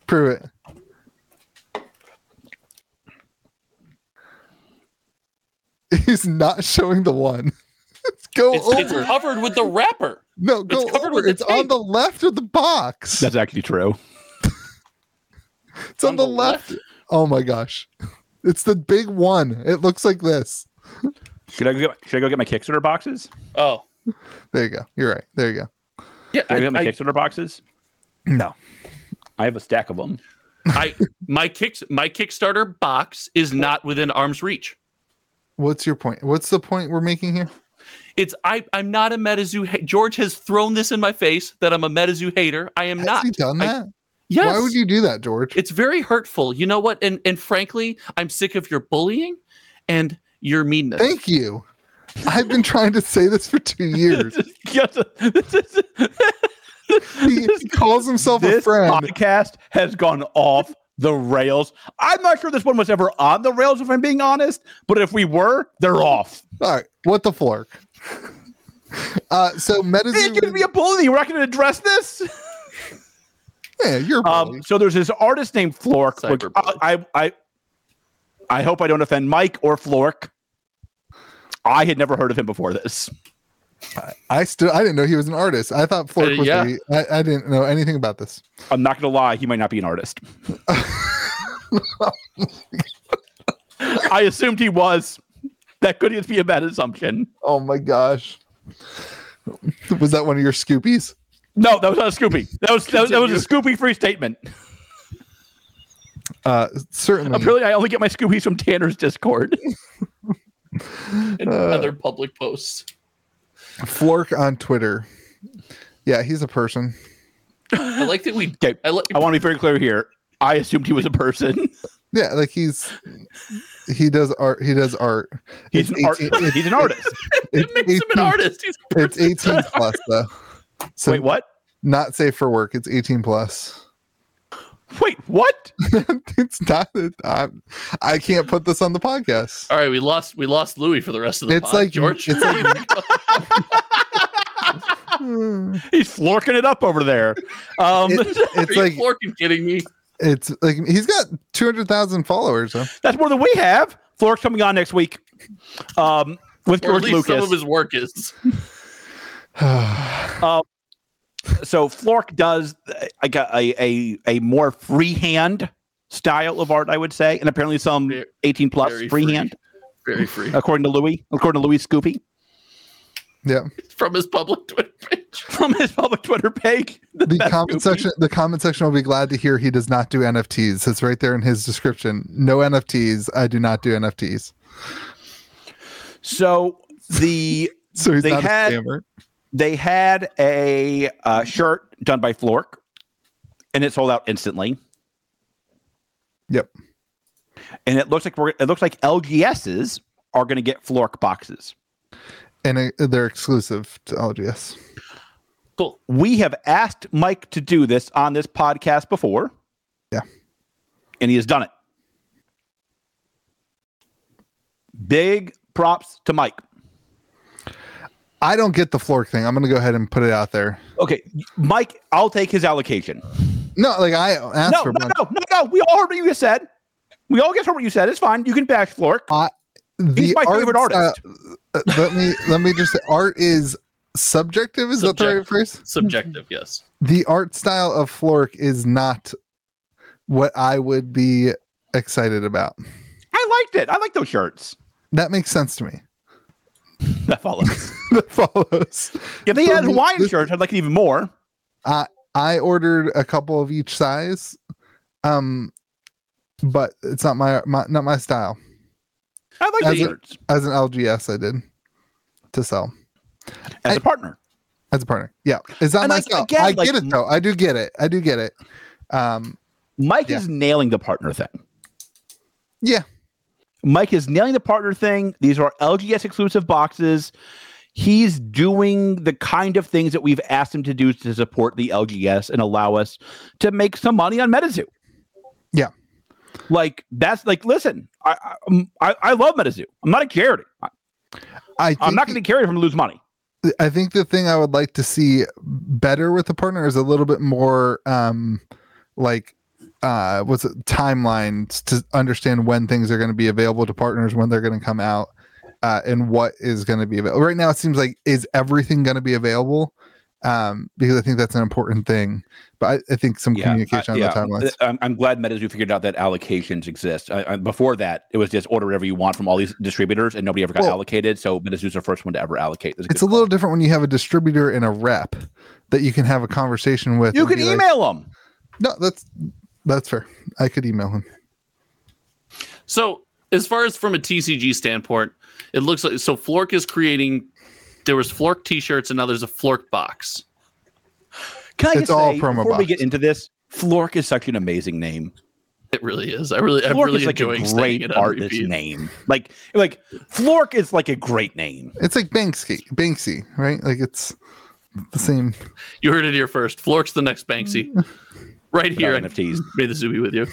A: Prove it. He's not showing the one. go
B: it's, it's
A: over.
B: covered with the wrapper.
A: no, go
B: covered
A: over.
B: with the
A: It's on
B: tape.
A: the left of the box.
D: That's actually true.
A: it's on, the, left. Oh my gosh. It's the big one. It looks like this.
C: Should I go? Get, should I go get my Kickstarter boxes?
B: Oh,
A: There you go. You're right. There you go.
B: yeah.
C: Should I,
B: I,
C: go get my
B: I,
C: Kickstarter boxes?
A: No.
D: I have a stack of them.
B: I my kicks my Kickstarter box is not within arm's reach.
A: What's your point? What's the point we're making here?
B: It's I. I'm not a MetaZoo. Ha- George has thrown this in my face that I'm a MetaZoo hater. I am
A: Has
B: not.
A: he done
B: I-
A: that?
B: Yes.
A: Why would you do that, George?
B: It's very hurtful. You know what? And and frankly, I'm sick of your bullying and your meanness.
A: Thank you. I've been trying to say this for two years.
C: Yes. This is-
A: he, he calls himself a
C: this
A: friend.
C: podcast has gone off the rails. I'm not sure this one was ever on the rails, if I'm being honest. But if we were, they're off.
A: All right, what the fork? Uh, so
C: It
A: MetaZoo.
C: could be a bully. We're not going to address this.
A: yeah, you're a bully.
C: Um, so there's this artist named Flork. which
B: Cyberbully.
C: I, I, I, I hope I don't offend Mike or Flork. I had never heard of him before this.
A: I still I didn't know he was an artist. I thought Flork
B: Uh,
A: was.
B: yeah.
A: the- I, I didn't know anything about this.
C: I'm not going to lie; he might not be an artist. I assumed he was. That could just be a bad assumption.
A: Oh my gosh, was that one of your Scoopies?
C: No, that was not a Scoopy. That was that, was- that was a Scoopy free statement.
A: Uh, certainly.
C: Apparently, I only get my Scoopies from Tanner's Discord.
A: Uh.
B: And other public posts.
A: Flork on Twitter. Yeah, he's a person.
B: I like that we.
C: Okay,
B: I like.
C: I want to be very clear here. I assumed he was a person.
A: Yeah, like he's he does art. He does art.
C: He's
A: It's
C: an, art-
A: 18
C: he's an artist.
B: it
A: it's
B: makes him
A: 18
B: an artist. He's a
A: It's
B: person.
A: 18 plus though. So
C: Wait, what?
A: not safe for work. It's 18 plus.
C: Wait, what?
A: it's not. I'm, I can't put this on the podcast.
B: All right, we lost. We lost Louis for the rest of the.
A: It's
B: pod.
A: like-
B: George.
A: it's like-
B: What do you think?
C: He's florking it up over there. Um,
A: It-
B: Are
A: it's
B: you
A: like
B: Florkin kidding me?
A: it's like he's got 200,000 followers. Huh?
C: that's more than we have. Flork's coming on next week. Um, with
B: Or at
C: George
B: least some
C: Lucas.
B: of his work is.
C: so Flork does uh, like a, a a a more freehand style of art, I would say, and apparently some
B: Ve-
C: 18 plus
B: very free.
C: freehand,
B: Very free
C: according to Louis, according to Louis Scoopy
A: Yeah.
B: from his public Twitter page.
C: from his public Twitter page.
A: The
C: That's
A: comment
C: Scoopy.
A: section the comment section will be glad to hear he does not do NFTs. It's right there in his description. No NFTs. I do not do NFTs.
C: So the
A: So he's
C: They
A: not
C: had-
A: a scammer.
C: they had a uh, shirt done by Flork, and it sold out instantly.
A: Yep.
C: And it looks like we're it looks like LGSs are going to get Flork boxes.
A: And uh, they're exclusive to LGS.
B: Cool.
C: We have asked Mike to do this on this podcast before.
A: Yeah.
C: And he has done it. Big props to Mike.
A: I don't get the Flork thing. I'm going to go ahead and put it out there.
C: Okay, Mike, I'll take his allocation.
A: No, like I asked
C: No,
A: for
C: no,
A: a bunch.
C: no, no, no. We all heard what you said. We all get heard what you said. It's fine. You can bash Flork.
A: The
C: He's my favorite
A: art, uh,
C: artist.
A: uh, let me let me just say, art is subjective. Is that the right
B: Subjective.
A: phrase?
B: Subjective, yes.
A: the art style of Flork is not what I would be excited about.
C: I liked it. I like those shirts.
A: That makes sense to me.
C: That follows.
A: That follows.
C: if they had
A: This-
C: Hawaiian
A: this-
C: shirts, I'd like it even more.
A: I ordered a couple of each size, um, but it's not my, my not my style.
C: I like
A: As
C: those
A: a-
C: shirts
A: As an LGS, I did to sell
C: as
A: I-
C: a partner.
A: as a partner. Yeah, it's not
C: And
A: my
C: like,
A: style.
C: again,
A: I
C: like-
A: get it though. I do get it. I do get it. Um,
C: Mike
A: Yeah.
C: is nailing the partner thing.
A: Yeah.
C: Mike is nailing the partner thing. These are LGS exclusive boxes. He's doing the kind of things that we've asked him to do to support the LGS and allow us to make some money on MetaZoo.
A: Yeah.
C: Like that's like listen, I I, um, I, I love MetaZoo. I'm not a charity. I,
A: I think
C: am not going to carry from lose money.
A: I think the thing I would like to see better with the partner is a little bit more um like uh what's it timelines to understand when things are going to be available to partners, when they're going to come out, uh, and what is going to be available. Right now it seems like is everything going to be available? Um, because I think that's an important thing. But I, I think some communication
C: I,
A: on the timelines.
C: am Uh, I'm glad MetaZoo figured out that allocations exist. I, I, before that, it was just order whatever you want from all these distributors, and nobody ever got
A: Well-
C: allocated. So MetaZoo's the first one to ever allocate. That's
A: it's a
C: good.
A: little different when you have a distributor and a rep that you can have a conversation with.
C: You
A: and
C: can
A: be like,
C: email them.
A: no, that's that's fair. I could email him.
B: So as far as from a TCG standpoint, it looks like so Flork is creating. There was Flork T-shirts, and now there's a Flork box.
C: Can I
A: It's
C: just
A: all
C: say,
A: promo
C: before we
A: box.
C: get into this, Flork is such an amazing name.
B: It really is. I really, I'm
C: Flork
B: really
C: is like a
B: enjoying saying
C: great
B: it on
C: artist
B: repeat.
C: name. Like, like Flork is like a great name.
A: It's like Banksy, Banksy, right? Like it's the same.
B: You heard it here first. Flork's the next Banksy,
C: Mm.
B: right here.
C: Without NFTs.
B: May the zoo be with you.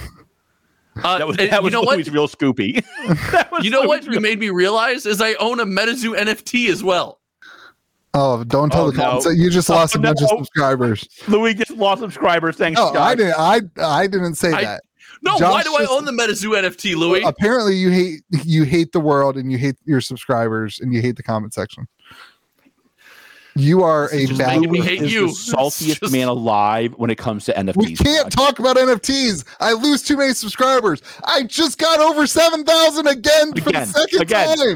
B: Uh,
C: That was
B: and
C: that was
B: you know
C: Louis
B: what?
C: real Scoopy. That was
B: You know what?
C: Louis'
B: You made me realize is I own a MetaZoo NFT as well.
A: Oh, don't tell
C: Oh,
A: the comments
C: no.
A: that you just
C: Oh,
A: lost a bunch of
C: no.
A: subscribers.
C: Louis just lost subscribers. Thanks,
A: No, I
C: Scott.
A: didn't. I I didn't say
B: I-
A: that.
B: No, why
A: Josh
B: do I
A: just-
B: own the MetaZoo NFT, Louis?
C: Oh,
A: Apparently, you hate you hate the world and you hate your subscribers and you hate the comment section. You are a
B: Just
A: bad.
B: making me
A: person.
B: hate
C: is
B: you.
C: the saltiest
B: Just-
C: man alive when it comes to NFTs.
A: We can't talk about NFTs. I lose too many subscribers. I just got over seven thousand again for
C: Again,
A: the second
C: again.
A: time.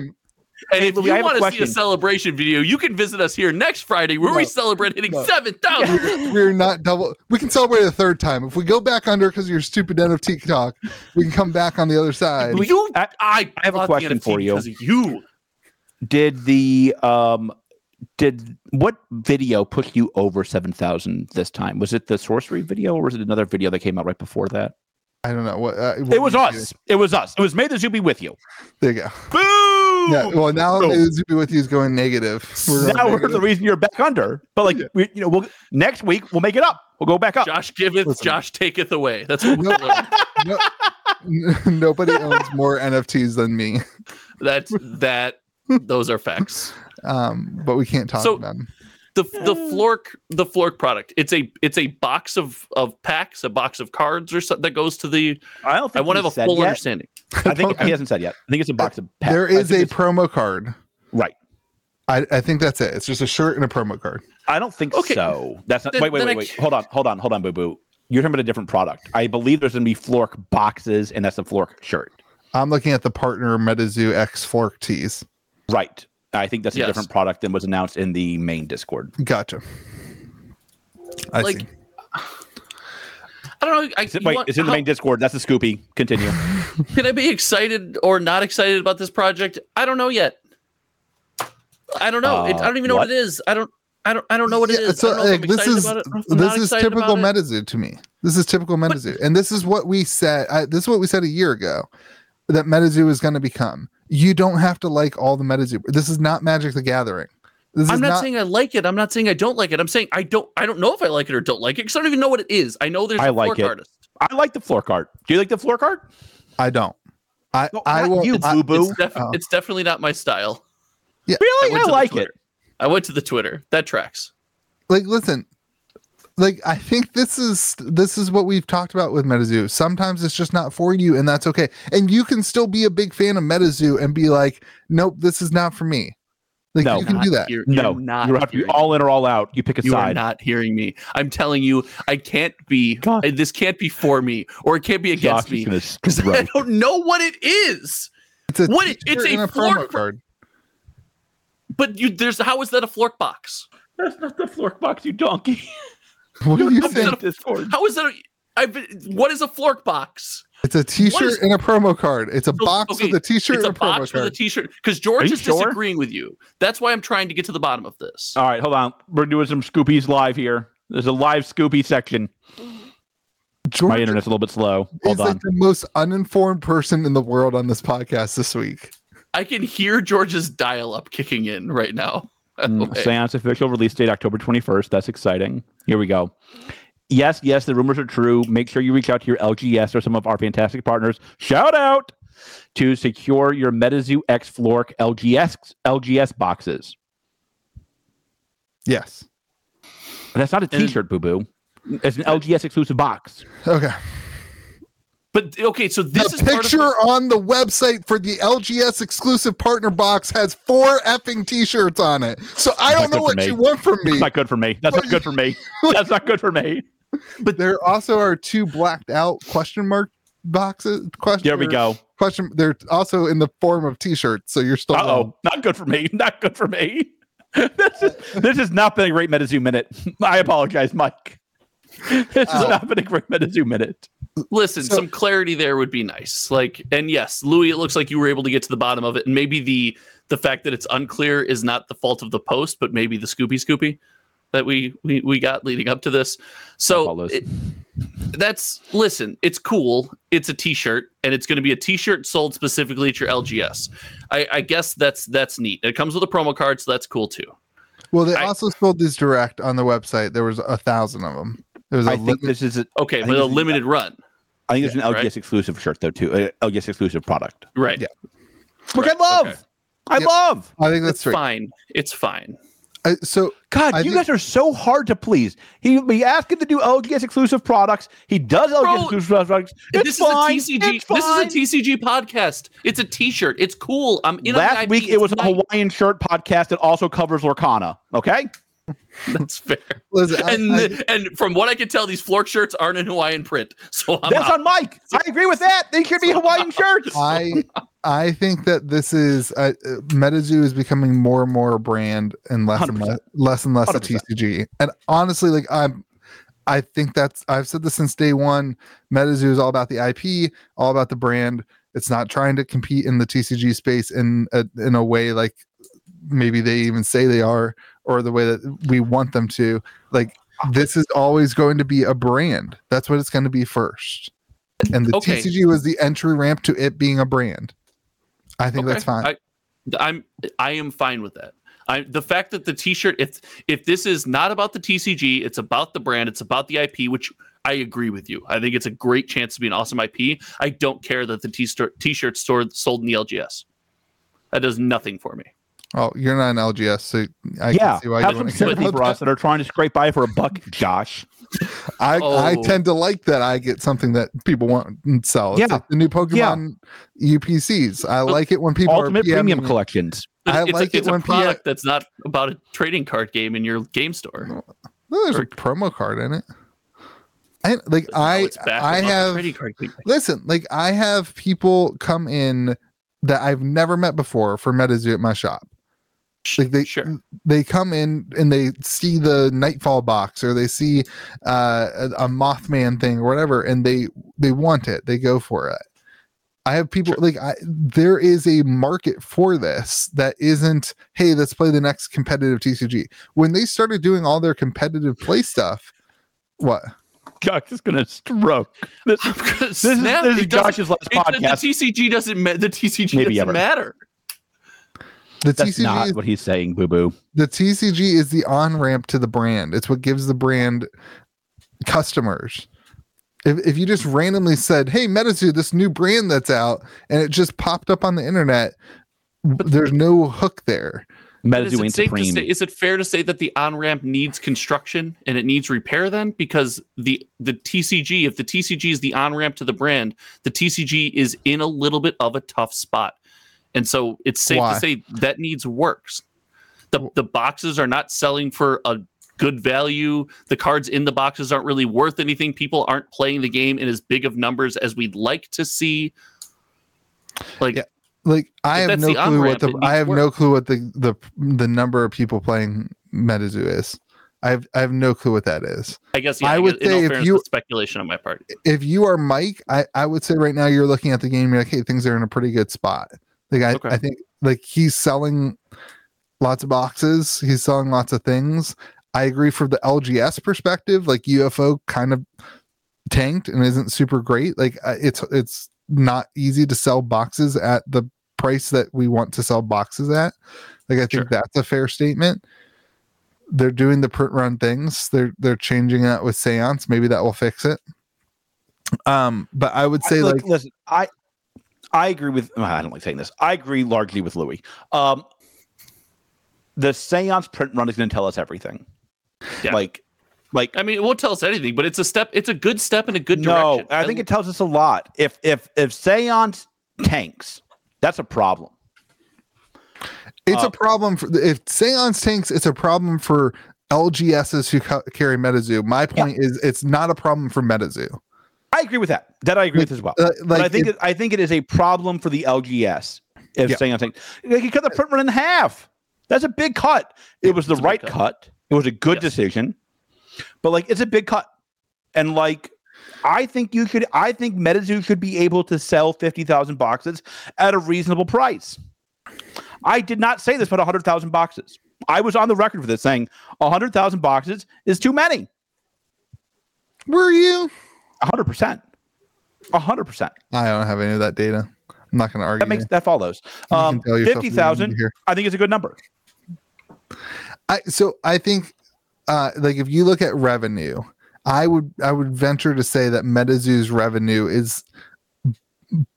B: and
C: Hey,
B: if
C: Louis, I
B: you
C: have
B: want
C: a
B: to see a
C: question.
B: celebration video, you can visit us here next Friday where we
A: No.
B: celebrate hitting
A: No.
B: 7,000.
A: We're not double. We can celebrate a third time if we go back under because of your stupid NFT talk. We can come back on the other side.
C: We-
B: You,
C: I-
B: I,
C: I have a
B: bought the
C: question
B: NFT
C: for you.
B: because of you.
C: Did the um did what video pushed you over seven thousand this time? Was it the sorcery video or was it another video that came out right before that?
A: I don't know what. Uh,
C: It was us. It was us. It was May the Zoo be with you.
A: There you go.
C: Boom!
A: Yeah. Well, now
C: Boom.
A: the Zuby with you is going negative. going
C: now we're the
A: negative.
C: reason you're back under. But like we, you know, we'll next week we'll make it up. We'll go back up.
B: Josh giveth,
A: Listen.
B: Josh taketh away. That's what we
A: Nope.
B: learned.
A: No- nobody owns more NFTs than me.
B: That, that, those are facts.
A: Um, but we can't talk
B: So-
A: about them.
B: the the flork the flork product it's a it's a box of of packs a box of cards or something that goes to the
C: I don't
B: i want to have
C: he
B: a
C: said
B: full
C: yet.
B: understanding
C: I think he hasn't said yet. I think it's a box of packs.
A: There
C: I
A: is
C: think
A: a
C: it's-
A: promo card.
C: right.
A: I, I think that's it. It's just a shirt and a promo card.
C: I don't think
B: Okay.
C: so. That's not.
B: Then-
C: wait, wait,
B: then
C: wait,
B: I
C: wait.
B: ch-
C: Hold on, hold on, hold on, Boo Boo. You're talking about a different product. I believe there's going to be Flork boxes, and that's the Flork shirt.
A: I'm looking at the partner MetaZoo X Fork tees.
C: Right. I think that's a
B: Yes.
C: different product than was announced in the main Discord.
A: Gotcha. I
B: Like,
A: see.
B: i don't know I,
C: Is it,
B: you
C: wait,
B: want-
C: it's in the
B: how-
C: main Discord. That's the Scoopy. Continue.
B: can i be excited or not excited about this project i don't know yet i don't know it, i
C: Uh,
B: don't even know what?
C: what?
B: it is i don't I don't, I don't know what it
A: Yeah,
B: is.
A: so,
B: I don't know if
A: like,
B: I'm
A: this
B: excited
A: is
B: about it. I'm
A: this
B: not
A: is
B: excited
A: typical
B: about it.
A: MetaZoo to me. This is typical MetaZoo, and this is what we said. I, this is what we said a year ago that MetaZoo is going to become. You don't have to like all the MetaZoo. This is not Magic the Gathering. This
B: I'm
A: is
B: not,
A: not,
B: saying I like it. I'm not saying I don't like it. I'm saying I don't. I don't know if I like it or don't like it because I don't even know what it is. I know there's
C: I
B: a
C: like
B: fork
C: it.
B: artist.
C: I like the floor cart. Do you like the floor cart?
A: I don't. I
C: No,
A: I
C: not
A: will.
C: you,
A: I,
C: boo boo.
B: It's, def-
A: Oh.
B: it's definitely not my style. went
C: Really, Oh, I
B: to the
C: like it.
B: Twitter. I went to the Twitter. That tracks.
A: like listen like i think this is this is what we've talked about with metazoo sometimes it's just not for you and that's okay and you can still be a big fan of metazoo and be like nope this is not for me like
C: No.
A: you can
B: Not
A: do that
B: here-
C: No,
B: you're not.
C: you have to be
B: hearing me.
C: all in or all out. You pick a
B: You are
C: side.
B: not hearing me. I'm telling you, I can't be.
C: God.
B: I- This can't be for me, or it can't be against
C: Josh
B: me
C: is
B: because
C: gonna
B: I don't know what it is.
A: it's a
B: What- it's
A: t-shirt
B: a
A: and
B: floor
A: promo
B: cr-
A: card
B: But you, there's how is that a flork box?
C: That's not the floor box, you donkey.
A: what do you
B: I'm
A: think
B: gonna- How is that? A, I've been, what is a flork box?
A: it's a t-shirt
B: is-
A: and a promo card it's a box
B: okay,
A: with a t-shirt
B: it's
A: and a
B: a
A: promo
B: box with a
A: card
B: t-shirt. Because
C: Are
B: George
C: you
B: is
C: sure? Oh.
B: disagreeing with you. That's why I'm trying to get to the bottom of this.
C: All right, hold on. We're doing some Scoopies live here. There's a live Scoopy section. My
A: george
C: internet's a little bit slow.
A: is
C: Hold on.
A: like the most uninformed person in the world on this podcast this week
B: I can hear George's dial-up kicking in right now.
C: Mm,
B: Okay.
C: Seance official release date October 21st. That's exciting. Here we go. Yes, yes, the rumors are true. Make sure you reach out to your LGS or some of our fantastic partners. Shout out to secure your MetaZoo X Flork LGS LGS boxes.
A: yes
C: That's not a
B: And-
C: T-shirt, boo boo. It's an LGS exclusive box.
A: okay
B: But okay, so this
A: the
B: is part of
A: picture on the website for the LGS exclusive partner box has four effing t-shirts on it. So I
C: That's
A: don't know
C: good for
A: what
C: me.
A: you want from me.
C: That's not good for me. That's not good for me. That's not good for me.
A: but there also are two blacked out question mark boxes. Question.
C: There we go.
A: Question. They're also in the form of t-shirts. So you're still.
C: Uh
A: wrong.
C: oh, not good for me. Not good for me. this is this has not been a great MetaZoo minute. I apologize, Mike. This has
A: Oh.
C: not been a great MetaZoo minute.
B: Listen,
A: So-
B: some clarity there would be nice. Like, and yes, Louis, it looks like you were able to get to the bottom of it. And maybe the the fact that it's unclear is not the fault of the post, but maybe the Scoopy Scoopy that we we, we got leading up to this. So
C: Follows.
B: it- that's listen, it's cool. It's a T-shirt, and it's going to be a T-shirt sold specifically at your LGS. I, I guess that's that's neat. It comes with a promo card, so that's cool too.
A: Well, they
B: I-
A: also sold these direct on the website. There was a thousand of them. There was a
C: I
A: limit-
C: think this is a,
B: Okay,
C: I
B: with
C: think
B: a
C: it's-
B: limited run,
C: I think it's an
B: Yeah,
C: LGS
B: right.
C: exclusive shirt though too. Uh, LGS exclusive product.
B: right?
A: Yeah.
C: Which
B: Right,
C: I love.
B: okay.
C: I
A: Yep.
C: love.
A: I think
B: It's
A: that's right.
B: fine. It's fine.
A: I, so
C: God,
A: I
C: you
A: think-
C: guys are so hard to please. He we ask him to do LGS exclusive products. He does LGS
B: Bro,
C: exclusive products. It's
B: this
C: fine.
B: is a TCG.
C: It's
B: This is
C: fine.
B: a TCG podcast. It's a T-shirt. It's cool. I'm in. on the
C: Last
B: IP.
C: week it
B: It's
C: was a
B: nice.
C: Hawaiian shirt podcast that also covers Lorcana. Okay.
B: That's fair.
A: listen, I-
B: And
A: I-
B: the- and from what I can tell, these Flork shirts aren't in Hawaiian print. So I'm
C: That's
B: out.
C: on Mike. I agree with that. They should be Hawaiian shirts.
A: I I think that this is uh, uh, MetaZoo is becoming more and more a brand and less and less,
C: 100%.
A: less and less a
C: 100%.
A: TCG. And honestly, like I'm, I think that's I've said this since day one. MetaZoo is all about the IP, all about the brand. It's not trying to compete in the TCG space in a, in a way like maybe they even say they are, or the way that we want them to. Like this is always going to be a brand. That's what it's going to be first. And the
B: Okay.
A: TCG was the entry ramp to it being a brand. I think that's fine.
B: I, I'm I am fine with that. I the fact that the T-shirt if if this is not about the TCG, it's about the brand, it's about the IP, which I agree with you. I think it's a great chance to be an awesome IP. I don't care that the T-shirt T-shirt store sold in the LGS. That does nothing for me.
A: oh, you're not an LGS, so I
C: yeah,
A: can see why
C: have
A: you
C: some
A: want to care
C: sympathy
A: about
C: for us
A: that.
C: that are trying to scrape by for a buck, Josh.
A: I, I
B: Oh.
A: tend to like that. I get something that people want and sell. It's
C: Yeah.
A: like the new Pokemon UPCs. I like it when people
C: Ultimate
A: are PMing
C: premium
A: me.
C: collections.
A: I
B: it's,
A: like
B: a,
A: it
B: it's a
A: when P-
B: product that's not about a trading card game in your game store.
A: Oh, there's a
B: or-
A: promo card in it. And like I,
B: Now it's back
A: I
B: about
A: have
B: trading card game.
A: listen, like I have people come in that I've never met before for MetaZoo at my shop. Like they
B: Sure.
A: they come in and they see the Nightfall box or they see uh, a, a Mothman thing or whatever, and they they want it. They go for it. I have people like I, there is a market for this that isn't. Hey, let's play the next competitive TCG. When they started doing all their competitive play stuff, what?
C: Josh is going to stroke. This,
B: I'm gonna
C: this is,
B: snap.
C: this is
B: It doesn't-
C: Josh's last
B: it- the
C: podcast.
B: TCG doesn't ma- the TCG
C: Maybe
B: doesn't
C: ever.
B: matter.
A: The
C: That's
A: TCG
C: not
A: is
C: what he's saying, boo boo.
A: the TCG is the on ramp to the brand. It's what gives the brand customers. If, if you just randomly said, "Hey, MetaZoo, this new brand that's out," and it just popped up on the internet, w- there's no hook there.
B: But is,
D: MetaZoo
B: it
D: and
B: safe to
D: Supreme.
B: say, is it fair to say that the on ramp needs construction and it needs repair then? Because the the TCG, if the TCG is the on ramp to the brand, the TCG is in a little bit of a tough spot, and so it's safe
A: Why?
B: to say that needs works. the The boxes are not selling for a good value. The cards in the boxes aren't really worth anything. People aren't playing the game in as big of numbers as we'd like to see. Like
A: Yeah. Like I have
B: that's
A: no
B: the
A: clue what
B: on-ramp,
A: the
B: it needs
A: I have no
B: work.
A: clue what the the the number of people playing MetaZoo is. I have I have no clue what that is.
B: I guess yeah,
A: I
B: I,
A: would
B: would guess, in
A: say
B: all
A: if
B: fairness,
A: you-
B: that's speculation on my part.
A: if you are Mike, I, I would say right now you're looking at the game. You're like, hey, things are in a pretty good spot. Like I,
B: Okay.
A: I think like he's selling lots of boxes. He's selling lots of things. I agree from the LGS perspective. Like UFO kind of tanked and isn't super great. Like uh, it's it's not easy to sell boxes at the price that we want to sell boxes at. Like I think
B: Sure.
A: that's a fair statement. They're doing the print run things. They're they're changing that with seance. Maybe that will fix it. Um, but I would say
C: I,
A: like,
C: listen, I I agree with oh, I don't like saying this. I agree largely with Louis. Um the seance print run is gonna tell us everything.
B: Yeah.
C: Like like
B: I mean, it won't tell us anything, but it's a step. It's a good step in a good
C: no,
B: direction.
C: I think it tells us a lot. If if if seance tanks, that's a problem.
A: it's a
C: uh,
A: problem for if seance tanks. It's a problem for LGSs who ca- carry MetaZoo. My point is, it's not a problem for MetaZoo.
C: I agree with that. That I agree with as well.
A: Uh,
C: but
A: like
C: I think
A: it-
C: it, I think it is a problem for the LGS if
A: Yeah.
C: seance tanks. They could cut the print run in half. That's a big cut. It was the
B: it's a big
C: right
B: cut.
C: cut. It was a good
B: Yes.
C: decision. But like it's a big cut. And like I think you should I think MetaZoo should be able to sell 50,000 boxes at a reasonable price. I did not say this about 100,000 boxes. I was on the record for this saying 100,000 boxes is too many.
A: were you?
C: 100%. 100%.
A: I don't have any of that data. I'm not going to argue.
C: That makes that follows.
A: You can
C: Um,
A: tell yourself
C: fifty thousand,
A: you hear.
C: I think is a good number.
A: I so I think uh like if you look at revenue, I would I would venture to say that MetaZoo's revenue is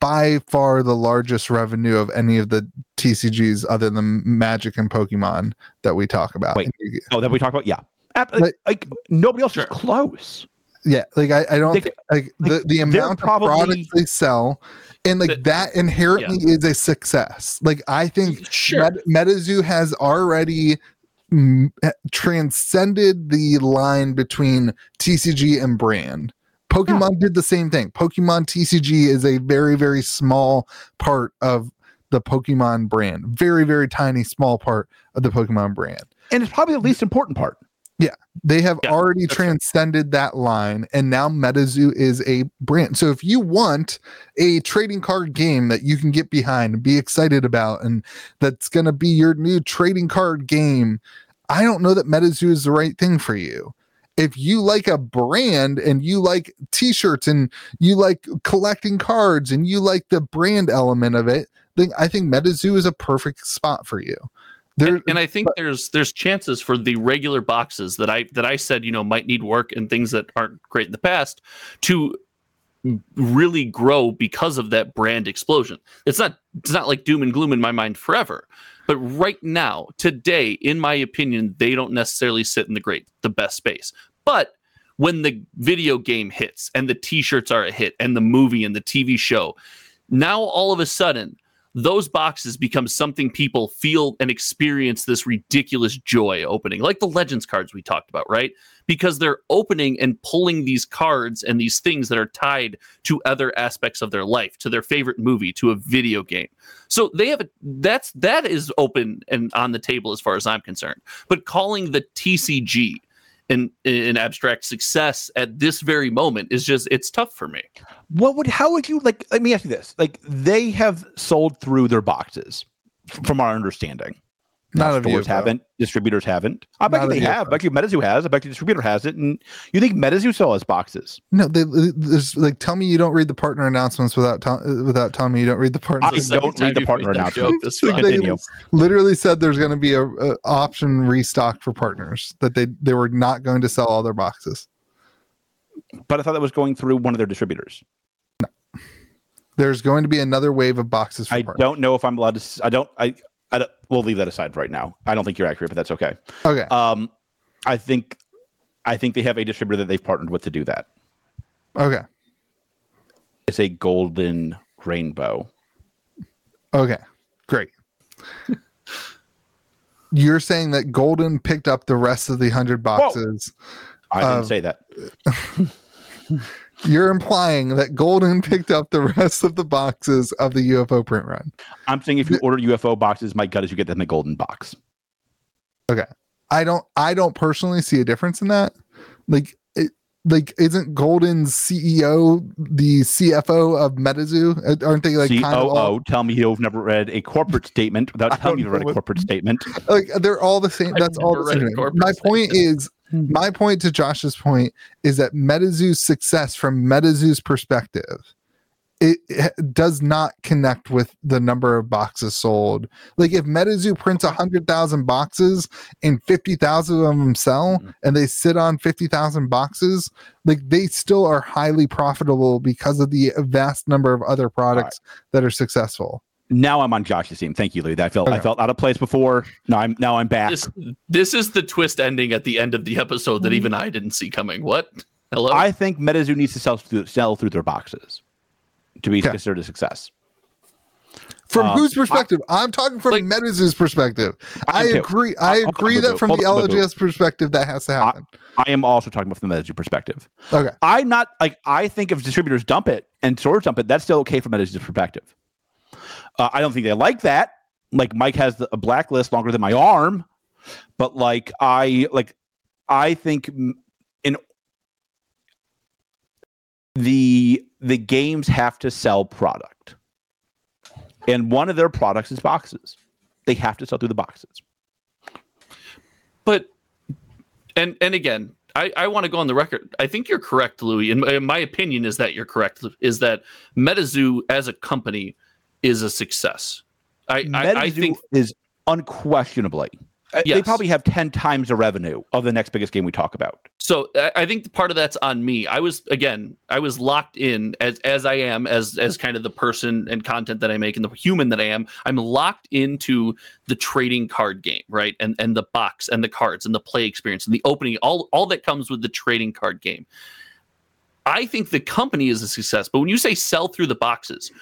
A: by far the largest revenue of any of the TCGs other than Magic and Pokemon that we talk about.
C: Wait. Oh, that we talked about, yeah. App-
A: But-
C: like nobody else
B: Sure.
C: is close.
A: Yeah, like I, I don't
C: They-
A: thi- like,
C: like,
A: the, the amount
C: probably-
A: of products they sell and like
B: That-
A: that inherently is a success. Like I think
B: Sure.
A: Met- MetaZoo has already mm, eh, transcended the line between TCG and brand. Pokemon did the same thing. Pokemon TCG is a very, very small part of the Pokemon brand. Very, very tiny, small part of the Pokemon brand.
C: And it's probably the least important part.
A: They have
B: Yeah,
A: already
B: that's fair.
A: transcended that line, and now MetaZoo is a brand. So if you want a trading card game that you can get behind and be excited about, and that's going to be your new trading card game, I don't know that MetaZoo is the right thing for you. If you like a brand and you like t shirts and you like collecting cards and you like the brand element of it, then I think MetaZoo is a perfect spot for you. There,
B: And, and I think there's there's chances for the regular boxes that I that I said you know might need work and things that aren't great in the past to really grow because of that brand explosion. It's not it's not like doom and gloom in my mind forever, but right now, today, in my opinion, they don't necessarily sit in the great the best space. But when the video game hits and the t-shirts are a hit and the movie and the TV show, now all of a sudden those boxes become something people feel and experience this ridiculous joy opening, like the Legends cards we talked about, right? Because they're opening and pulling these cards and these things that are tied to other aspects of their life, to their favorite movie, to a video game. So they have a that's that is open and on the table as far as I'm concerned. But calling the TCG an an abstract success at this very moment is just it's tough for me.
C: What would how would you like let me ask you this? Like they have sold through their boxes f- from our understanding.
A: not
C: Now,
A: of you,
C: stores
A: though.
C: haven't, distributors haven't. I bet
A: Not
C: you
A: a
C: they
A: deal,
C: have. I
A: though.
C: bet you MetaZoo has. I bet you distributor has it. And you think MetaZoo sells boxes?
A: No, they, there's like tell me you don't read the partner announcements without tell, uh, without telling me you don't read the partner.
C: I
B: It's the
C: don't
B: second
C: read
B: time
C: the
B: you've
C: partner
B: made that
C: announcement.
B: joke this
A: Like,
B: month.
A: they
C: Continue.
A: literally said there's going to be a, a option restock for partners that they they were not going to sell all their boxes.
C: but I thought that was going through one of their distributors.
A: There's going to be another wave of boxes. For
C: I
A: parts.
C: don't know if I'm allowed to. s- I don't. I. I don't, we'll leave that aside right now. I don't think you're accurate, but that's okay.
A: Okay.
C: Um, I think, I think they have a distributor that they've partnered with to do that.
A: okay.
C: It's a golden rainbow.
A: Okay. Great. You're saying that Golden picked up the rest of the hundred boxes.
C: I
A: Um,
C: didn't say that.
A: You're implying that Golden picked up the rest of the boxes of the UFO print run.
C: I'm saying if you order UFO boxes, my gut is you get them in a golden box.
A: I don't I don't personally see a difference in that. Like it, like isn't Golden's CEO the CFO of MetaZoo? Uh, Aren't they like
C: COO,
A: kind of all,
C: tell me you've never read a corporate statement
A: I
C: without telling me
A: don't
C: you've read
A: know
C: a
A: what-
C: corporate statement.
A: like they're all the same.
B: I've
A: That's all
B: never
A: the
B: read a
A: same.
B: corporate
A: My point is my point to Josh's point is that MetaZoo's success from MetaZoo's perspective it, it does not connect with the number of boxes sold. Like if MetaZoo prints 100,000 boxes and 50,000 of them sell and they sit on 50,000 boxes, like they still are highly profitable because of the vast number of other products that are successful.
C: Now I'm on Josh's team. Thank you, Louis. That felt I
A: Okay.
C: felt out of place before. Now I'm now I'm back.
B: This this is the twist ending at the end of the episode that even I didn't see coming. What? Hello.
C: Mm-hmm. I think MetaZoo needs to sell through, sell through their boxes to be
A: Okay.
C: considered a success.
A: From
C: Um,
A: whose perspective? I, am talking from
B: like-
A: MetaZoo's perspective. I,
C: am too.
A: agree.
C: I-
A: I
C: hold on,
A: agree
C: Magoo.
A: that from
C: Hold
A: the
C: on, Magoo.
A: LGS perspective, that has to happen.
C: I am also talking about from the MetaZoo perspective.
A: Okay.
C: I'm not like I think if distributors dump it and stores dump it, that's still okay from MetaZoo's perspective. Uh, I don't think they like that. Like Mike has the, a blacklist longer than my arm, but like I like I think mm, in the the games have to sell product, and one of their products is boxes. They have to sell through the boxes.
B: but and and again i i want to go on the record i think you're correct louis and my, and my opinion is that you're correct is that metazoo as a company is a success i I, I
C: MetaZoo
B: think
C: is unquestionably. uh, They
B: Yes.
C: probably have ten times the revenue of the next biggest game we talk about.
B: so I, I think part of that's on me i was again i was locked in as as i am as as kind of the person and content that i make and the human that i am i'm locked into the trading card game right and and the box and the cards and the play experience and the opening all all that comes with the trading card game I think the company is a success, but when you say sell through the boxes,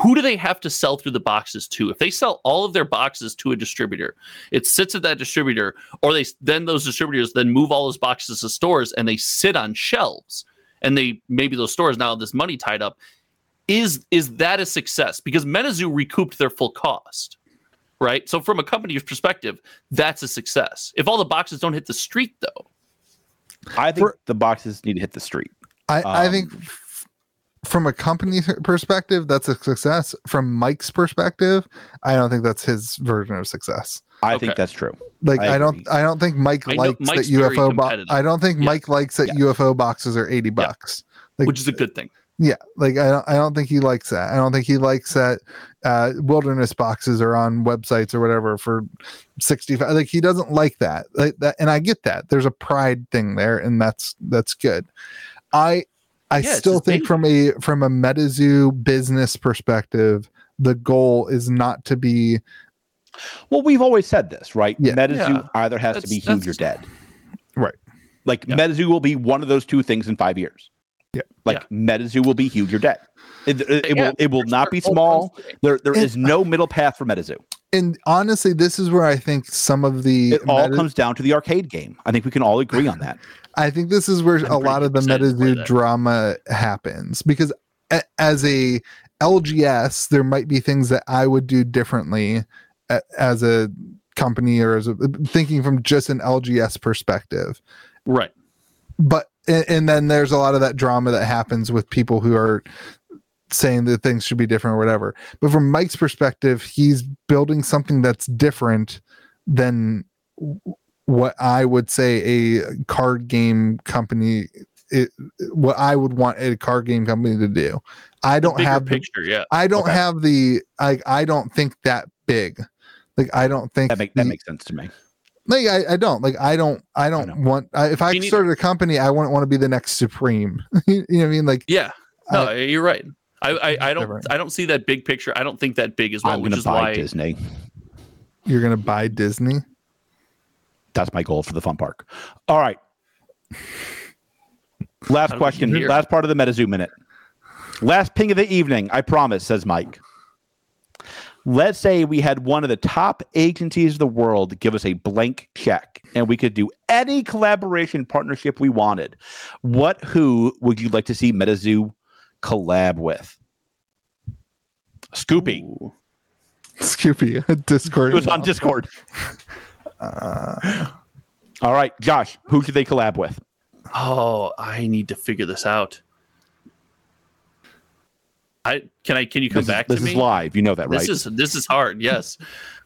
B: who do they have to sell through the boxes to? If they sell all of their boxes to a distributor, it sits at that distributor, or they then those distributors then move all those boxes to stores and they sit on shelves, and they maybe those stores now have this money tied up. Is is that a success? Because Menazoo recouped their full cost, right? So from a company's perspective, that's a success. If all the boxes don't hit the street, though,
C: I think
A: For-
C: the boxes need to hit the street.
A: I, I
C: Um,
A: think f- from a company perspective, that's a success. From Mike's perspective, I don't think that's his version of success.
C: I
B: Okay.
C: think that's true.
A: Like
C: I
A: I, don't
C: agree.
A: I don't think Mike
B: I know
A: likes that
B: Mike's very
A: UFO box.
B: competitive.
A: I don't think
B: Yeah.
A: Mike likes that
C: Yeah.
A: UFO boxes are 80 bucks. Like,
B: which is a good thing.
A: yeah, like I don't I don't think he likes that. I don't think he likes that uh wilderness boxes are on websites or whatever for 65 like he doesn't like that. Like that and I get that. There's a pride thing there and that's that's good. I I
B: Yeah, it's
A: still
B: his
A: think
B: baby.
A: from a from a MetaZoo business perspective, the goal is not to be
C: Well, we've always said this, right?
A: Yeah.
C: MetaZoo
B: Yeah.
C: either has to
B: That's-
C: be huge or
B: that's-
C: dead.
A: Right.
C: Like
B: Yeah.
C: MetaZoo will be one of those two things in five years.
A: Yeah.
C: Like MetaZoo will be huge or dead. It, it- it
B: Yeah.
C: will. It will not be small. There, there is no middle path for MetaZoo.
A: and honestly, this is where I think some of the
C: It all
A: Meta-
C: comes down to the arcade game. I think we can all agree on that.
A: I think this is where
B: I'm
A: a lot
B: pretty
A: of the
B: excited to play
A: MetaZoo
B: that.
A: drama happens because a- as a LGS, there might be things that I would do differently a- as a company or as a, thinking from just an LGS perspective.
B: Right.
A: But and, and then there's a lot of that drama that happens with people who are saying that things should be different or whatever. But from Mike's perspective, he's building something that's different than w- what I would say a card game company it, what I would want a card game company to do. I don't
B: Bigger
A: have the-
B: picture, yeah.
A: I don't
C: Okay.
A: have the I I don't think that big. Like I don't think
C: That make, that
A: the-
C: makes sense to me.
A: Like I, I don't like I don't I don't
C: know.
A: want I, if I
B: Me neither.
A: started a company I wouldn't want to be the next supreme. you know what I mean? Like
B: Yeah.
C: Uh,
B: No, you're right. I, I, I don't
A: Different.
B: I don't see that big picture. I don't think that big as well,
C: I'm
B: which
C: going
B: is
C: to buy
B: why
C: Disney.
A: you're gonna buy Disney.
C: That's my goal for the fun park. All right.
B: How did we
C: Last
B: get
C: question.
B: here?
C: Last part of the MetaZoo minute. Last ping of the evening, I promise, says Mike. Let's say we had one of the top agencies of the world give us a blank check and we could do any collaboration partnership we wanted. What who would you like to see MetaZoo collab with? Scoopy.
A: Scoopy Discord.
C: It was on Discord. Uh, All right, Josh, who should they collab with?
B: oh, I need to figure this out. I can I can you come
C: this
B: back
C: is, this
B: to
C: is
B: me?
C: live. You know that, right?
B: This is this is hard. Yes,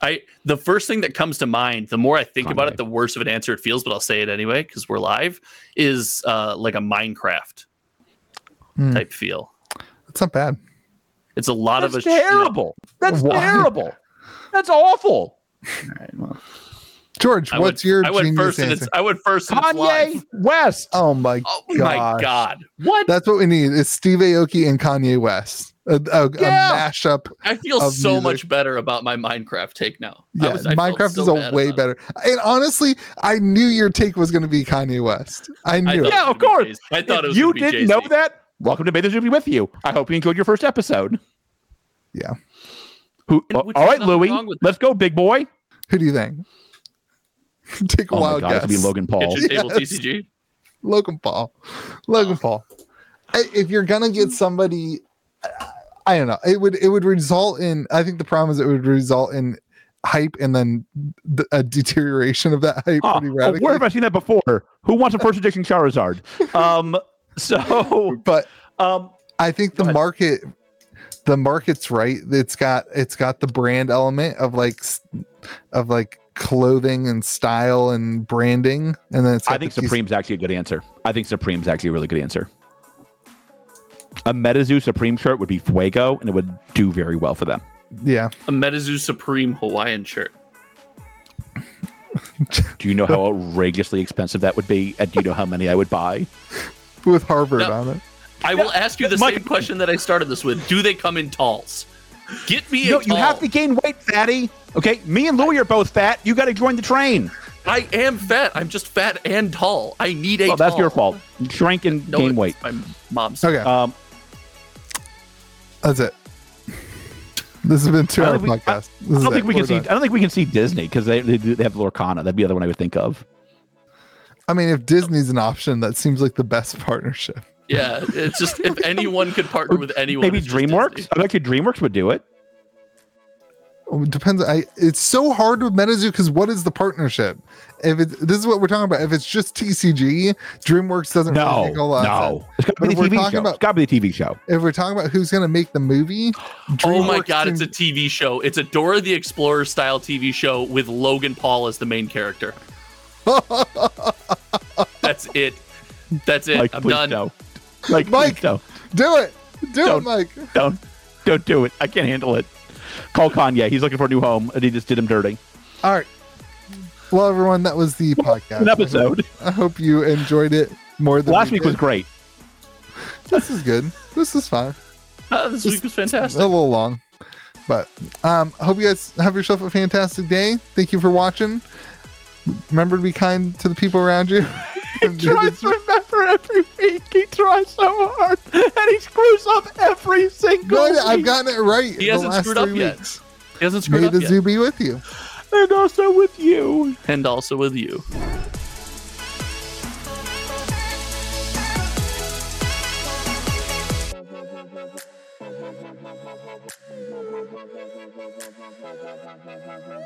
B: I the first thing that comes to mind. The more I think about
C: Kanye.
B: it, the worse of an answer it feels, but I'll say it anyway because we're live. Is uh, like a Minecraft
A: Hmm.
B: type feel.
A: It's not bad.
B: It's a lot
C: That's
B: of a
C: terrible. That's
A: Why?
C: terrible. That's awful.
A: George,
B: I
A: what's
B: went,
A: your
B: I went
A: genius
B: first and
A: answer?
B: it's I went first. and it's
C: Kanye
B: live.
C: West.
A: Oh my
B: Oh
A: god.
B: my god! What?
A: That's what we need. It's Steve Aoki and Kanye West. A, a, a
C: Yeah.
A: mashup.
B: I feel
A: of
B: so
A: music.
B: much better about my Minecraft take now. I
A: Yeah,
B: was- I felt
A: Minecraft
B: so
A: is a
B: bad
A: way
B: about it.
A: better. And honestly, I knew your take was going to be Kanye West. I
B: I
A: knew
B: thought
A: it.
B: it
C: Yeah,
B: was gonna
C: of
B: be
C: course.
B: Jay-Z. I thought it
C: If
B: was
C: you
B: gonna be
C: didn't
B: Jay-Z.
C: know that. Welcome to Beta Zoom Be with you. I hope you enjoyed your first episode.
A: Yeah.
C: Who,
B: And
C: oh,
B: which
C: all
B: is
C: right,
B: nothing
C: Louie.
B: wrong with
C: Let's go, big boy.
A: Who do you think? Take a
C: Oh my
A: wild
C: God, it's
A: guess.
C: gonna be Logan Paul.
B: Kitchen table
A: Yes.
B: TCG.
A: Logan Paul. Logan
C: Oh.
A: Paul. I- If you're gonna get somebody, I don't know. It would it would result in. I think the problem is it would result in hype and then th- a deterioration of that hype
C: Oh,
A: pretty
C: oh, where
A: radically.
C: have I seen that before? Who wants a first edition Charizard? Um, so,
A: but
C: um,
A: I think the
C: Go ahead.
A: market, the market's right. It's got it's got the brand element of like s- of like clothing and style and branding, and then it's
C: I
A: got
C: think
A: the piece-
C: Supreme's actually a good answer. I think Supreme's actually a really good answer. A MetaZoo Supreme shirt would be Fuego, and it would do very well for them.
A: Yeah,
B: A MetaZoo Supreme Hawaiian shirt.
C: Do you know how outrageously expensive that would be? And do you know how many I would buy?
A: with Harvard
B: No.
A: on it.
B: I will ask you the
C: Mike-
B: same question that I started this with. Do they come in talls? Get me a
C: No,
B: tall.
C: you have to gain weight, fatty. Okay, me and Louie are both fat. You got to join the train.
B: I am fat. I'm just fat and tall. I need a
C: Well, Oh, that's
B: tall.
C: your fault. Shrink and
B: No,
C: gain
B: it's
C: weight.
B: My mom's.
A: Okay,
C: Um,
A: that's it. This has been two
C: I don't
A: hour
C: think we-
A: podcast.
C: I don't think we can see. I don't think we can see Disney because they, they do- they have Lorcana. That'd be the other one I would think of.
A: I mean, if Disney's an option, that seems like the best partnership.
B: Yeah, it's just if anyone could partner with anyone.
C: Maybe
B: it's just Disney.
C: DreamWorks. I bet you DreamWorks would do it.
A: Oh, It depends. I it's so hard with MetaZoo because what is the partnership? If it, this is what we're talking about, if it's just TCG, DreamWorks doesn't
C: No,
A: really make a lot of sense.
C: no. It's got to
A: But
C: be
A: if
C: the
A: we're
C: TV
A: talking
C: show.
A: about-
C: It's got to be the TV show.
A: if we're talking about who's going to make the movie,
B: Oh my
A: DreamWorks
B: god,
A: seems-
B: it's a TV show. It's a Dora the Explorer style TV show with Logan Paul as the main character. That's it. That's it.
C: Like,
B: I'm
C: please
B: done.
C: don't. Like,
A: Mike.
C: Mike, don't,
A: do it, do
C: Don't-
A: it, Mike.
C: don't, don't do it. I can't handle it. Call Kanye. He's looking for a new home, and he just did him dirty.
A: All right. Well, everyone, that was the podcast
C: An episode.
A: I hope you enjoyed it more than
C: Last
A: we
C: week was
A: did.
C: great.
A: This is good. This is fine.
B: Ah, this week was
A: A
B: fantastic.
A: little long, but um, hope you guys have yourself a fantastic day. Thank you for watching. Remember to be kind to the people around you.
D: tries to remember every week. He tries so hard, and he screws up every single
A: Good. I've
D: week.
A: gotten it right.
B: He hasn't screwed up yet. He hasn't screwed
A: May
B: up
A: the
B: yet.
A: zoo be with you.
D: and also with you.
B: And also with you.
E: Thank you.